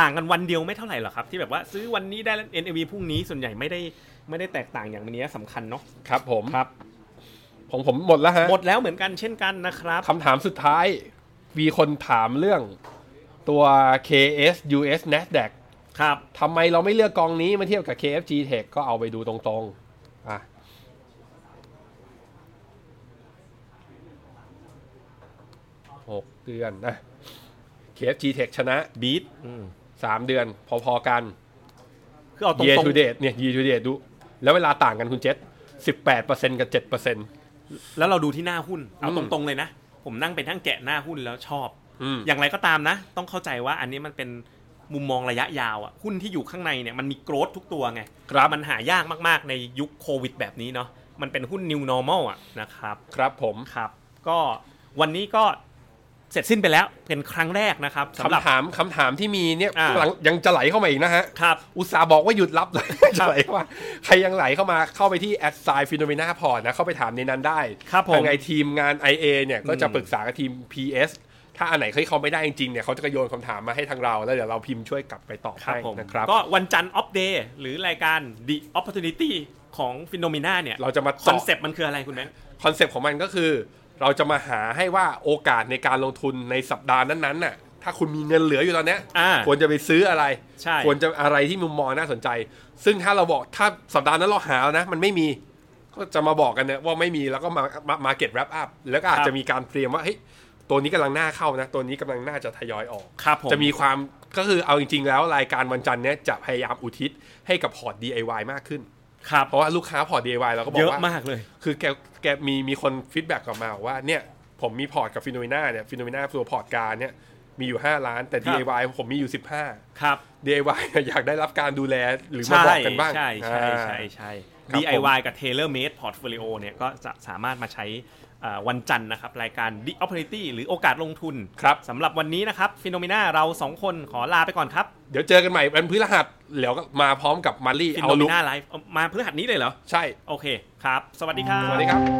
B: ต่างกันวันเดียวไม่เท่าไหร่หรอกครับ ที่แบบว่าซื้อวันนี้ได้แล้ว NAV พรุ่งนี้ส่วนใหญ่ไม่ได้ไม่ได้แตกต่างอย่างนี้สำคัญเนาะ
C: ครับ ผม
B: ครับ
C: ของผมหมดแล้วฮะ
B: หมดแล้วเหมือนกันเช่นกันนะครับ
C: คำถามสุดท้าย มีคนถามเรื่องตัว KS US Nasdaq
B: ครับ
C: ทำไมเราไม่เลือกกองนี้มาเทียบกับ KFG Tech ก็เอาไปดูตรงๆอ่ะหกเดือนนะ KFG Tech ชนะ
B: บีทอืม
C: สามเดือนพอๆกัน
B: คือเอาตรง
C: year
B: ตรง
C: to date เนี่ย year to date ดู แล้วเวลาต่างกันคุณเจษสิบแปดเปอร์เซ็นกับเจ็ดเปอร์เซ็น
B: แล้วเราดูที่หน้าหุ้น เอา
C: อื
B: ต
C: ม
B: รงๆเลยนะ ผมนั่งไปนั่งแกะหน้าหุ้นแล้วชอบ
C: อืม
B: อย่างไรก็ตามนะ ต้องเข้าใจว่าอันนี้มันเป็นมุมมองระยะยาวอะหุ้นที่อยู่ข้างในเนี่ยมันมีโกรธทุกตัวไง
C: ครับ
B: มันหายากมากๆในยุคโควิดแบบนี้เนาะ มันเป็นหุ้น new normal อะนะครับ
C: ครับผม
B: ครับ ก็วันนี้ก็เสร็จสิ้นไปแล้วเป็นครั้งแรกนะครับสำหรับ
C: คำถามคำถามที่มีเนี่ย
B: อ่า
C: หลังยังจะไหลเข้ามาอีกนะฮะ
B: ครับ
C: อุตสาห์บอกว่าหยุด รับเลยจะไหลเข้ามาใครยังไหลเข้ามาเข้าไปที่ a d s i g n Phenomena p o r t นะ เข้าไปถามในนั้นได้
B: ครับผม
C: ยังไงทีมงาน IA เนี่ย ก็จะปรึกษากับทีม PS ถ้าอันไหนเคยเขาไม่ได้จริงๆเนี่ยเขาจะโยนคำถามมาให้ทางเราแล้วเดี๋ยวเราพิมพ์ช่วยกลับไปตอบ
B: ครับ
C: ให้
B: ผม
C: นะครับ
B: ก็วันจันทร์ออฟเดย์หรือรายการ The Opportunity ของฟิโนเมนาเนี่ย
C: เราจะมา
B: ค
C: ต
B: อน
C: อบ
B: เซปต์มันคืออะไรคุณแม่
C: คอนเซปต์ของมันก็คือ เราจะมาหาให้ว่าโอกาสในการลงทุนในสัปดาห์นั้นๆน่ะถ้าคุณมีเงินเหลืออยู่ตอนเนี้ย
B: อ่า
C: ควรจะไปซื้ออะไร
B: ใช่
C: ควรจะอะไรที่มุมมองน่าสนใจ ซึ่งถ้าเราบอกถ้าสัปดาห์นั้นเราหาแล้วนะ มันไม่มีก็จะมาบอกกันเนี่ยว่าไม่มีแล้วก็มามามาเก็ตแรปอัพแล้วก็อาจจะมีการเตรียมว่าเฮ้ยตัวนี้กำลังน่าเข้านะ ตัวนี้กำลังน่าจะทยอยออก
B: ครับผม
C: จะมีความก็คือเอาจริง ๆ แล้วรายการวันจันทร์เนี้ยจะพยายามอุทิศให้กับพอร์ต DIY มากขึ้น
B: ครับ
C: เพราะว่าลูกค้าพอร์ต DIY เราก็บอ
B: เยอะ
C: กว่า
B: มากเลย
C: คือแกแกมีมีคนฟีดแบ็กกลับมาบอกว่าเนี่ยผมมีพอร์ตกับฟิโนเมนาเนี่ยฟิโนเมนาตัวพอร์ตการเนี่ยมีอยู่ 5 ล้าน แต่
B: ครับ
C: DIY ผมมีอยู่
B: ครับ
C: 15 DIY เนี่ย อยากได้รับการดูแลหรือมา
B: ใช่
C: บอกกันบ้าง
B: ใช่ใช่
C: อ่า
B: ใช่ใช่
C: ครับ
B: DIY กับ Tailor Made Portfolio เนี่ยก็จะสามารถมาใช้เอ่อวันจันทร์นะครับ รายการ The Opportunity หรือโอกาสลงทุน
C: ครับ
B: สำหรับวันนี้นะครับฟิโนเมนาเราสองคนขอลาไปก่อนครับ
C: เดี๋ยวเจอกันใหม่วันพฤหัสแล้วก็มาพร้อมกับมารี
B: ฟิ
C: เอา
B: โนเม
C: ลุก
B: นาไลฟ์มาพฤหัสนี้เลยเหรอ
C: ใช่
B: โอเคครับ สวัสดีครับ
C: สวัสดีครับ